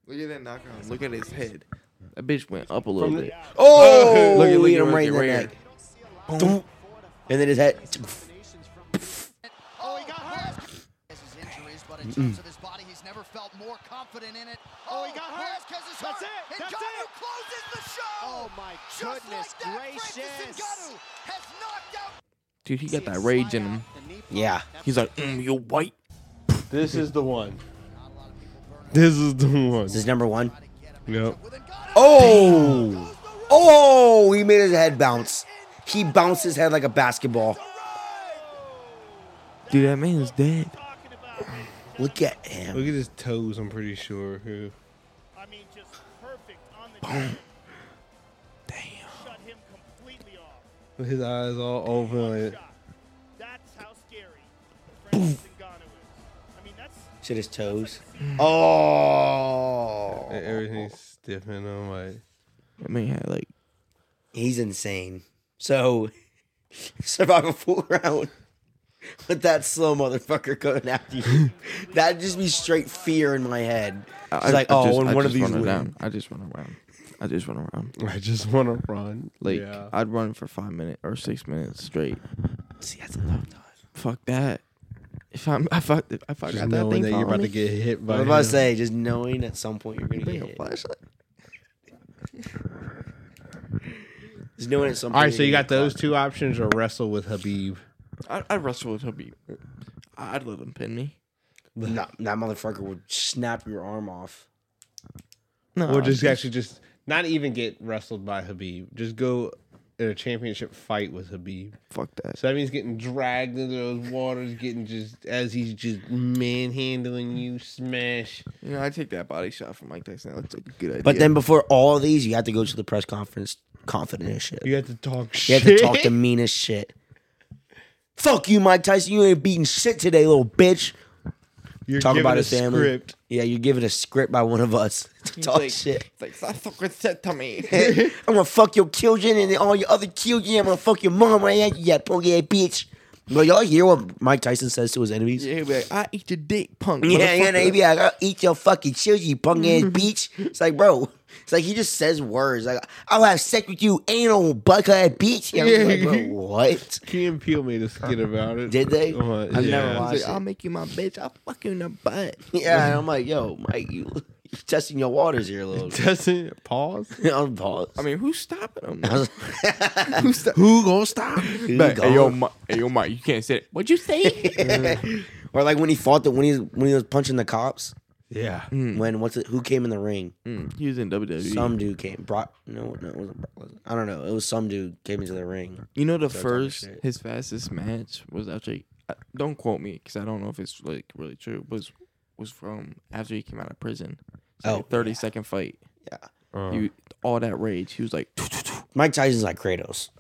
Speaker 3: Look at that knockout. Look at his head. That bitch went up a little bit.
Speaker 2: Oh,
Speaker 3: Look
Speaker 2: look
Speaker 3: at-
Speaker 2: at
Speaker 3: look
Speaker 2: him
Speaker 3: at-
Speaker 2: right in the
Speaker 3: right
Speaker 2: neck.
Speaker 3: here.
Speaker 2: Thump. And then his head.
Speaker 4: Oh, he got hurt. This is injuries, but in terms of his body, he's
Speaker 13: never felt more confident in it. Oh, he got hurt. Vasquez is
Speaker 14: That's
Speaker 13: hurt.
Speaker 14: it. That's
Speaker 13: Ngannou
Speaker 14: it.
Speaker 13: closes the show.
Speaker 14: Oh, my
Speaker 13: Just
Speaker 14: goodness
Speaker 13: like that, Francis
Speaker 14: gracious.
Speaker 13: Ngannou has knocked out
Speaker 3: Dude, he got that rage in him.
Speaker 2: Yeah.
Speaker 3: He's like, mm, you white.
Speaker 1: This is the one.
Speaker 11: This is the one.
Speaker 2: This is number one.
Speaker 11: Yep.
Speaker 2: Oh, oh! He made his head bounce. He bounced his head like a basketball.
Speaker 3: Dude, that man is dead.
Speaker 2: Look at him.
Speaker 11: Look at his toes. I'm pretty sure. Who? I mean, just perfect on the. Damn. His eyes all open. Like,
Speaker 2: Shit, his toes. Oh,
Speaker 11: and everything's stiffened. I'm like,
Speaker 3: I mean, had like
Speaker 2: he's insane. So, (laughs) survival full round with that slow motherfucker coming after
Speaker 11: (laughs)
Speaker 2: you. That'd just be straight fear in my head. It's like, oh,
Speaker 3: just-
Speaker 2: when
Speaker 3: I
Speaker 2: one of
Speaker 3: just
Speaker 2: these
Speaker 3: wanna
Speaker 2: wins.
Speaker 3: run. I just want to run. I just want to run.
Speaker 11: (laughs) I just want to run.
Speaker 3: Like
Speaker 11: Yeah.
Speaker 3: I'd run for five minutes or six minutes straight.
Speaker 2: See, that's a long time.
Speaker 3: Fuck that. If I'm, if I, if I
Speaker 11: Just
Speaker 3: got that
Speaker 11: knowing
Speaker 3: thing,
Speaker 11: that you're
Speaker 3: following
Speaker 11: about to
Speaker 3: me-
Speaker 11: get hit by
Speaker 2: I was about to
Speaker 11: him.
Speaker 2: say, just knowing at some point you're gonna get hit. Just knowing at some
Speaker 11: All
Speaker 2: point.
Speaker 11: right, so you
Speaker 2: you're
Speaker 11: got those two options, or wrestle with Habib.
Speaker 3: I, I'd wrestle with Habib. I'd let him pin me.
Speaker 2: gonna- Nah, that motherfucker would snap your arm off.
Speaker 3: No,
Speaker 11: or Uh, just
Speaker 3: I-
Speaker 11: actually just not even get wrestled by Habib. Just go in a championship fight with Habib.
Speaker 3: Fuck that.
Speaker 11: So that means getting dragged into those waters, getting just as he's just manhandling you, smash.
Speaker 3: You know, I take that body shot from Mike Tyson. That looks like a good idea.
Speaker 2: But then before all these, you have to go to the press conference confident as shit.
Speaker 11: You have to talk
Speaker 2: You
Speaker 11: shit. (laughs)
Speaker 2: have to talk the meanest shit. Fuck you, Mike Tyson. You ain't beating shit today, little bitch.
Speaker 11: You're
Speaker 2: talk
Speaker 11: given
Speaker 2: about
Speaker 11: a
Speaker 2: his family.
Speaker 11: script.
Speaker 2: Yeah, you're given a script by one of us (laughs) to
Speaker 3: He's
Speaker 2: talk
Speaker 3: like,
Speaker 2: shit.
Speaker 3: Like, stop fucking shit to me.
Speaker 2: I'm gonna fuck your children and all your other children. I'm gonna fuck your mom right at you, yeah, punk ass bitch. But y'all hear what Mike Tyson says to his enemies?
Speaker 3: yeah, (laughs) he'll be like, I eat your dick, punk.
Speaker 2: Yeah, yeah,
Speaker 3: motherfucker."
Speaker 2: they be like, I'll eat your fucking children, you punk ass bitch. It's like, bro, it's like he just says words. Like, I'll have sex with you, anal buck ass bitch. And I'm like, bro, what? (laughs)
Speaker 11: Key and Peele made a skit about it.
Speaker 2: Did they?
Speaker 11: Uh,
Speaker 2: I never
Speaker 11: yeah.
Speaker 2: watched
Speaker 3: He's
Speaker 2: it.
Speaker 3: like, I'll make you my bitch. I'll fuck you in the butt.
Speaker 2: Yeah, and I'm like, yo, Mike, you, you testing your waters here a
Speaker 1: (laughs)
Speaker 2: little bit.
Speaker 11: Testing pause.
Speaker 2: I'm paused.
Speaker 3: I mean, who's stopping him?
Speaker 2: I was-
Speaker 3: who's sto-
Speaker 11: Who
Speaker 3: (laughs)
Speaker 11: gonna stop?
Speaker 3: Like,
Speaker 2: gone?
Speaker 3: hey, yo, Mike, hey, yo, Mike, you can't say it. What'd you say?
Speaker 2: (laughs) or like when he fought the when he when he was punching the cops.
Speaker 11: Yeah.
Speaker 2: When what's it? Who came in the ring?
Speaker 3: Mm, (laughs) he was in WWE.
Speaker 2: Some dude came. Brock? No, no, it wasn't Brock. Lesnar. I don't know. It was some dude came into the ring.
Speaker 3: you know, the
Speaker 2: That's all
Speaker 3: first,
Speaker 2: shit.
Speaker 3: his fastest match was actually, I- don't quote me because I don't know if it's like really true, was was from after he came out of prison. It's like
Speaker 2: Oh,
Speaker 3: a thirty second fight.
Speaker 2: Yeah.
Speaker 3: You all that rage. He was like,
Speaker 2: Mike Tyson's like Kratos.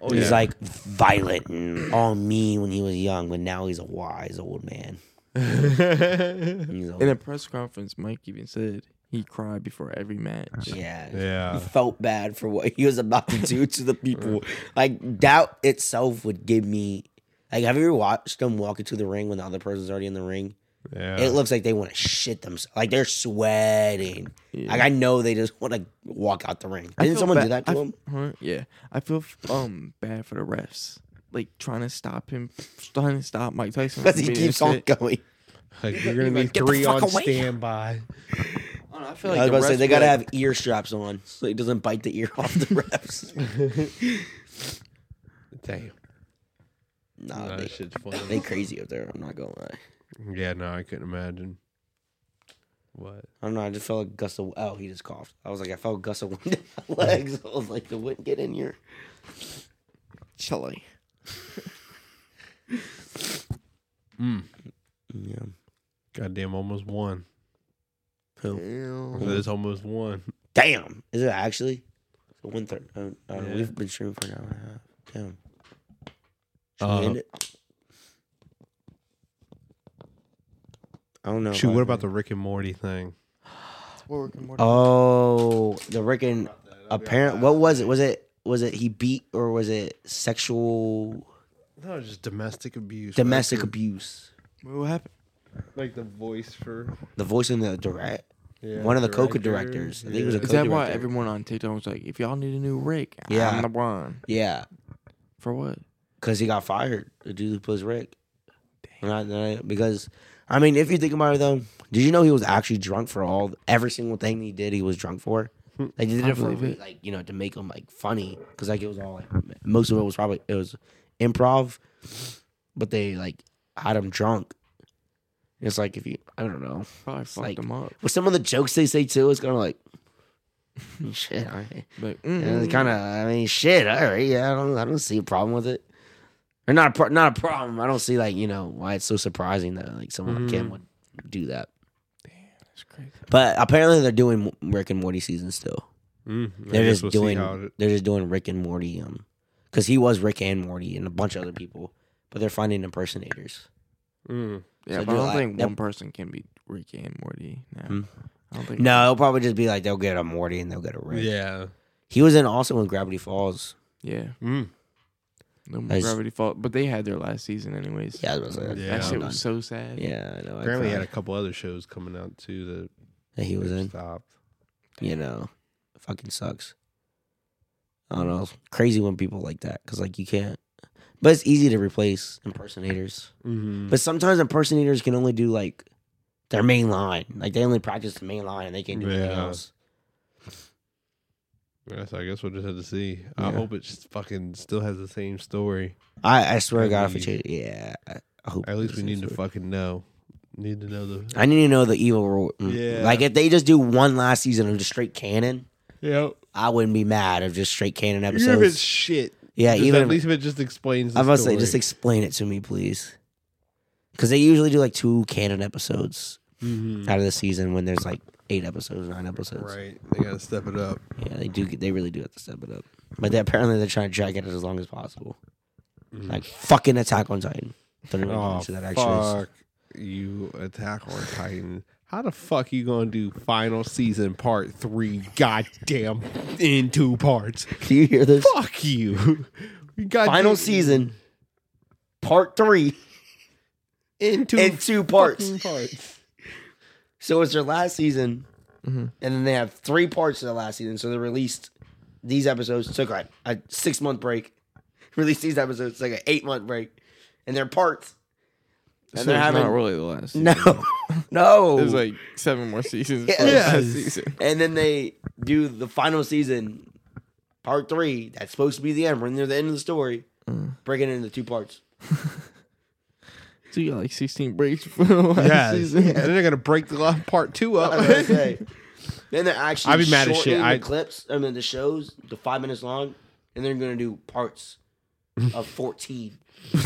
Speaker 3: oh,
Speaker 2: he's
Speaker 3: yeah.
Speaker 2: like violent and all mean when he was young, but now he's a wise old man. He's old.
Speaker 3: In a press conference, Mike even said he cried before every match.
Speaker 2: yeah.
Speaker 11: Yeah.
Speaker 2: He felt bad for what he was about to do to the
Speaker 3: (laughs)
Speaker 2: people. Like doubt itself would give me like have you ever watched them walk into the ring when the other person's already in the ring?
Speaker 11: Yeah.
Speaker 2: It looks like they want to shit themselves. Like they're sweating.
Speaker 3: Yeah.
Speaker 2: Like I know they just want to walk out the ring.
Speaker 3: I
Speaker 2: Didn't
Speaker 3: feel
Speaker 2: someone
Speaker 3: ba-
Speaker 2: do that to
Speaker 3: I
Speaker 2: (laughs)
Speaker 3: f-
Speaker 2: him?
Speaker 3: Huh? Yeah, I feel f- um bad for the refs, like trying to stop him, trying to stop Mike Tyson
Speaker 2: Because (laughs) he
Speaker 3: from being
Speaker 2: keeps on
Speaker 3: upset.
Speaker 2: going.
Speaker 11: Like, you're gonna
Speaker 3: He's like,
Speaker 11: be
Speaker 3: "Get the
Speaker 11: three
Speaker 3: fuck
Speaker 11: on
Speaker 3: away."
Speaker 11: standby.
Speaker 3: I, don't know, I feel
Speaker 2: I was
Speaker 3: like
Speaker 2: about to say
Speaker 3: refs
Speaker 2: they
Speaker 3: were
Speaker 2: gotta
Speaker 3: like-
Speaker 2: have ear straps on (laughs) so he doesn't bite the ear (laughs) off the refs.
Speaker 11: Damn.
Speaker 2: nah,
Speaker 11: Nah,
Speaker 2: they,
Speaker 11: that shit's funny.
Speaker 2: they crazy up there. I'm not gonna lie.
Speaker 11: Yeah, no, I couldn't imagine. What?
Speaker 2: I don't know. I just felt a gust of. Oh, he just coughed. I was like, I felt a (laughs) gust of wind in my legs. I was like, it wouldn't get in here.
Speaker 3: chilly.
Speaker 2: Yeah.
Speaker 11: Goddamn, almost won.
Speaker 2: Who?
Speaker 11: It's almost won.
Speaker 2: Damn. Is it actually? So one third. Oh, oh,
Speaker 11: Yeah.
Speaker 2: We've been streaming for an hour and a half. Damn. Should
Speaker 11: Uh,
Speaker 2: we end it? I don't know.
Speaker 11: Shoot,
Speaker 2: if
Speaker 11: what
Speaker 2: I
Speaker 11: about the
Speaker 2: can-
Speaker 11: Rick and Morty thing?
Speaker 2: Oh, the Rick and apparent. What was it? Was it? Was it he beat or was it sexual
Speaker 11: No, just domestic abuse.
Speaker 2: domestic abuse?
Speaker 3: What happened?
Speaker 11: Like the voice for
Speaker 2: The voice in the direct.
Speaker 11: yeah,
Speaker 2: One of the Coca directors. I think it was a
Speaker 3: Is
Speaker 2: Coca
Speaker 3: that why
Speaker 2: director.
Speaker 3: everyone on TikTok was like, if y'all need a new Rick,
Speaker 2: Yeah.
Speaker 3: I'm the one.
Speaker 2: Yeah,
Speaker 3: For what?
Speaker 2: because he got fired. The dude who plays Rick. And I- and I- because I mean, if you think about it though, did you know he was actually drunk for all every single thing he did? He was drunk for. Like they did
Speaker 15: I
Speaker 2: it for
Speaker 15: believe it.
Speaker 2: like you know to make him like funny because like it was all like most of it was probably it was improv, but they like had him drunk. It's like if you I don't know
Speaker 3: probably fucked
Speaker 2: like,
Speaker 3: him up.
Speaker 2: With some of the jokes they say too, it's kind of like (laughs) shit. All right.
Speaker 3: Like,
Speaker 2: You know,
Speaker 11: Mm-hmm.
Speaker 3: mm.
Speaker 2: it's kind of I mean shit. All right, yeah, I don't I don't see a problem with it. Or not a pro- not a problem. I don't see like you know why it's so surprising that like someone like
Speaker 11: Mm-hmm.
Speaker 2: him
Speaker 15: Mhm.
Speaker 2: would do that. But apparently they're doing Rick and Morty season still.
Speaker 11: Mm, I
Speaker 2: they're
Speaker 11: guess
Speaker 2: just
Speaker 11: we'll see
Speaker 2: doing
Speaker 11: how it-
Speaker 2: they're just doing Rick and Morty um because he was Rick and Morty and a bunch of other people, but they're finding impersonators.
Speaker 11: Mm.
Speaker 2: So
Speaker 3: Yeah, but
Speaker 2: do
Speaker 3: I don't
Speaker 2: like-
Speaker 3: think
Speaker 2: they'll-
Speaker 3: one person can be Rick and Morty now.
Speaker 2: Hmm?
Speaker 3: I don't think.
Speaker 2: No, it'll probably just be like they'll get a Morty and they'll get a Rick.
Speaker 11: Yeah.
Speaker 2: he was in also in Gravity Falls.
Speaker 3: Yeah.
Speaker 11: Mm.
Speaker 3: No more
Speaker 2: That's-
Speaker 3: Gravity Falls, but they had their last season anyways.
Speaker 2: Yeah, I was like,
Speaker 11: Yeah.
Speaker 3: that shit
Speaker 2: done.
Speaker 3: was so sad.
Speaker 2: Yeah, I know. I
Speaker 11: Apparently, he had
Speaker 2: cried.
Speaker 11: a couple other shows coming out too that
Speaker 2: that he was in.
Speaker 11: stopped.
Speaker 2: You know, fucking sucks. I don't know. It's crazy when people like that because like you can't. But it's easy to replace impersonators.
Speaker 11: Mhm.
Speaker 2: But sometimes impersonators can only do like their main line. Like they only practice the main line and they can't do anything
Speaker 11: Yeah.
Speaker 2: else.
Speaker 11: Yeah, so I guess we'll just have to see. I
Speaker 3: Yeah.
Speaker 11: hope it just fucking still has the same story.
Speaker 2: I, I swear to
Speaker 11: At
Speaker 2: God, if it
Speaker 11: least.
Speaker 2: changes, yeah. I, I hope
Speaker 11: At least we
Speaker 2: it's-
Speaker 11: need to fucking know. Need to know the.
Speaker 2: I need to know the evil rule. Mm.
Speaker 11: Yeah.
Speaker 2: Like if they just do one last season of just straight canon,
Speaker 11: Yeah.
Speaker 2: I wouldn't be mad of just straight canon episodes.
Speaker 11: Even if it's shit.
Speaker 2: Yeah,
Speaker 11: Just
Speaker 2: even
Speaker 11: at
Speaker 2: if-
Speaker 11: least if it just explains. The
Speaker 2: I must say,
Speaker 11: story.
Speaker 2: just explain it to me, please. Because they usually do like two canon episodes
Speaker 11: Mhm.
Speaker 2: out of the season when there's like eight episodes, nine episodes.
Speaker 11: Right, they gotta step it up.
Speaker 2: Yeah, they do. They really do have to step it up. But they, apparently, they're trying to drag it out as long as possible. Like fucking Attack on Titan. Don't even get
Speaker 11: Mm. Oh
Speaker 2: into that actually.
Speaker 11: fuck! You attack on Titan. How the fuck you gonna do final season part three? Goddamn, in two parts.
Speaker 2: (laughs) Do you hear this?
Speaker 11: Fuck you. You
Speaker 2: (laughs)
Speaker 11: got
Speaker 2: Final
Speaker 11: you- (laughs)
Speaker 2: season, part three.
Speaker 11: in two
Speaker 2: in two parts.
Speaker 11: fucking parts.
Speaker 2: So it's their last season,
Speaker 3: Mm-hmm.
Speaker 2: and then they have three parts of the last season. So they released these episodes, took a, a six month break, (laughs) released these episodes, took an eight month break, and they're parts.
Speaker 3: So
Speaker 2: And
Speaker 3: it's
Speaker 2: they're having
Speaker 3: not really the last. Season.
Speaker 2: (laughs) no, no.
Speaker 3: There's like seven more seasons.
Speaker 2: Yeah.
Speaker 3: for the last
Speaker 2: Yes.
Speaker 3: season.
Speaker 2: and then they do the final season, part three. That's supposed to be the end. We're near the end of the story,
Speaker 3: Mm.
Speaker 2: breaking it into two parts.
Speaker 3: So you got like 16 breaks for the last season.
Speaker 11: and then they're gonna break the last part two up.
Speaker 2: That's what I say. (laughs) Then they're actually
Speaker 11: I'd be mad as shit.
Speaker 2: shortening
Speaker 11: I-
Speaker 2: The clips, I mean the shows, the five minutes long, and they're gonna do parts
Speaker 11: (laughs)
Speaker 2: of fourteen.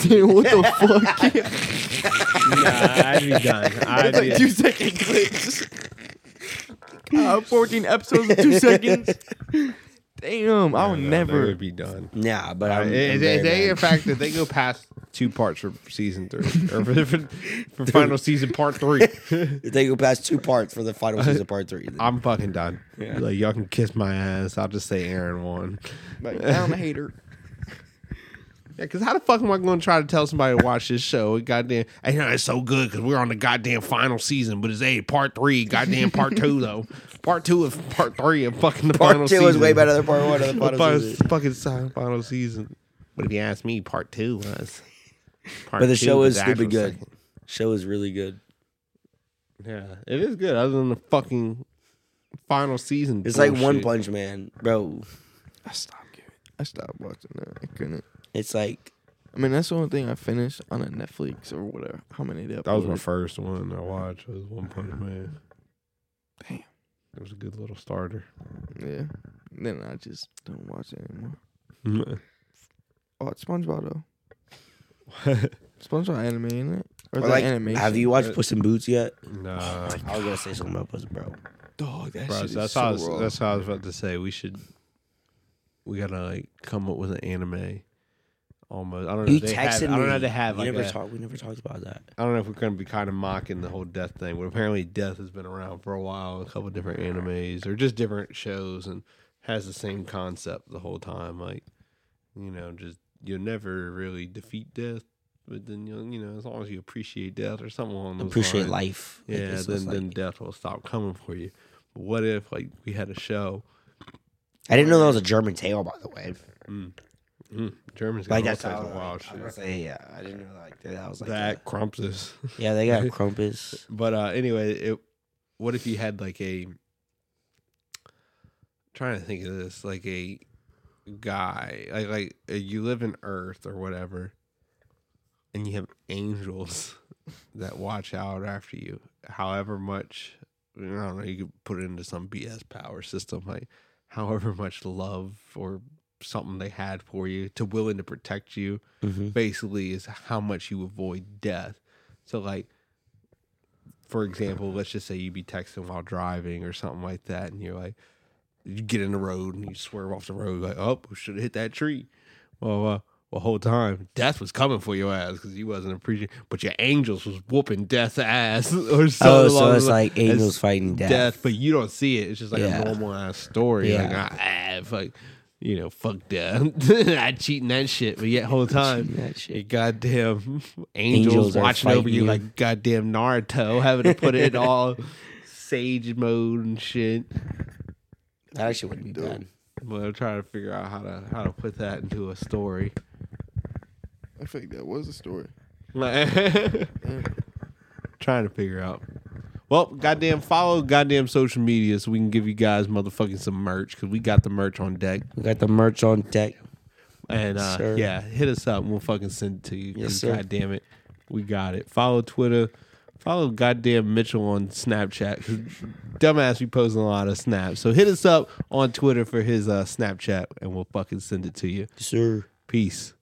Speaker 3: Dude, what the fuck?
Speaker 11: I'd (laughs) be done. I'd
Speaker 3: like (laughs) two
Speaker 2: (laughs)
Speaker 3: second clips. Uh, 14 episodes in two seconds. Damn, I would never.
Speaker 11: would be done.
Speaker 2: Nah, but
Speaker 11: I-
Speaker 2: I'm,
Speaker 11: they,
Speaker 2: I'm
Speaker 11: they,
Speaker 2: very
Speaker 11: they-
Speaker 2: mad.
Speaker 11: in fact, if they go past two parts for
Speaker 2: (laughs)
Speaker 11: season three or for, for, for final season part three,
Speaker 2: If they go past two parts for the
Speaker 11: (laughs)
Speaker 2: final season part three.
Speaker 11: I'm fucking done. Like y'all can kiss my ass. I'll just say Aaron won.
Speaker 3: (laughs) Like, I'm a hater.
Speaker 11: Yeah, because how the fuck am I going to try to tell somebody to watch this show? It goddamn, I know it's so good because we're on the goddamn final season, but it's a part three, goddamn part two though. Part two of part three of fucking the
Speaker 2: part two
Speaker 11: final
Speaker 2: is way
Speaker 11: season.
Speaker 2: better than part
Speaker 11: (laughs)
Speaker 2: one of the final
Speaker 11: Final-
Speaker 2: season.
Speaker 11: Fucking si- final season. But if you ask me, part two was. Part
Speaker 2: But the show
Speaker 11: two
Speaker 2: is
Speaker 11: was
Speaker 2: stupid
Speaker 11: actual
Speaker 2: good.
Speaker 11: second.
Speaker 2: Show is really good.
Speaker 11: Yeah, it is good. Other than the fucking final season,
Speaker 2: It's like One
Speaker 11: bullshit.
Speaker 2: Punch Man, bro.
Speaker 3: I stopped giving. I stopped watching that. I couldn't.
Speaker 2: It's like
Speaker 3: I mean, that's the only thing I finished on a Netflix or whatever. How many they
Speaker 11: That was my
Speaker 3: uploaded.
Speaker 11: first one I watched. Was One Punch Man.
Speaker 3: Damn.
Speaker 11: It was a good little starter. (laughs)
Speaker 3: Yeah. Then I just don't watch it anymore.
Speaker 11: I
Speaker 3: Oh, it's SpongeBob though. SpongeBob anime, isn't it?
Speaker 2: Or
Speaker 3: Or is that
Speaker 2: like,
Speaker 3: animation?
Speaker 2: have you watched Puss in Boots yet?
Speaker 11: Nah,
Speaker 2: I was gonna say something about Puss, bro.
Speaker 3: Dog, that
Speaker 11: bro,
Speaker 3: shit
Speaker 11: that's
Speaker 3: is
Speaker 11: how I
Speaker 3: so
Speaker 11: was,
Speaker 3: raw.
Speaker 11: that's how I was about to say. We should, we gotta like come up with an anime. Almost, I don't know.
Speaker 2: You
Speaker 11: if they have,
Speaker 2: texted me.
Speaker 11: I don't know if they have.
Speaker 2: We
Speaker 11: Like
Speaker 2: never
Speaker 11: a-
Speaker 2: talked. We never talked about that.
Speaker 11: I don't know if we're gonna be kind of mocking the whole death thing, but apparently death has been around for a while. A couple different animes or just different shows, and has the same concept the whole time. Like, you know, just you'll never really defeat death, but then you'll, you know, as long as you appreciate death or something along those
Speaker 2: Appreciate
Speaker 11: lines,
Speaker 2: life. Like,
Speaker 11: Yeah,
Speaker 2: it's
Speaker 11: then
Speaker 2: just like-
Speaker 11: then death will stop coming for you. But what if like we had a show?
Speaker 2: I didn't know that was a German tale, by the way.
Speaker 11: Mm, Germans got
Speaker 2: Like
Speaker 11: all
Speaker 2: that's
Speaker 11: kinds
Speaker 2: how.
Speaker 11: of wild
Speaker 2: I was
Speaker 11: shit.
Speaker 2: like, yeah, (laughs) I didn't know like that. I was like
Speaker 11: that Krumpus.
Speaker 2: Yeah, they (laughs) got Krumpus.
Speaker 11: but uh, anyway, it, what if you had like a trying to think of this like a guy like like uh, you live in Earth or whatever, and you have angels (laughs) that watch out after you. However much I don't know, you could put it into some BS power system like however much love or something they had for you to willing to protect you
Speaker 2: Mhm.
Speaker 11: basically is how much you avoid death so like for example let's just say you be texting while driving or something like that and you're like you get in the road and you swerve off the road like oh should have hit that tree well uh well, whole time death was coming for your ass because you wasn't appreciating, but your angels was whooping death's ass (laughs)
Speaker 2: Oh,
Speaker 11: or something.
Speaker 2: so
Speaker 11: along
Speaker 2: it's
Speaker 11: the-
Speaker 2: like
Speaker 11: as
Speaker 2: angels fighting death.
Speaker 11: but you don't see it. It's just like
Speaker 2: Yeah.
Speaker 11: a normal ass story. Like,
Speaker 2: Yeah.
Speaker 11: ah, ah, fuck, you know, fuck death. (laughs) I cheating that shit, but
Speaker 2: (laughs)
Speaker 11: yet whole time, your goddamn (laughs) angels,
Speaker 2: Angels are
Speaker 11: watching over
Speaker 2: fighting
Speaker 11: you
Speaker 2: you.
Speaker 11: like goddamn Naruto, (laughs) having to put it in all sage mode and shit.
Speaker 2: That actually would be bad.
Speaker 11: But I'm trying to figure out how to how to put that into a story. (laughs)
Speaker 3: I feel like that was a story.
Speaker 11: Trying to figure out. Well, goddamn, follow goddamn social media so we can give you guys motherfucking some merch because we got the merch on deck.
Speaker 2: We got the merch on deck.
Speaker 11: And uh,
Speaker 2: Sir.
Speaker 11: yeah, hit us up and we'll fucking send it to you.
Speaker 2: Yes,
Speaker 11: 'cause
Speaker 2: sir.
Speaker 11: Goddamn it, we got it. Follow Twitter. Follow goddamn Mitchell on Snapchat. 'cause Dumbass, we posting a lot of snaps. So hit us up on Twitter for his uh, Snapchat and we'll fucking send it to you.
Speaker 2: Sir.
Speaker 11: Peace.